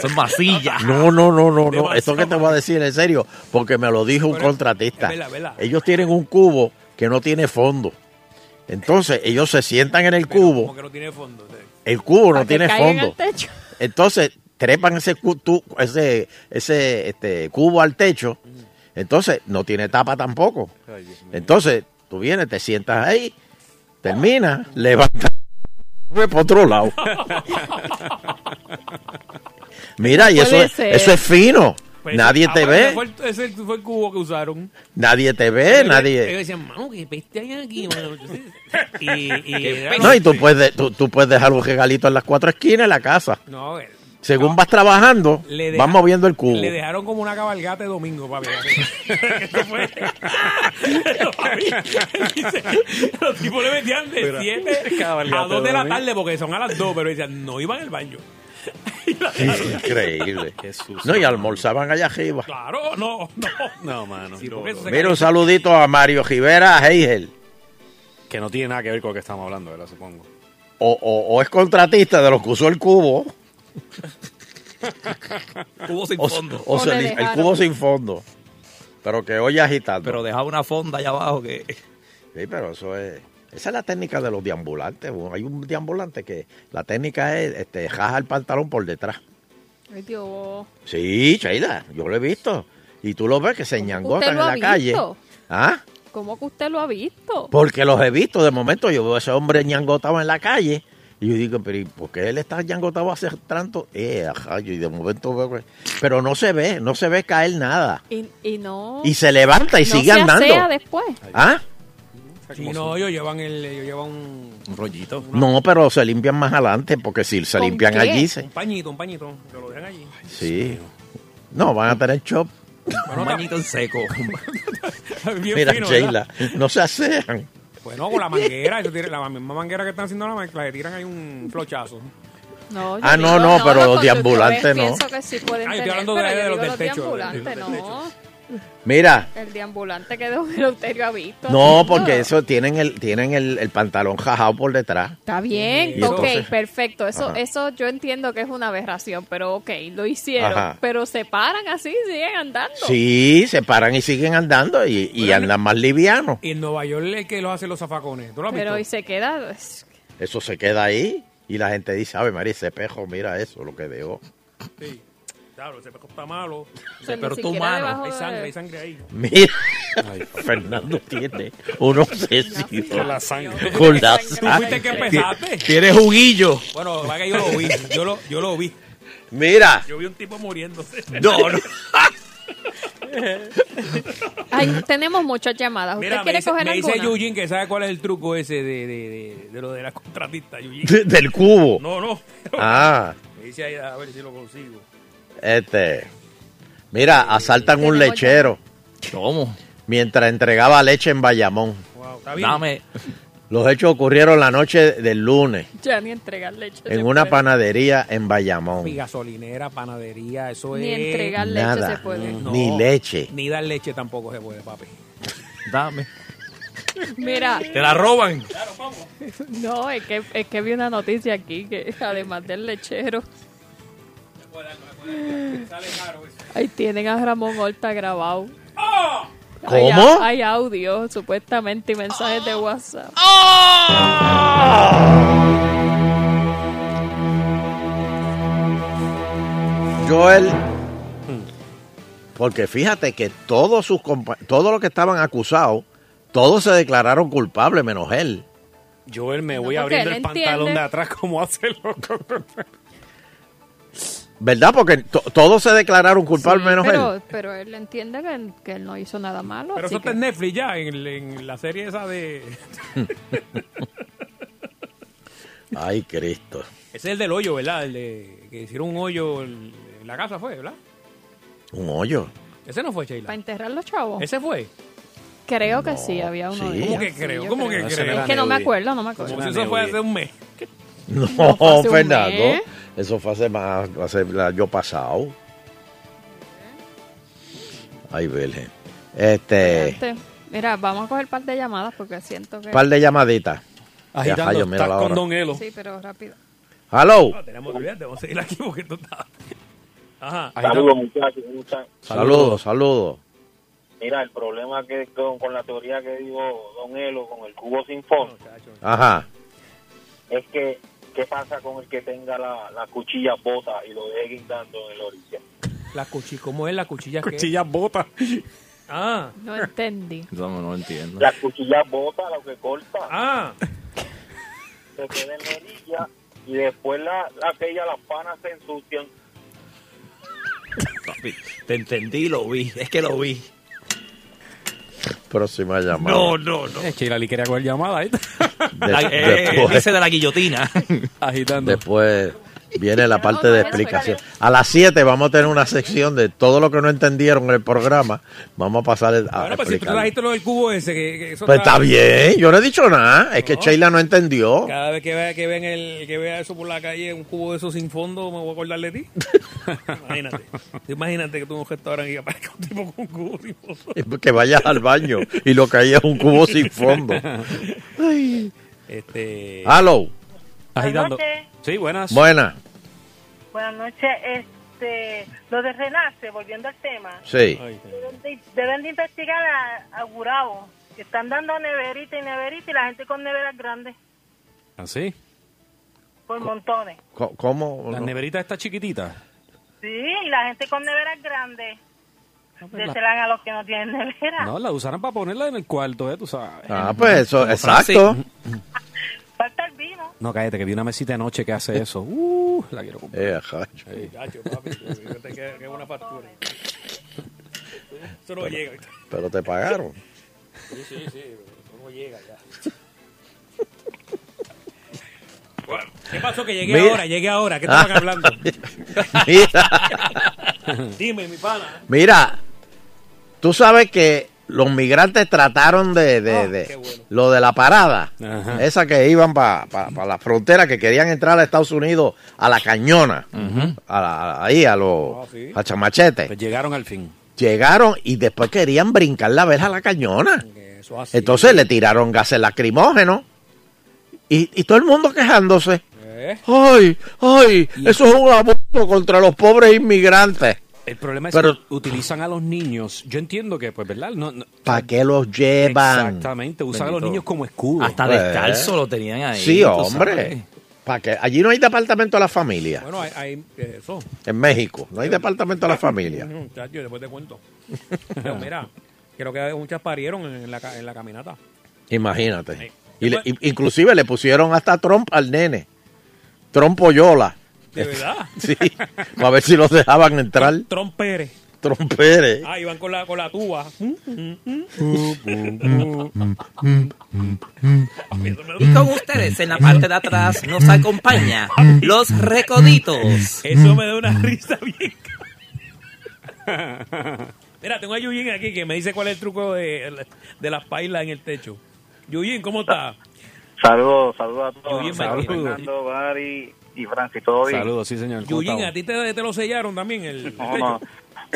[SPEAKER 3] Son masillas.
[SPEAKER 4] No, no, no, no, no. Esto que te voy a decir es en serio porque me lo dijo un
[SPEAKER 2] Bueno,
[SPEAKER 4] contratista.
[SPEAKER 2] vela, vela.
[SPEAKER 4] Ellos tienen un cubo que no tiene fondo. Entonces, ellos se sientan en el cubo.
[SPEAKER 2] Como que no tiene fondo. sí.
[SPEAKER 4] El
[SPEAKER 2] Para
[SPEAKER 4] cubo Uh, no
[SPEAKER 2] que
[SPEAKER 4] tiene
[SPEAKER 2] caiga en el
[SPEAKER 4] fondo.
[SPEAKER 2] techo.
[SPEAKER 4] Entonces, trepan ese, cu- tu- ese, ese este, cubo al techo. Entonces, no tiene tapa tampoco. Entonces, tú vienes, te sientas ahí, terminas, levantas, ve para otro lado. Mira, y
[SPEAKER 2] No
[SPEAKER 4] eso
[SPEAKER 2] puede
[SPEAKER 4] es,
[SPEAKER 2] ser.
[SPEAKER 4] eso es fino.
[SPEAKER 2] Pues,
[SPEAKER 4] nadie te
[SPEAKER 2] ah,
[SPEAKER 4] ve,
[SPEAKER 2] Fue, el- ese fue el cubo que usaron.
[SPEAKER 4] nadie te ve, nadie...
[SPEAKER 2] Ellos decían, mano, que peste hay aquí, mano. Y, y, era-
[SPEAKER 4] No, y tú puedes, tú, tú puedes dejar un regalito en las cuatro esquinas de la casa.
[SPEAKER 2] No, eh,
[SPEAKER 4] Según vas trabajando,
[SPEAKER 2] le deja-
[SPEAKER 4] vas moviendo el cubo.
[SPEAKER 2] Le dejaron como una cabalgata de domingo, papi. Eso fue. Papi, dice, Los tipos le metían de
[SPEAKER 5] Pero-
[SPEAKER 2] 7 a
[SPEAKER 5] Cabalgata
[SPEAKER 2] 2 de la
[SPEAKER 5] de domingo.
[SPEAKER 2] tarde porque son a las 2, pero decían, no iban al baño.
[SPEAKER 4] Increíble. No, y almorzaban allá arriba.
[SPEAKER 2] Claro, no, no.
[SPEAKER 5] No, mano.
[SPEAKER 4] Mira, un saludito a Mario Rivera, a Heigel.
[SPEAKER 5] Que no tiene nada que ver con lo que estamos hablando, ¿verdad? Supongo.
[SPEAKER 4] O, o- o es contratista de los que usó el cubo.
[SPEAKER 3] Cubo sin
[SPEAKER 4] o,
[SPEAKER 3] fondo.
[SPEAKER 4] o se li- el cubo sin fondo. Pero que hoy agitando.
[SPEAKER 3] Pero dejaba una fonda allá abajo que.
[SPEAKER 4] Sí, pero eso es. Esa es la técnica de los deambulantes. Hay un deambulante que la técnica es este, jaja el pantalón por detrás.
[SPEAKER 6] Ay, Dios.
[SPEAKER 4] Sí, Sheila, yo lo he visto. Y tú lo ves que se ñangotan
[SPEAKER 6] ¿Usted
[SPEAKER 4] en
[SPEAKER 6] lo
[SPEAKER 4] la
[SPEAKER 6] ha
[SPEAKER 4] calle.
[SPEAKER 6] visto?
[SPEAKER 4] ¿Ah?
[SPEAKER 6] ¿Cómo que usted lo ha visto?
[SPEAKER 4] Porque los he visto de momento, yo veo a ese hombre ñangotado en la calle y yo digo, pero ¿y ¿por qué él está ñangotado hace tanto? Eh, ajá, yo y de momento veo, que- pero no se ve, no se ve caer nada.
[SPEAKER 6] Y, y no.
[SPEAKER 4] Y se levanta y
[SPEAKER 6] no
[SPEAKER 4] sigue
[SPEAKER 6] se
[SPEAKER 4] andando.
[SPEAKER 6] asea después.
[SPEAKER 4] ¿Ah?
[SPEAKER 2] Y no, ellos llevan, el, ellos llevan un,
[SPEAKER 3] Un rollito.
[SPEAKER 4] No, pero se limpian más adelante porque si se limpian
[SPEAKER 2] qué?
[SPEAKER 4] allí, se-
[SPEAKER 2] Un pañito, un pañito. Que lo dejan allí.
[SPEAKER 4] sí. No, van a tener chop.
[SPEAKER 3] Un bañito en seco.
[SPEAKER 2] Bien
[SPEAKER 4] Mira,
[SPEAKER 2] fino, ¿verdad?
[SPEAKER 4] Sheila, no se asean.
[SPEAKER 2] Bueno, con la manguera, ellos tiran- la misma manguera que están haciendo la mezcla, le tiran ahí un flochazo.
[SPEAKER 6] No, yo
[SPEAKER 4] Ah, no,
[SPEAKER 6] digo,
[SPEAKER 4] no, pero los
[SPEAKER 6] constructores
[SPEAKER 4] ambulantes no.
[SPEAKER 6] Pienso que sí pueden
[SPEAKER 2] Ah, yo estoy
[SPEAKER 6] tener,
[SPEAKER 2] hablando de-
[SPEAKER 6] pero
[SPEAKER 2] de
[SPEAKER 6] yo
[SPEAKER 2] los
[SPEAKER 6] digo
[SPEAKER 2] del techo,
[SPEAKER 6] deambulantes,
[SPEAKER 2] de los del
[SPEAKER 6] no.
[SPEAKER 4] Mira,
[SPEAKER 6] El deambulante que Eleuterio ha visto.
[SPEAKER 4] no,
[SPEAKER 6] haciendo.
[SPEAKER 4] porque eso tienen el, tienen el, el pantalón jajado por detrás.
[SPEAKER 6] Está bien,
[SPEAKER 4] Y
[SPEAKER 6] ok,
[SPEAKER 4] entonces-
[SPEAKER 6] perfecto. Eso
[SPEAKER 4] Ajá.
[SPEAKER 6] eso yo entiendo que es una aberración, pero ok, lo hicieron.
[SPEAKER 4] Ajá.
[SPEAKER 6] Pero se paran así, siguen andando.
[SPEAKER 4] Sí, se paran y siguen andando y, y andan más livianos.
[SPEAKER 2] Y en Nueva York el que los hace los zafacones. ¿Tú lo has
[SPEAKER 6] Pero y
[SPEAKER 2] visto?
[SPEAKER 6] se queda. es-
[SPEAKER 4] Eso se queda ahí y la gente dice, ave María, ese espejo, mira eso, lo que dejó.
[SPEAKER 2] Sí. Claro, ese peco está malo.
[SPEAKER 6] O sea, ni Pero tú, siquiera mano. debajo
[SPEAKER 2] Hay
[SPEAKER 6] de-
[SPEAKER 2] sangre, hay sangre ahí.
[SPEAKER 4] Mira, Fernando tiene un obsesión
[SPEAKER 2] Con la sangre.
[SPEAKER 4] Con la
[SPEAKER 2] Tú
[SPEAKER 4] sangre.
[SPEAKER 2] fuiste que empezaste.
[SPEAKER 4] Tienes un guillo.
[SPEAKER 2] Bueno, va que yo lo vi. Yo lo, yo lo vi.
[SPEAKER 4] Mira.
[SPEAKER 2] Yo vi un tipo muriéndose.
[SPEAKER 4] No, no.
[SPEAKER 6] Ay, tenemos muchas llamadas. ¿Usted
[SPEAKER 2] Mira, me
[SPEAKER 6] quiere
[SPEAKER 2] dice,
[SPEAKER 6] coger
[SPEAKER 2] me dice
[SPEAKER 6] alguna?
[SPEAKER 2] Eugene que sabe cuál es el truco ese de, de, de, de lo de la contratista, Eugene.
[SPEAKER 4] De- del cubo.
[SPEAKER 2] No, no.
[SPEAKER 4] Ah.
[SPEAKER 2] Me dice ahí, a ver si lo consigo.
[SPEAKER 4] Este. Mira, asaltan un
[SPEAKER 2] Tenemos
[SPEAKER 4] lechero.
[SPEAKER 3] ¿Cómo?
[SPEAKER 4] Mientras entregaba leche en Bayamón.
[SPEAKER 2] Wow, está bien.
[SPEAKER 3] Dame.
[SPEAKER 4] Los hechos ocurrieron la noche del lunes
[SPEAKER 6] Ya ni entregar leche. se
[SPEAKER 3] Eh,
[SPEAKER 4] en una
[SPEAKER 6] puede.
[SPEAKER 4] panadería en Bayamón.
[SPEAKER 2] Mi gasolinera, panadería, eso
[SPEAKER 6] Ni
[SPEAKER 2] es.
[SPEAKER 6] entregar leche
[SPEAKER 4] Nada.
[SPEAKER 6] se puede.
[SPEAKER 2] No.
[SPEAKER 4] Ni leche.
[SPEAKER 2] Ni dar leche tampoco se puede, papi.
[SPEAKER 3] Dame.
[SPEAKER 6] Mira,
[SPEAKER 3] Te la roban.
[SPEAKER 6] no, es que, es que vi una noticia aquí que además del lechero. Ahí tienen a Ramón Horta grabado. Hay a-
[SPEAKER 4] ¿Cómo?
[SPEAKER 6] Hay, audio, supuestamente, y mensajes de WhatsApp.
[SPEAKER 4] Joel. Porque fíjate que todos sus compa- todos los que estaban acusados, todos se declararon culpables menos él.
[SPEAKER 5] Joel, me voy
[SPEAKER 6] porque
[SPEAKER 5] abriendo
[SPEAKER 6] él
[SPEAKER 5] el pantalón
[SPEAKER 6] entiende.
[SPEAKER 5] de atrás como hace el loco.
[SPEAKER 4] ¿Verdad? Porque to- todos se declararon culpables
[SPEAKER 6] Sí,
[SPEAKER 4] menos
[SPEAKER 6] pero,
[SPEAKER 4] él.
[SPEAKER 6] pero él entiende que él, que él no hizo nada malo.
[SPEAKER 2] Pero
[SPEAKER 6] así
[SPEAKER 2] eso está
[SPEAKER 6] que-
[SPEAKER 2] en Netflix ya, en, el- en la serie esa de.
[SPEAKER 4] Ay, Cristo.
[SPEAKER 2] Ese es el del hoyo, ¿verdad? El de que hicieron un hoyo en en la casa, ¿fue, verdad?
[SPEAKER 4] Un hoyo.
[SPEAKER 2] Ese no fue, Sheila.
[SPEAKER 6] Para enterrar los chavos.
[SPEAKER 2] Ese fue.
[SPEAKER 6] Creo que sí, había uno
[SPEAKER 4] sí.
[SPEAKER 6] de ellos.
[SPEAKER 2] ¿Cómo que creo?
[SPEAKER 6] yo
[SPEAKER 2] ¿Cómo que
[SPEAKER 6] creo.
[SPEAKER 2] creo?
[SPEAKER 6] Es que no me acuerdo, no me acuerdo.
[SPEAKER 2] Como si eso fue hace un mes.
[SPEAKER 4] No,
[SPEAKER 6] No fue hace un
[SPEAKER 4] Fernando.
[SPEAKER 6] mes.
[SPEAKER 4] Eso fue hace más, hace el año pasado. Ay, Virgen. Este,
[SPEAKER 6] Este, Mira, vamos a coger par de llamadas porque siento que...
[SPEAKER 4] par de llamaditas. Ya,
[SPEAKER 2] Agitando,
[SPEAKER 4] rayo, mira
[SPEAKER 2] estás
[SPEAKER 4] la
[SPEAKER 2] con
[SPEAKER 4] hora.
[SPEAKER 2] Don Elo.
[SPEAKER 6] Sí, pero rápido.
[SPEAKER 4] Hello.
[SPEAKER 2] Ah, tenemos que olvidarte, vamos a seguir aquí porque tú estás. Ajá.
[SPEAKER 16] Saludos, muchachos, ¿cómo están?
[SPEAKER 4] Saludos, saludos.
[SPEAKER 16] Mira, el problema que con, con la teoría que digo Don Elo, con el cubo sin fondo,
[SPEAKER 4] Ajá.
[SPEAKER 16] es que, ¿qué pasa con el que tenga la, la cuchilla bota y lo deje guindando en la orilla?
[SPEAKER 2] La cuchilla, ¿cómo es la cuchilla?
[SPEAKER 5] Cuchillas botas.
[SPEAKER 2] Ah.
[SPEAKER 6] No entendí.
[SPEAKER 3] No, no entiendo.
[SPEAKER 16] La cuchilla bota, lo que corta.
[SPEAKER 2] Ah.
[SPEAKER 16] Se queda en la orilla y después la, la- aquella, las panas se ensucian.
[SPEAKER 3] Papi, te entendí, lo vi. Es que lo vi.
[SPEAKER 4] Próxima llamada.
[SPEAKER 3] No, no, no.
[SPEAKER 5] Es que la quería coger llamada. ahí.
[SPEAKER 4] De- después.
[SPEAKER 3] eh, Dice de la guillotina.
[SPEAKER 5] Agitando.
[SPEAKER 4] Después viene la parte de explicación. A las 7 vamos a tener una sección de todo lo que no entendieron en el programa. Vamos a pasar a
[SPEAKER 2] Ahora, pues si tú
[SPEAKER 4] explicar.
[SPEAKER 2] trajiste lo del cubo ese, que, que eso
[SPEAKER 4] Pues está bien, yo no he dicho nada. Es que Sheila no entendió.
[SPEAKER 2] Cada vez que vea, que ven el, que vea eso por la calle, un cubo de esos sin fondo, me voy a acordar de ti. imagínate. Imagínate que tú en un restaurante y aparezca un tipo con un cubo sin fondo.
[SPEAKER 4] Que vayas al baño y lo que hay es un cubo sin fondo.
[SPEAKER 2] Ay. Este.
[SPEAKER 4] Hello.
[SPEAKER 5] Agitando.
[SPEAKER 18] noches.
[SPEAKER 5] Sí, buenas.
[SPEAKER 4] Buena.
[SPEAKER 18] Buenas noches. Este, lo de Renace, volviendo al tema.
[SPEAKER 4] Sí.
[SPEAKER 18] Deben de, deben de investigar a, a Gurabo, que están dando neverita y neverita y la gente con neveras grandes,
[SPEAKER 5] ¿Así?
[SPEAKER 18] por montones.
[SPEAKER 4] Co- ¿Cómo?
[SPEAKER 5] La neverita está chiquitita.
[SPEAKER 18] Sí, y la gente con neveras grandes.
[SPEAKER 5] pues la-
[SPEAKER 18] Déselan a los que no tienen nevera.
[SPEAKER 5] No, la usarán para ponerla en el cuarto, ¿eh? Tú sabes.
[SPEAKER 4] Ah, pues eso,
[SPEAKER 5] Como
[SPEAKER 4] exacto.
[SPEAKER 5] Francis. No, cállate, que vi una mesita de noche que hace eso. Uh, la quiero comprar.
[SPEAKER 4] Eh, ajá.
[SPEAKER 5] Sí.
[SPEAKER 2] Chacho, papi, fíjate que, que buena factura. Eso no llega.
[SPEAKER 4] Pero te pagaron.
[SPEAKER 2] Sí, sí, sí. Eso no llega ya. ¿Qué pasó? Que llegué
[SPEAKER 4] Mira. Ah.
[SPEAKER 2] ahora, llegué ahora. ¿Qué estaban hablando?
[SPEAKER 4] Mira.
[SPEAKER 2] Dime, mi pana.
[SPEAKER 4] Mira, tú sabes que los migrantes trataron de, de-
[SPEAKER 2] Ah,
[SPEAKER 4] de- lo de la parada, esa que iban para la frontera, que querían entrar a Estados Unidos a la cañona, a la- ahí a los
[SPEAKER 2] Ah,
[SPEAKER 4] a chamachete.
[SPEAKER 5] Pues llegaron al fin.
[SPEAKER 4] Llegaron y después querían brincar la verja a la cañona.
[SPEAKER 2] Eso así.
[SPEAKER 4] Entonces le tiraron gases lacrimógenos y, y todo el mundo quejándose. Ay, ay, eso es un abuso contra los pobres inmigrantes.
[SPEAKER 5] El problema es
[SPEAKER 4] Pero-
[SPEAKER 5] que utilizan a los niños. Yo entiendo que, pues, ¿verdad? No, no-
[SPEAKER 4] ¿Para qué los llevan?
[SPEAKER 5] exactamente, usan a los
[SPEAKER 4] Bendito.
[SPEAKER 5] niños como escudo.
[SPEAKER 3] Hasta descalzo lo tenían ahí.
[SPEAKER 4] Sí,
[SPEAKER 3] tú sabes.
[SPEAKER 4] hombre. ¿Para qué? Allí no hay departamento de la familia.
[SPEAKER 2] Bueno, hay, hay eso.
[SPEAKER 4] En México, no hay departamento de la familia.
[SPEAKER 2] Mm, chacho, después te cuento. Pero mira, creo que muchas parieron en la, ca- en la caminata.
[SPEAKER 4] Imagínate. Y le- i- inclusive le pusieron hasta Trump al nene. Trompoyola.
[SPEAKER 2] ¿De verdad?
[SPEAKER 4] Sí. Para ver si los dejaban entrar.
[SPEAKER 2] Trump Pérez.
[SPEAKER 4] Tromperes.
[SPEAKER 2] Ah, iban con la, con la tuba. Mm,
[SPEAKER 4] Uh,
[SPEAKER 2] Uh,
[SPEAKER 3] Y con ustedes en la parte de atrás nos acompaña los recoditos.
[SPEAKER 2] Eso me da una risa bien. Mira, tengo a Yuyin aquí que me dice cuál es el truco de, de las pailas en el techo. Yuyin, ¿cómo está?
[SPEAKER 16] Saludos, saludos a todos.
[SPEAKER 2] Yuyin, Saludos.
[SPEAKER 16] Fernando, Gary y Francis, ¿todo bien?
[SPEAKER 5] Saludos, sí, señor. ¿Cómo
[SPEAKER 2] Yuyin,
[SPEAKER 5] estamos?
[SPEAKER 2] ¿a ti te, te lo sellaron también el, el
[SPEAKER 16] No,
[SPEAKER 2] techo?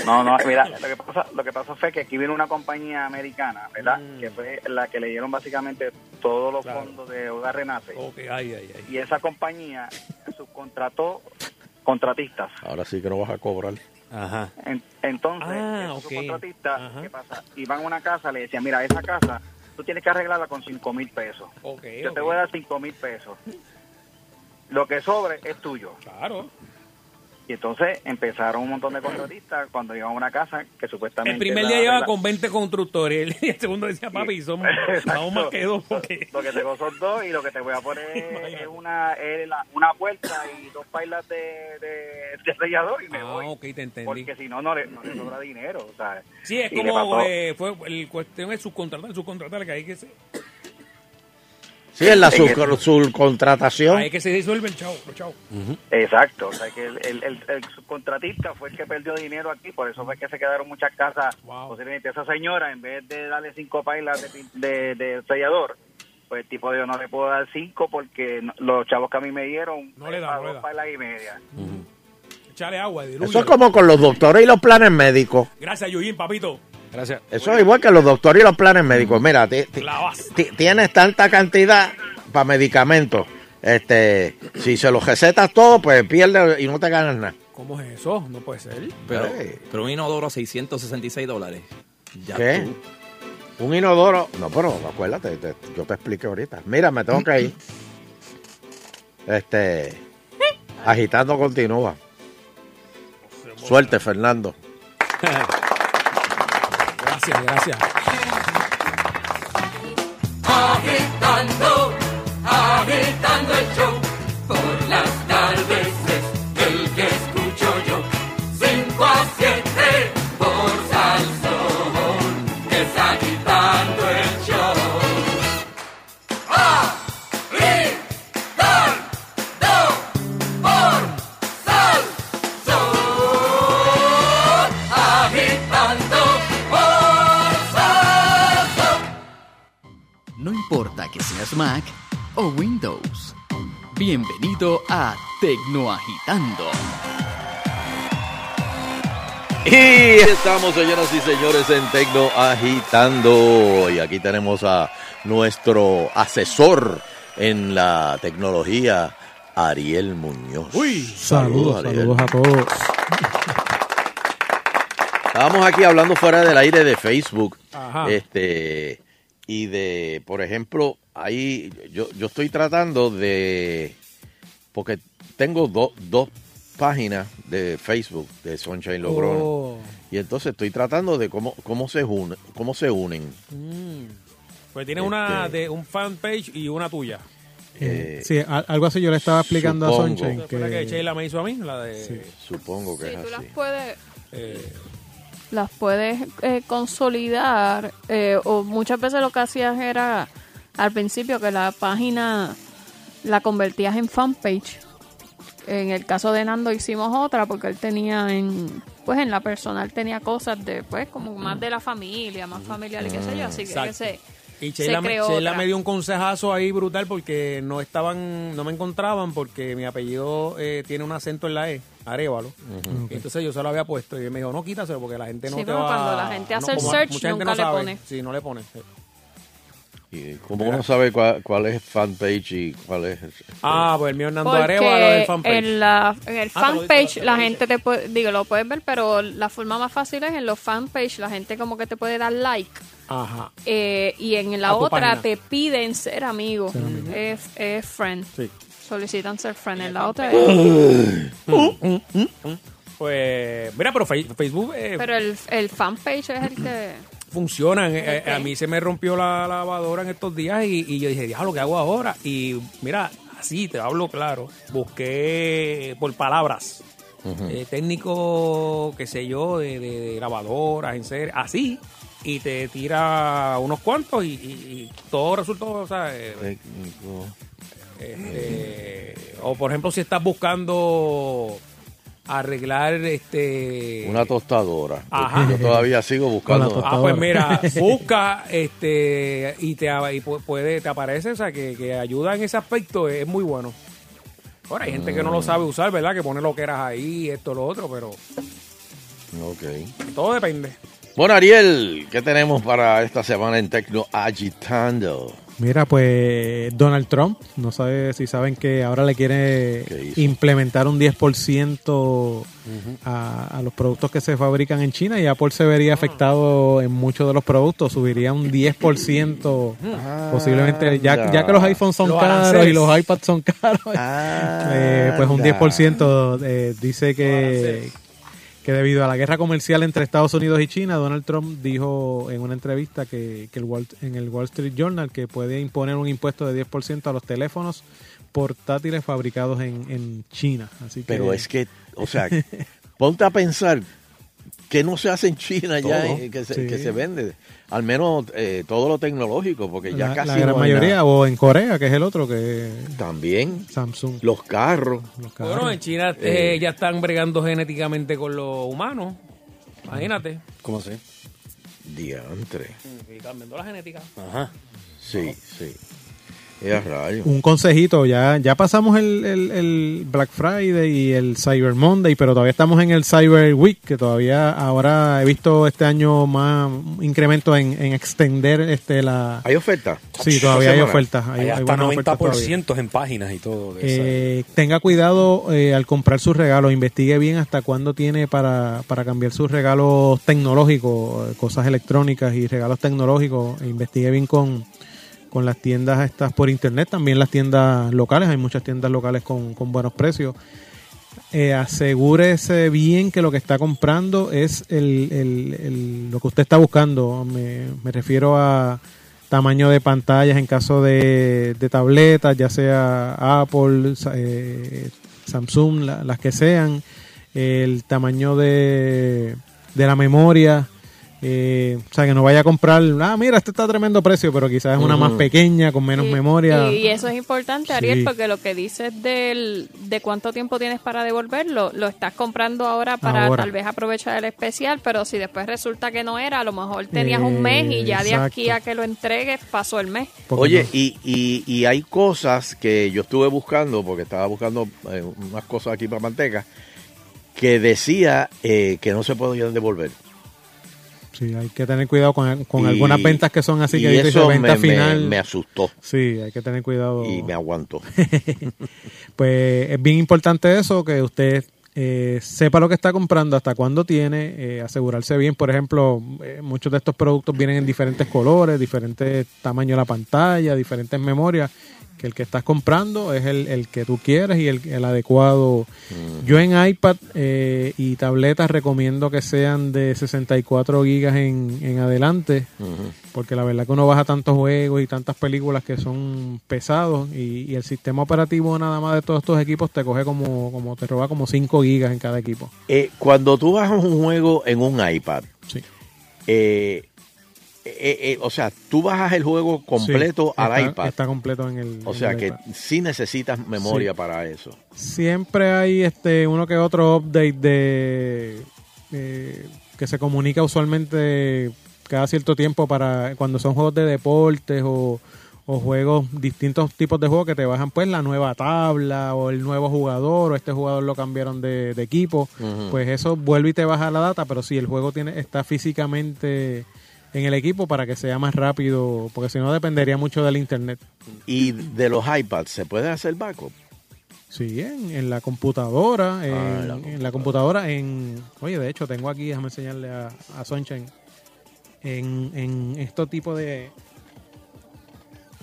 [SPEAKER 16] no, no, no, mira, lo que, pasa, lo que pasó fue que aquí vino una compañía americana, ¿verdad?
[SPEAKER 2] Mm.
[SPEAKER 16] Que fue la que le dieron básicamente todos los fondos de Hogar Renace.
[SPEAKER 2] Ay, ay, ay.
[SPEAKER 16] Y esa compañía subcontrató contratistas.
[SPEAKER 4] Ahora sí que no vas a cobrar.
[SPEAKER 5] Ajá.
[SPEAKER 16] En- entonces,
[SPEAKER 2] Ah,
[SPEAKER 16] esos subcontratistas, ¿qué pasa? Iban a una casa, le decían, mira, esa casa tú tienes que arreglarla con 5 mil pesos. Yo te voy a dar 5 mil pesos. Lo que sobre es tuyo.
[SPEAKER 2] Claro.
[SPEAKER 16] Y entonces empezaron un montón de contratistas cuando iban a una casa que supuestamente...
[SPEAKER 2] El primer
[SPEAKER 16] la-
[SPEAKER 2] día llevaba
[SPEAKER 16] la-
[SPEAKER 2] con 20 constructores y el segundo decía, papi, son, vamos más que dos porque...
[SPEAKER 16] Lo que tengo son dos y lo que te voy a poner es una, es la- una puerta y dos pailas de, de, de sellador y me voy.
[SPEAKER 2] Ah, ok, te entendí.
[SPEAKER 16] Porque si no, no le, no le sobra dinero, o sea...
[SPEAKER 2] Sí, es
[SPEAKER 16] y le pasó-
[SPEAKER 2] como eh, fue el cuestión es subcontratar, subcontratar, que ahí que se,
[SPEAKER 4] Sí, en la
[SPEAKER 16] En
[SPEAKER 4] sub-
[SPEAKER 16] el-
[SPEAKER 4] subcontratación.
[SPEAKER 2] ahí que se disuelve el chavo, los chavos.
[SPEAKER 16] Exacto, o sea que el, el- el- el subcontratista fue el que perdió dinero aquí, por eso fue que se quedaron muchas casas. Posiblemente esa señora, en vez de darle cinco pailas de, pin- de, de sellador,
[SPEAKER 12] Pues el tipo dijo, no le puedo dar cinco porque no- los chavos que a mí me dieron
[SPEAKER 2] No
[SPEAKER 16] eh,
[SPEAKER 2] le da, no le da.
[SPEAKER 12] para y media.
[SPEAKER 2] Échale agua, diluye.
[SPEAKER 16] Eso es como con los doctores y los planes médicos.
[SPEAKER 2] Gracias, Yuyin, papito.
[SPEAKER 5] Gracias.
[SPEAKER 16] Eso es igual que los doctores y los planes médicos. Mira, ti- ti- ti- tienes tanta cantidad para medicamentos. Este, si se los recetas todo, pues pierdes y no te ganas nada.
[SPEAKER 2] ¿Cómo es eso? No puede ser.
[SPEAKER 3] Pero, pero un inodoro 666 dólares. Ya
[SPEAKER 16] ¿Qué?
[SPEAKER 3] tú.
[SPEAKER 16] Un inodoro. No, pero acuérdate, te- yo te expliqué ahorita. Mira, me tengo que ir. Este. Agitando continúa. Suerte, Fernando.
[SPEAKER 2] Gracias, gracias.
[SPEAKER 10] Agitando, agitando el show. Por las tardes es el que escucho yo. 5 a 7 por Salsón. Es agitando el show. Agitando por Salsón. Agitando por Salsón.
[SPEAKER 20] No importa que seas Mac o Windows. Bienvenido a Tecnoagitando.
[SPEAKER 4] Y estamos, señoras y señores, en Tecno Agitando. Y aquí tenemos a nuestro asesor en la tecnología, Ariel Muñoz. Uy,
[SPEAKER 15] Saludos, saludos a todos.
[SPEAKER 4] Estábamos aquí hablando fuera del aire de Facebook.
[SPEAKER 15] Ajá.
[SPEAKER 4] Este, y de, por ejemplo, ahí yo, yo estoy tratando de. Porque tengo do- dos páginas de Facebook de Sunshine Logroño.
[SPEAKER 2] Oh.
[SPEAKER 4] Y entonces estoy tratando de cómo, cómo, se, unen, cómo se unen.
[SPEAKER 16] Mm.
[SPEAKER 2] Pues tiene una
[SPEAKER 16] Este-
[SPEAKER 2] de un fanpage y una tuya.
[SPEAKER 15] Eh, sí, a- algo así yo le estaba explicando a
[SPEAKER 4] supongo.
[SPEAKER 15] Sunshine.
[SPEAKER 2] Fue la que
[SPEAKER 15] Que,
[SPEAKER 2] Sheila me hizo a mí, la de...
[SPEAKER 4] Supongo que es
[SPEAKER 6] tú las
[SPEAKER 4] así.
[SPEAKER 6] puedes,
[SPEAKER 2] Eh,
[SPEAKER 6] las puedes eh, consolidar eh, o muchas veces lo que hacías era al principio que la página la convertías en fanpage. En el caso de Nando hicimos otra porque él tenía en pues en la personal tenía cosas de pues como más de la familia, más familiar y qué sé yo, así que
[SPEAKER 2] Exacto.
[SPEAKER 6] ese-
[SPEAKER 2] Y
[SPEAKER 6] se
[SPEAKER 2] Sheila, me,
[SPEAKER 6] creó
[SPEAKER 2] Sheila
[SPEAKER 6] otra.
[SPEAKER 2] me dio un consejazo ahí brutal porque no estaban, no me encontraban porque mi apellido eh, tiene un acento en la E, Arevalo.
[SPEAKER 15] Ujú. Ok.
[SPEAKER 2] Entonces yo se lo había puesto y él me dijo, no quítaselo porque la gente no
[SPEAKER 6] Sí,
[SPEAKER 2] te
[SPEAKER 6] pero
[SPEAKER 2] va
[SPEAKER 6] cuando la gente hace el
[SPEAKER 2] como
[SPEAKER 6] search,
[SPEAKER 2] mucha gente
[SPEAKER 6] nunca le
[SPEAKER 2] sabe.
[SPEAKER 6] pone.
[SPEAKER 2] Sí, no le pone. sí.
[SPEAKER 4] Y ¿Cómo uno sabe cuál, cuál es fanpage y cuál es...?
[SPEAKER 2] Ah, pues el mío Hernando
[SPEAKER 6] Porque
[SPEAKER 2] Arevalo del fanpage.
[SPEAKER 6] En, la, en el
[SPEAKER 2] Ah, te lo
[SPEAKER 6] fanpage la gente te puede, digo, lo puedes ver, pero la forma más fácil es en los fanpage, la gente como que te puede dar like.
[SPEAKER 2] Ajá.
[SPEAKER 6] eh, y en la
[SPEAKER 2] A tu
[SPEAKER 6] otra
[SPEAKER 2] página.
[SPEAKER 6] te piden ser amigo.
[SPEAKER 2] Ser amigo.
[SPEAKER 6] Es, es friend.
[SPEAKER 2] Sí.
[SPEAKER 6] Solicitan ser friend. En la otra
[SPEAKER 2] eh.
[SPEAKER 6] es-
[SPEAKER 2] Pues, mira, pero Fe- Facebook eh,
[SPEAKER 6] Pero el, el fanpage es el que.
[SPEAKER 2] funcionan. Eh, eh, a mí se me rompió la lavadora en estos días y, y yo dije, diablo, ¿qué hago ahora? Y mira, así te hablo claro. Busqué por palabras. eh, técnico, qué sé yo, de, de- de lavadoras, en serio, así. Y te tira unos cuantos y, y- y todo resultó, o sea, eh, este, o por ejemplo, si estás buscando arreglar este
[SPEAKER 4] Una tostadora.
[SPEAKER 2] Ajá.
[SPEAKER 4] Yo todavía sigo buscando.
[SPEAKER 2] Ah, pues mira, busca este y te y pu- puede te aparece, o sea, que, que ayuda en ese aspecto, es, es muy bueno. Ahora hay gente que no lo sabe usar, ¿verdad? Que pone lo que eras ahí, esto, lo otro, pero
[SPEAKER 4] Ok.
[SPEAKER 2] todo depende.
[SPEAKER 4] Bueno, Ariel, ¿qué tenemos para esta semana en Tecno Agitando?
[SPEAKER 15] mira, pues Donald Trump, no sabe si saben que ahora le quiere implementar un 10% a, a los productos que se fabrican en China y Apple se vería afectado en muchos de los productos, subiría un 10%. Posiblemente, ya,
[SPEAKER 4] Anda.
[SPEAKER 15] ya que los iPhones son
[SPEAKER 4] Los
[SPEAKER 15] caros
[SPEAKER 4] aranceles.
[SPEAKER 15] y los iPads son caros, eh, pues un
[SPEAKER 4] Anda.
[SPEAKER 15] 10% eh, dice que, que debido a la guerra comercial entre Estados Unidos y China, Donald Trump dijo en una entrevista que, que el Wall- en el Wall Street Journal que puede imponer un impuesto de 10% a los teléfonos portátiles fabricados en, en China. Así que,
[SPEAKER 4] Pero es que, o sea, ponte a pensar que no se hace en China ya,
[SPEAKER 15] Todo.
[SPEAKER 4] eh, que, se,
[SPEAKER 15] Sí.
[SPEAKER 4] que se vende. Al menos eh, todo lo tecnológico, porque ya
[SPEAKER 15] la,
[SPEAKER 4] casi
[SPEAKER 15] la gran
[SPEAKER 4] no hay
[SPEAKER 15] mayoría,
[SPEAKER 4] nada.
[SPEAKER 15] o en Corea, que es el otro que...
[SPEAKER 4] También.
[SPEAKER 15] Samsung.
[SPEAKER 4] Los carros.
[SPEAKER 2] Bueno, en China eh, ya están bregando genéticamente con los humanos. Imagínate.
[SPEAKER 4] ¿Cómo se? Diantre.
[SPEAKER 2] Y cambiando la genética.
[SPEAKER 4] Ajá. Sí, sí. Ya, rayos.
[SPEAKER 15] Un consejito, ya, ya pasamos el, el- el Black Friday y el Cyber Monday, pero todavía estamos en el Cyber Week, que todavía ahora he visto este año más un incremento en, en extender este la...
[SPEAKER 4] ¿Hay ofertas?
[SPEAKER 15] Sí, todavía hay
[SPEAKER 5] Semana.
[SPEAKER 15] ofertas. Hay, hay
[SPEAKER 5] hasta
[SPEAKER 15] buenas ofertas
[SPEAKER 5] 90% en páginas y todo. de esa-
[SPEAKER 15] eh, tenga cuidado eh, al comprar sus regalos, investigue bien hasta cuándo tiene para, para cambiar sus regalos tecnológicos, eh, cosas electrónicas y regalos tecnológicos. E investigue bien con, con las tiendas estas por internet, también las tiendas locales, hay muchas tiendas locales con, con buenos precios. Eh, asegúrese bien que lo que está comprando es el, el- el- lo que usted está buscando. Me, me refiero a tamaño de pantallas en caso de, de tabletas, ya sea Apple, sa- eh, Samsung, la- las que sean, el tamaño de, de la memoria. eh, o sea, que no vaya a comprar, ah, mira, este está a tremendo precio, pero quizás es una más
[SPEAKER 4] Ujú.
[SPEAKER 15] pequeña, con menos
[SPEAKER 6] Y-
[SPEAKER 15] memoria.
[SPEAKER 6] Y, eso es importante, Ariel,
[SPEAKER 15] Sí.
[SPEAKER 6] porque lo que dices del, de cuánto tiempo tienes para devolverlo, lo estás comprando ahora para
[SPEAKER 15] Ahora.
[SPEAKER 6] tal vez aprovechar el especial, pero si después resulta que no era, a lo mejor tenías un mes y ya de
[SPEAKER 4] Exacto.
[SPEAKER 6] aquí a que lo entregues pasó el mes.
[SPEAKER 4] Oye, y, y, y hay cosas que yo estuve buscando, porque estaba buscando eh, unas cosas aquí para manteca, que decía eh, que no se podían devolver.
[SPEAKER 15] Sí, hay que tener cuidado con, con
[SPEAKER 4] Y-
[SPEAKER 15] algunas ventas que son así
[SPEAKER 4] y
[SPEAKER 15] que dice
[SPEAKER 4] eso
[SPEAKER 15] venta
[SPEAKER 4] me- me-
[SPEAKER 15] final.
[SPEAKER 4] me asustó.
[SPEAKER 15] Sí, hay que tener cuidado.
[SPEAKER 4] Y me aguanto.
[SPEAKER 15] pues es bien importante eso, que usted eh, sepa lo que está comprando, hasta cuándo tiene, eh, asegurarse bien. Por ejemplo, eh, muchos de estos productos vienen en diferentes colores, diferentes tamaños de la pantalla, diferentes memorias, que el que estás comprando es el, el que tú quieres y el, el adecuado. Yo en iPad eh, y tabletas recomiendo que sean de 64 gigas en, en adelante,
[SPEAKER 4] Ujú.
[SPEAKER 15] porque la verdad que uno baja tantos juegos y tantas películas que son pesados y, y el sistema operativo nada más de todos estos equipos te coge como, como te roba como 5 gigas en cada equipo.
[SPEAKER 4] Eh, cuando tú bajas un juego en un iPad,
[SPEAKER 15] Sí.
[SPEAKER 4] eh, eh, eh, o sea, tú bajas el juego completo
[SPEAKER 15] Sí,
[SPEAKER 4] al
[SPEAKER 15] está-
[SPEAKER 4] iPad.
[SPEAKER 15] Está completo en el.
[SPEAKER 4] o
[SPEAKER 15] en
[SPEAKER 4] sea
[SPEAKER 15] el
[SPEAKER 4] que
[SPEAKER 15] iPad.
[SPEAKER 4] sí necesitas memoria
[SPEAKER 15] Sí.
[SPEAKER 4] para eso.
[SPEAKER 15] Siempre hay este uno que otro update de eh, que se comunica usualmente cada cierto tiempo para cuando son juegos de deportes o, o juegos, distintos tipos de juegos que te bajan pues la nueva tabla o el nuevo jugador o este jugador lo cambiaron de, de equipo,
[SPEAKER 2] Mm.
[SPEAKER 4] Ujú.
[SPEAKER 15] pues eso vuelve y te baja la data, pero si el juego tiene está físicamente en el equipo para que sea más rápido, porque si no dependería mucho del internet.
[SPEAKER 4] Y de los iPads, ¿se puede hacer backup?
[SPEAKER 15] Sí, en, en la computadora, en,
[SPEAKER 4] Ah, en la
[SPEAKER 15] en la computadora, en... Oye, de hecho, tengo aquí, déjame enseñarle a, a Sunshine, en, en este tipo de,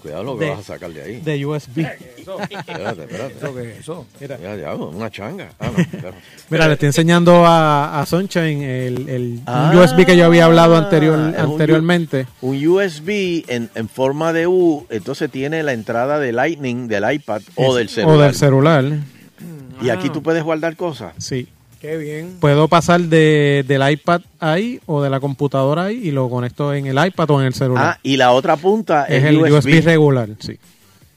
[SPEAKER 4] Cuidado lo que
[SPEAKER 15] De-
[SPEAKER 4] vas a sacar de ahí.
[SPEAKER 15] de USB.
[SPEAKER 4] Espérate, espérate.
[SPEAKER 15] ¿Eso
[SPEAKER 4] qué es
[SPEAKER 5] eso?
[SPEAKER 4] Mira, ya, una changa. Ah, no, espérate.
[SPEAKER 15] Mira, le estoy enseñando a, a Sunshine el, el un
[SPEAKER 4] Ah,
[SPEAKER 15] USB que yo había hablado anterior,
[SPEAKER 4] es un U-
[SPEAKER 15] anteriormente.
[SPEAKER 4] Un USB en, en forma de U, entonces tiene la entrada de Lightning del iPad o del celular.
[SPEAKER 15] O del celular.
[SPEAKER 4] Y aquí tú puedes guardar cosas.
[SPEAKER 15] Sí.
[SPEAKER 5] Ah. Qué bien.
[SPEAKER 15] Puedo pasar de, del iPad ahí o de la computadora ahí y lo conecto en el iPad o en el celular.
[SPEAKER 4] Ah, y la otra punta es,
[SPEAKER 15] es el USB regular, sí.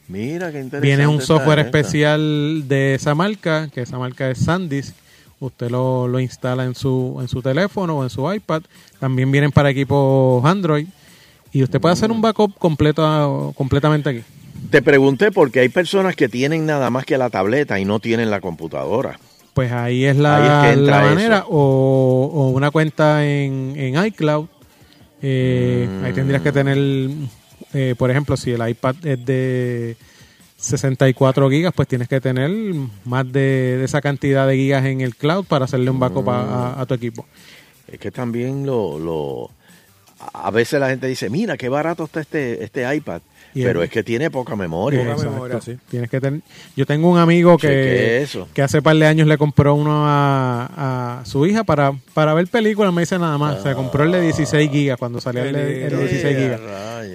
[SPEAKER 4] Mira qué interesante.
[SPEAKER 15] Viene un
[SPEAKER 4] está
[SPEAKER 15] software
[SPEAKER 4] esta.
[SPEAKER 15] especial de esa marca, que esa marca es SanDisk. Usted lo, lo instala en su, en su teléfono o en su iPad. También vienen para equipos Android. Y usted puede hacer un backup completo, completamente aquí.
[SPEAKER 4] Te pregunté porque hay personas que tienen nada más que la tableta y no tienen la computadora.
[SPEAKER 15] Pues ahí es la,
[SPEAKER 4] Ahí es que entra
[SPEAKER 15] la
[SPEAKER 4] eso.
[SPEAKER 15] manera. O, o una cuenta en, en iCloud. Eh,
[SPEAKER 4] Mm.
[SPEAKER 15] Ahí tendrías que tener, eh, por ejemplo, si el iPad es de 64 gigas, pues tienes que tener más de, de esa cantidad de gigas en el cloud para hacerle un backup a-
[SPEAKER 4] Mm.
[SPEAKER 15] a- a tu equipo.
[SPEAKER 4] Es que también lo, lo a veces la gente dice, mira qué barato está este, este iPad.
[SPEAKER 15] Y
[SPEAKER 4] Pero
[SPEAKER 15] el-
[SPEAKER 4] es que tiene poca memoria.
[SPEAKER 15] Exacto. Tienes que tener. Yo tengo un amigo
[SPEAKER 4] Cheque
[SPEAKER 15] que,
[SPEAKER 4] eso.
[SPEAKER 15] que hace par de años le compró uno a, a su hija para, para ver películas, me dice nada
[SPEAKER 4] Ah.
[SPEAKER 15] más. Se compró el de 16 gigas cuando salía el, de- el de 16 gigas.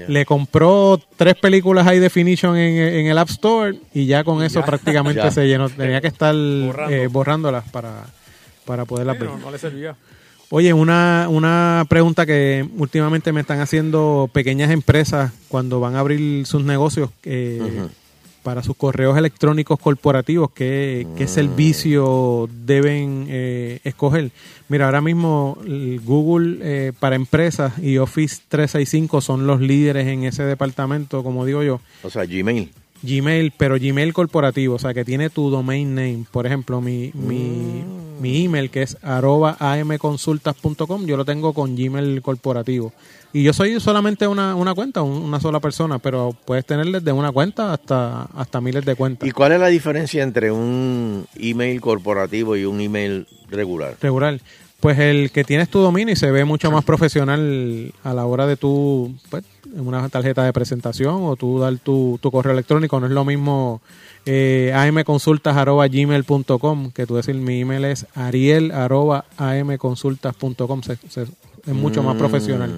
[SPEAKER 15] Le compró tres películas high definition en, en el App Store y ya con eso
[SPEAKER 5] Ya.
[SPEAKER 15] prácticamente
[SPEAKER 5] Ya.
[SPEAKER 15] se llenó. Tenía que estar
[SPEAKER 5] Borrando.
[SPEAKER 15] eh, borrándolas para, para poderlas ver.
[SPEAKER 5] No, no le servía.
[SPEAKER 15] Oye, una, una pregunta que últimamente me están haciendo pequeñas empresas cuando van a abrir sus negocios. eh, para sus correos electrónicos corporativos, qué, qué servicio deben eh, escoger. Mira, ahora mismo el Google eh, para empresas y Office 365 son los líderes en ese departamento, como digo yo.
[SPEAKER 16] O sea, Gmail.
[SPEAKER 15] Gmail, pero Gmail corporativo, o sea, que tiene tu domain name. Por ejemplo, mi, mi, mi email que es arroba amconsultas.com, yo lo tengo con Gmail corporativo. Y yo soy solamente una, una cuenta, un- una sola persona, pero puedes tener desde una cuenta hasta, hasta miles de cuentas.
[SPEAKER 16] ¿Y cuál es la diferencia entre un email corporativo y un email regular?
[SPEAKER 15] regular. Pues el que tienes tu dominio y se ve mucho más profesional a la hora de tu, pues, una tarjeta de presentación o tú dar tu, tu correo electrónico. No es lo mismo eh, amconsultas.gmail.com que tú decir mi email es ariel.amconsultas.com. Se- se- es mucho más
[SPEAKER 16] Mm,
[SPEAKER 15] profesional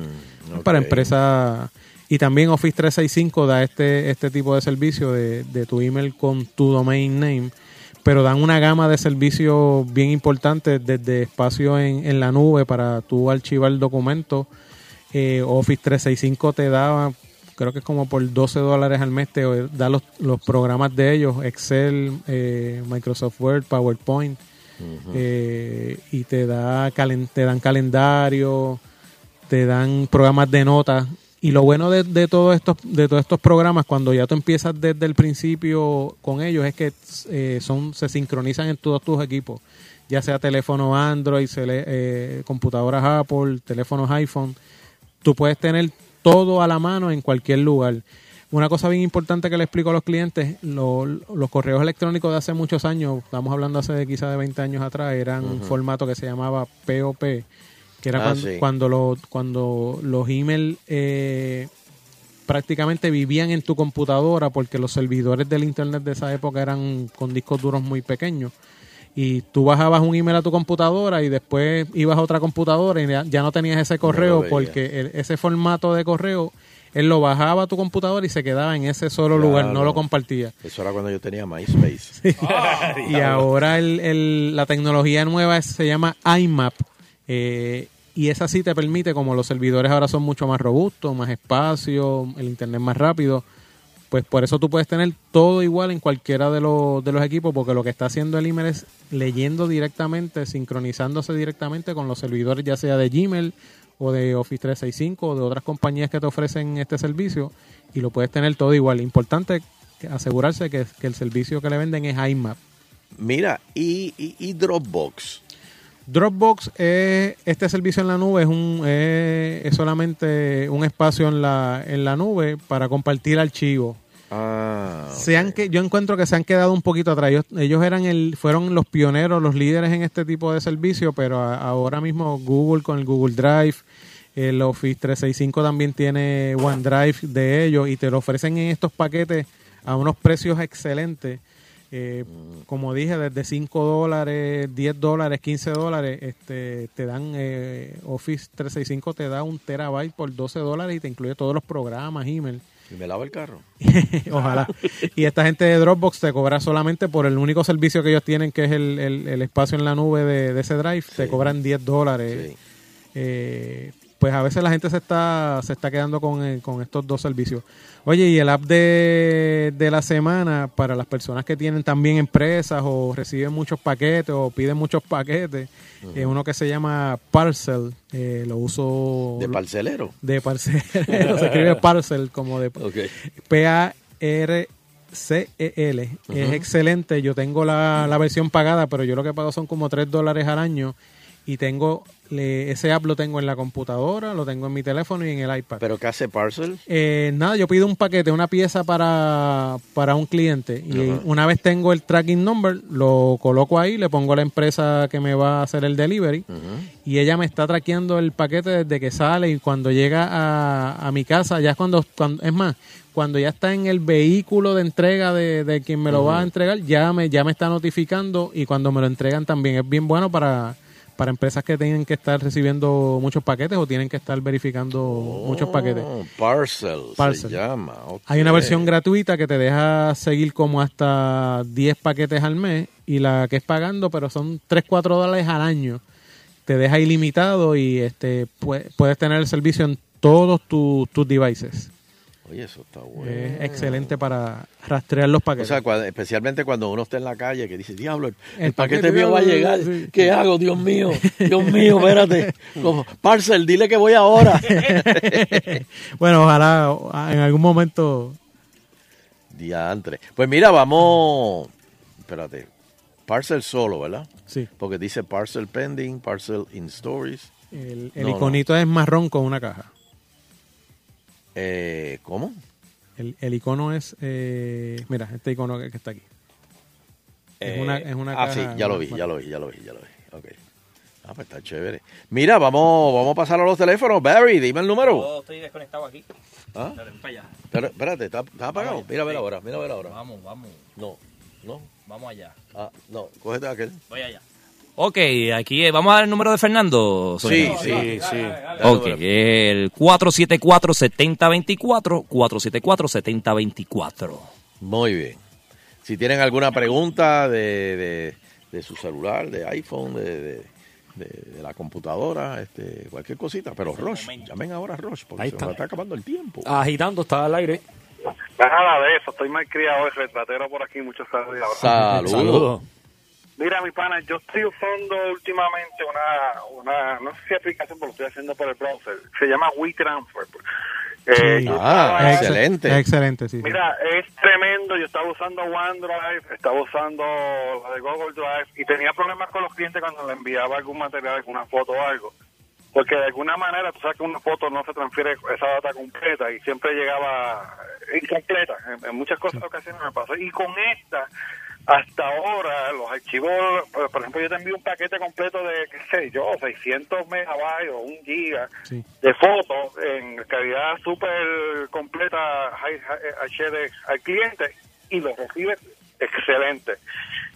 [SPEAKER 15] para
[SPEAKER 16] ok.
[SPEAKER 15] empresa. Y también Office 365 da este, este tipo de servicio de, de tu email con tu domain name pero dan una gama de servicios bien importantes desde espacio en, en la nube para tú archivar documentos. Eh, Office 365 te da, creo que es como por 12 dólares al mes, te da los, los programas de ellos, Excel, eh, Microsoft Word, PowerPoint,
[SPEAKER 10] Ujú.
[SPEAKER 15] eh, y te, da calen- te dan calendario, te dan programas de notas. Y lo bueno de, de todos estos de todos estos programas, cuando ya tú empiezas desde el principio con ellos, es que eh, son se sincronizan en todos tus equipos, ya sea teléfono Android, cele- eh, computadoras Apple, teléfonos iPhone. Tú puedes tener todo a la mano en cualquier lugar. Una cosa bien importante que le explico a los clientes, lo- los correos electrónicos de hace muchos años, estamos hablando hace de quizá de 20 años atrás, eran un
[SPEAKER 16] Ujú.
[SPEAKER 15] formato que se llamaba POP, que era
[SPEAKER 16] Ah,
[SPEAKER 15] cuando,
[SPEAKER 16] sí.
[SPEAKER 15] cuando, lo- cuando los email eh, prácticamente vivían en tu computadora porque los servidores del internet de esa época eran con discos duros muy pequeños. Y tú bajabas un email a tu computadora y después ibas a otra computadora y ya, ya no tenías ese correo
[SPEAKER 16] veías.
[SPEAKER 15] porque el- ese formato de correo él lo bajaba a tu computadora y se quedaba en ese solo
[SPEAKER 16] Claro.
[SPEAKER 15] lugar, no lo compartía.
[SPEAKER 16] Eso era cuando yo tenía MySpace.
[SPEAKER 15] Y ahora el- el- la tecnología nueva es- se llama IMAP. eh, y esa sí te permite, como los servidores ahora son mucho más robustos, más espacio, el internet más rápido, pues por eso tú puedes tener todo igual en cualquiera de los, de los equipos, porque lo que está haciendo el email es leyendo directamente, sincronizándose directamente con los servidores, ya sea de Gmail o de Office 365 o de otras compañías que te ofrecen este servicio, y lo puedes tener todo igual. Importante que- asegurarse que, que el servicio que le venden es IMAP.
[SPEAKER 16] Mira, y, y- y Dropbox.
[SPEAKER 15] Dropbox es este servicio en la nube es un es, es solamente un espacio en la en la nube para compartir archivos.
[SPEAKER 16] Ah,
[SPEAKER 15] Se han que yo encuentro que se han quedado un poquito atrás. Ellos, ellos eran el fueron los pioneros, los líderes en este tipo de servicio, pero a- ahora mismo Google con el Google Drive, el Office 365 también tiene OneDrive de ellos y te lo ofrecen en estos paquetes a unos precios excelentes. Eh, como dije, desde 5 dólares, 10 dólares, 15 dólares, este, te dan eh, Office 365, te da un terabyte por 12 dólares y te incluye todos los programas, email.
[SPEAKER 16] Y me lava el carro.
[SPEAKER 15] Ojalá. Y esta gente de Dropbox te cobra solamente por el único servicio que ellos tienen, que es el, el- el espacio en la nube de, de ese drive, te cobran 10 dólares. Eh, pues a veces la gente se está, se está quedando con, eh, con estos dos servicios. Oye, y el app de, de la semana para las personas que tienen también empresas o reciben muchos paquetes o piden muchos paquetes,
[SPEAKER 16] Ujú.
[SPEAKER 15] es uno que se llama Parcel, eh, lo uso...
[SPEAKER 16] ¿De parcelero?
[SPEAKER 15] De parcelero, se escribe Parcel como de... P-A-R-C-E-L. E Es
[SPEAKER 16] Ujú.
[SPEAKER 15] excelente. Yo tengo la, la versión pagada, pero yo lo que pago son como 3 dólares al año. Y tengo le- ese app lo tengo en la computadora, lo tengo en mi teléfono y en el iPad.
[SPEAKER 16] ¿Pero qué hace Parcel?
[SPEAKER 15] Eh, nada, yo pido un paquete, una pieza para, para un cliente. Y
[SPEAKER 16] Ajá.
[SPEAKER 15] una vez tengo el tracking number, lo coloco ahí, le pongo a la empresa que me va a hacer el delivery. Y ella me está traqueando el paquete desde que sale y cuando llega a, a mi casa, ya es cuando, cuando- es más, cuando ya está en el vehículo de entrega de, de quien me lo va a entregar, ya me, ya me está notificando y cuando me lo entregan también es bien bueno para, para empresas que tienen que estar recibiendo muchos paquetes o tienen que estar verificando muchos paquetes.
[SPEAKER 16] Oh, Parcel,
[SPEAKER 15] Parcel.
[SPEAKER 16] se llama. ok.
[SPEAKER 15] Hay
[SPEAKER 4] Eh.
[SPEAKER 15] una versión gratuita que te deja seguir como hasta 10 paquetes al mes y la que es pagando, pero son 3, 4 dólares al año. Te deja ilimitado y este pue- puedes tener el servicio en todos tu- tus devices.
[SPEAKER 4] Oye, eso está bueno.
[SPEAKER 15] Es excelente para rastrear los
[SPEAKER 4] O
[SPEAKER 15] paquetes.
[SPEAKER 4] sea, cuando- especialmente cuando uno está en la calle que dice, diablo, el, el
[SPEAKER 15] El
[SPEAKER 4] paquete
[SPEAKER 15] paquete
[SPEAKER 4] mío
[SPEAKER 15] ya-
[SPEAKER 4] va a llegar.
[SPEAKER 15] sí.
[SPEAKER 4] ¿Qué hago? Dios mío, Dios mío, espérate. Como, Parcel, dile que voy ahora.
[SPEAKER 15] bueno, ojalá o- a- en algún momento
[SPEAKER 4] Diantre. Pues mira, vamos. Espérate. Parcel solo, ¿verdad?
[SPEAKER 15] Sí.
[SPEAKER 4] Porque dice parcel pending, parcel in stories.
[SPEAKER 15] el, el
[SPEAKER 4] No, no.
[SPEAKER 15] iconito es marrón con una caja.
[SPEAKER 4] Eh, ¿Cómo?
[SPEAKER 15] El, el icono es, eh, mira, este icono que, que está aquí. Es
[SPEAKER 4] Eh,
[SPEAKER 15] una, es una
[SPEAKER 4] ah,
[SPEAKER 15] caja.
[SPEAKER 4] sí, ya lo vi, ya lo vi, ya lo vi, ya lo vi. Ok. Ah, pues está chévere. Mira, vamos, vamos a pasar a los teléfonos. Barry, dime el número.
[SPEAKER 3] Yo estoy desconectado aquí.
[SPEAKER 4] ¿Ah?
[SPEAKER 3] Dale, ven para allá.
[SPEAKER 4] Pero, espérate, ¿está, está apagado?
[SPEAKER 3] Vamos allá.
[SPEAKER 4] Mira, a ver
[SPEAKER 3] Sí.
[SPEAKER 4] ahora, mira, a ver ahora.
[SPEAKER 3] Vamos, vamos,
[SPEAKER 4] No, no,
[SPEAKER 3] vamos allá.
[SPEAKER 4] ah, no, cógete aquel.
[SPEAKER 3] Voy allá. Ok, aquí eh, vamos a dar el número de Fernando.
[SPEAKER 4] Sí,
[SPEAKER 3] Sonia.
[SPEAKER 4] sí, sí.
[SPEAKER 3] Ok, el 474-7024, 474-7024.
[SPEAKER 4] Muy bien. Si tienen alguna pregunta de, de- de su celular, de iPhone, de, de- de- de la computadora, este, cualquier cosita. Pero Roche, llamen ahora a Roche, porque
[SPEAKER 5] Ahí
[SPEAKER 4] se
[SPEAKER 5] está.
[SPEAKER 4] nos está acabando el tiempo.
[SPEAKER 5] Agitando, está al aire.
[SPEAKER 9] Nada de eso, estoy mal criado, es retratero por aquí, muchos saludos.
[SPEAKER 4] Saludos.
[SPEAKER 5] Saludos.
[SPEAKER 9] Mira, mi pana, yo estoy usando últimamente una, una no sé si aplicación, pero lo estoy haciendo por el browser. Se llama WeTransfer. Eh,
[SPEAKER 15] Sí.
[SPEAKER 9] yo
[SPEAKER 4] Ah,
[SPEAKER 9] estaba-
[SPEAKER 15] Es ex- es excelente, sí. sí.
[SPEAKER 9] Mira, es tremendo. Yo estaba usando OneDrive, estaba usando la de Google Drive y tenía problemas con los clientes cuando le enviaba algún material, alguna foto o algo. Porque de alguna manera, tú sabes que una foto no se transfiere esa data completa y siempre llegaba incompleta. En, en muchas cosas ocasiones me pasó. Y con esta, hasta ahora, los archivos, eh, por ejemplo, yo te envío un paquete completo de, qué sé yo, 600 megabytes o un giga de fotos en calidad súper completa hi- hi- HD al cliente y lo recibe excelente.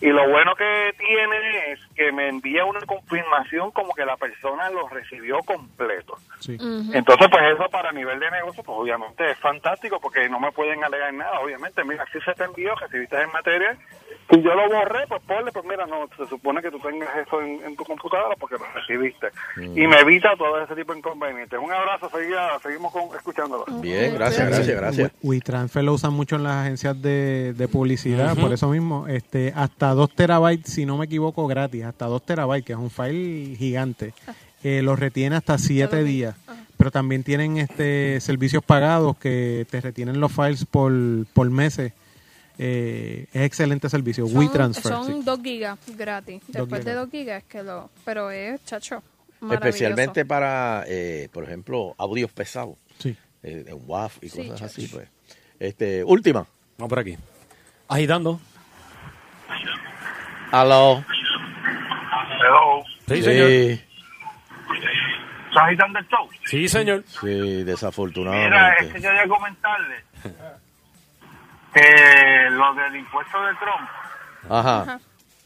[SPEAKER 9] Y lo bueno que tiene es que me envía una confirmación como que la persona lo recibió completo. Entonces, pues eso para nivel de negocio, pues obviamente es fantástico porque no me pueden alegar nada, obviamente. Mira, si se te envió, recibiste el material, si yo lo borré, pues ponle, pues mira, no, se supone que tú tengas eso en, en tu computadora porque lo recibiste.
[SPEAKER 4] Mm.
[SPEAKER 9] Y me evita todo ese tipo de inconvenientes. Un abrazo, seguida, seguimos con, escuchándolo.
[SPEAKER 4] Bien, gracias, gracias, gracias.
[SPEAKER 15] We- WeTransfer lo usan mucho en las agencias de, de publicidad, por eso mismo, este, hasta 2 terabytes, si no me equivoco, gratis, hasta 2 terabytes, que es un file gigante, eh, lo retiene hasta 7 días, pero también tienen este servicios pagados que te retienen los files por, por meses, eh, es excelente servicio,
[SPEAKER 6] Son-
[SPEAKER 15] WeTransfer.
[SPEAKER 6] Son
[SPEAKER 15] sí.
[SPEAKER 6] 2 gigas gratis.
[SPEAKER 15] Dos
[SPEAKER 6] Después de
[SPEAKER 15] gigas.
[SPEAKER 6] 2 gigas es que lo... Pero es, chacho, maravilloso.
[SPEAKER 4] Especialmente para, eh, por ejemplo, audios pesados.
[SPEAKER 15] Sí.
[SPEAKER 4] Eh, en WAF y
[SPEAKER 6] Sí,
[SPEAKER 4] cosas
[SPEAKER 6] chacho.
[SPEAKER 4] así, pues. Este, última.
[SPEAKER 5] Vamos por aquí. Agitando.
[SPEAKER 4] Aló.
[SPEAKER 9] Hello.
[SPEAKER 5] Sí,
[SPEAKER 4] Sí,
[SPEAKER 5] señor.
[SPEAKER 9] ¿Estás agitando el show?
[SPEAKER 5] Sí, señor.
[SPEAKER 4] sí, Ah,
[SPEAKER 9] Mira, este- es
[SPEAKER 4] desafortunadamente.
[SPEAKER 9] que yo voy a comentarle eh, lo del impuesto de Trump.
[SPEAKER 4] Ajá.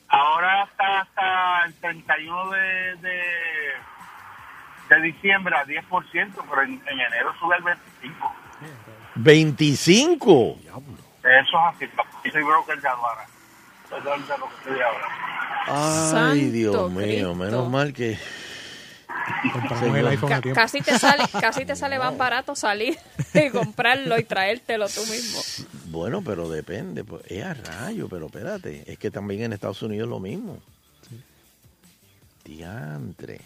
[SPEAKER 9] Ahora hasta, hasta Ah, el 31 de, de, de diciembre a 10%, pero en, en enero sube al 25.
[SPEAKER 4] 25.
[SPEAKER 9] Eso es así, papi. Soy broker de aduana. Perdón de lo que estoy ahora.
[SPEAKER 4] Ay,
[SPEAKER 6] Santo
[SPEAKER 4] Dios mío,
[SPEAKER 6] Cristo.
[SPEAKER 4] menos mal que.
[SPEAKER 15] Compramos el iPhone a tiempo.
[SPEAKER 6] Casi te sale, casi te sale más barato salir y comprarlo y traértelo tú mismo.
[SPEAKER 4] Bueno, pero depende. Pues, es a rayo, pero espérate. Es que también en Estados Unidos es lo mismo. Diantre.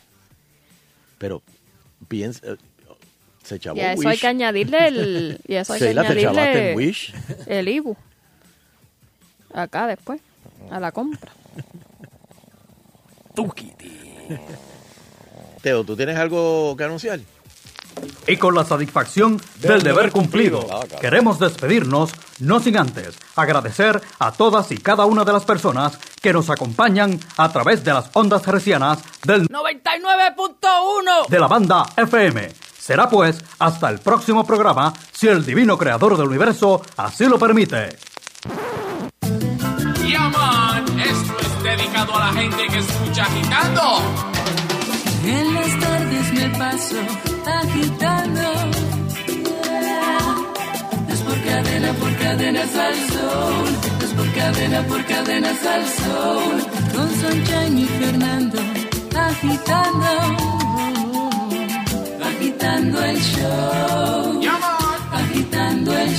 [SPEAKER 4] Pero piensa. eh, Se chavó
[SPEAKER 6] Y a eso hay
[SPEAKER 4] Wish.
[SPEAKER 6] que añadirle el... Y a eso hay
[SPEAKER 4] Sheila,
[SPEAKER 6] que
[SPEAKER 4] ¿te chavaste
[SPEAKER 6] añadirle
[SPEAKER 4] en Wish?
[SPEAKER 6] el IBU. Acá después, a la compra.
[SPEAKER 4] Teo, ¿tú tienes algo que anunciar?
[SPEAKER 21] Y con la satisfacción del deber cumplido, queremos despedirnos, no sin antes agradecer a todas y cada una de las personas que nos acompañan a través de las ondas hercianas del
[SPEAKER 2] 99.1.
[SPEAKER 21] de la banda FM. Será pues hasta el próximo programa, si el divino creador del universo así lo permite.
[SPEAKER 2] Yaman, esto es dedicado a la gente que escucha agitando.
[SPEAKER 10] En las tardes me paso agitando. Es por cadena, por cadenas al sol. Es por cadena, por cadenas al sol. Con Sunshine y Fernando agitando. Agitando el show. Agitando el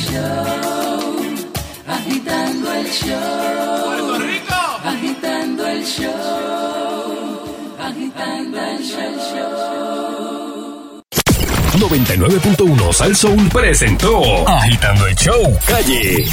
[SPEAKER 10] el show. Puerto Rico. Agitando el show. Agitando el show.
[SPEAKER 5] 99.1 Sal Soul presentó Agitando el Show Calle.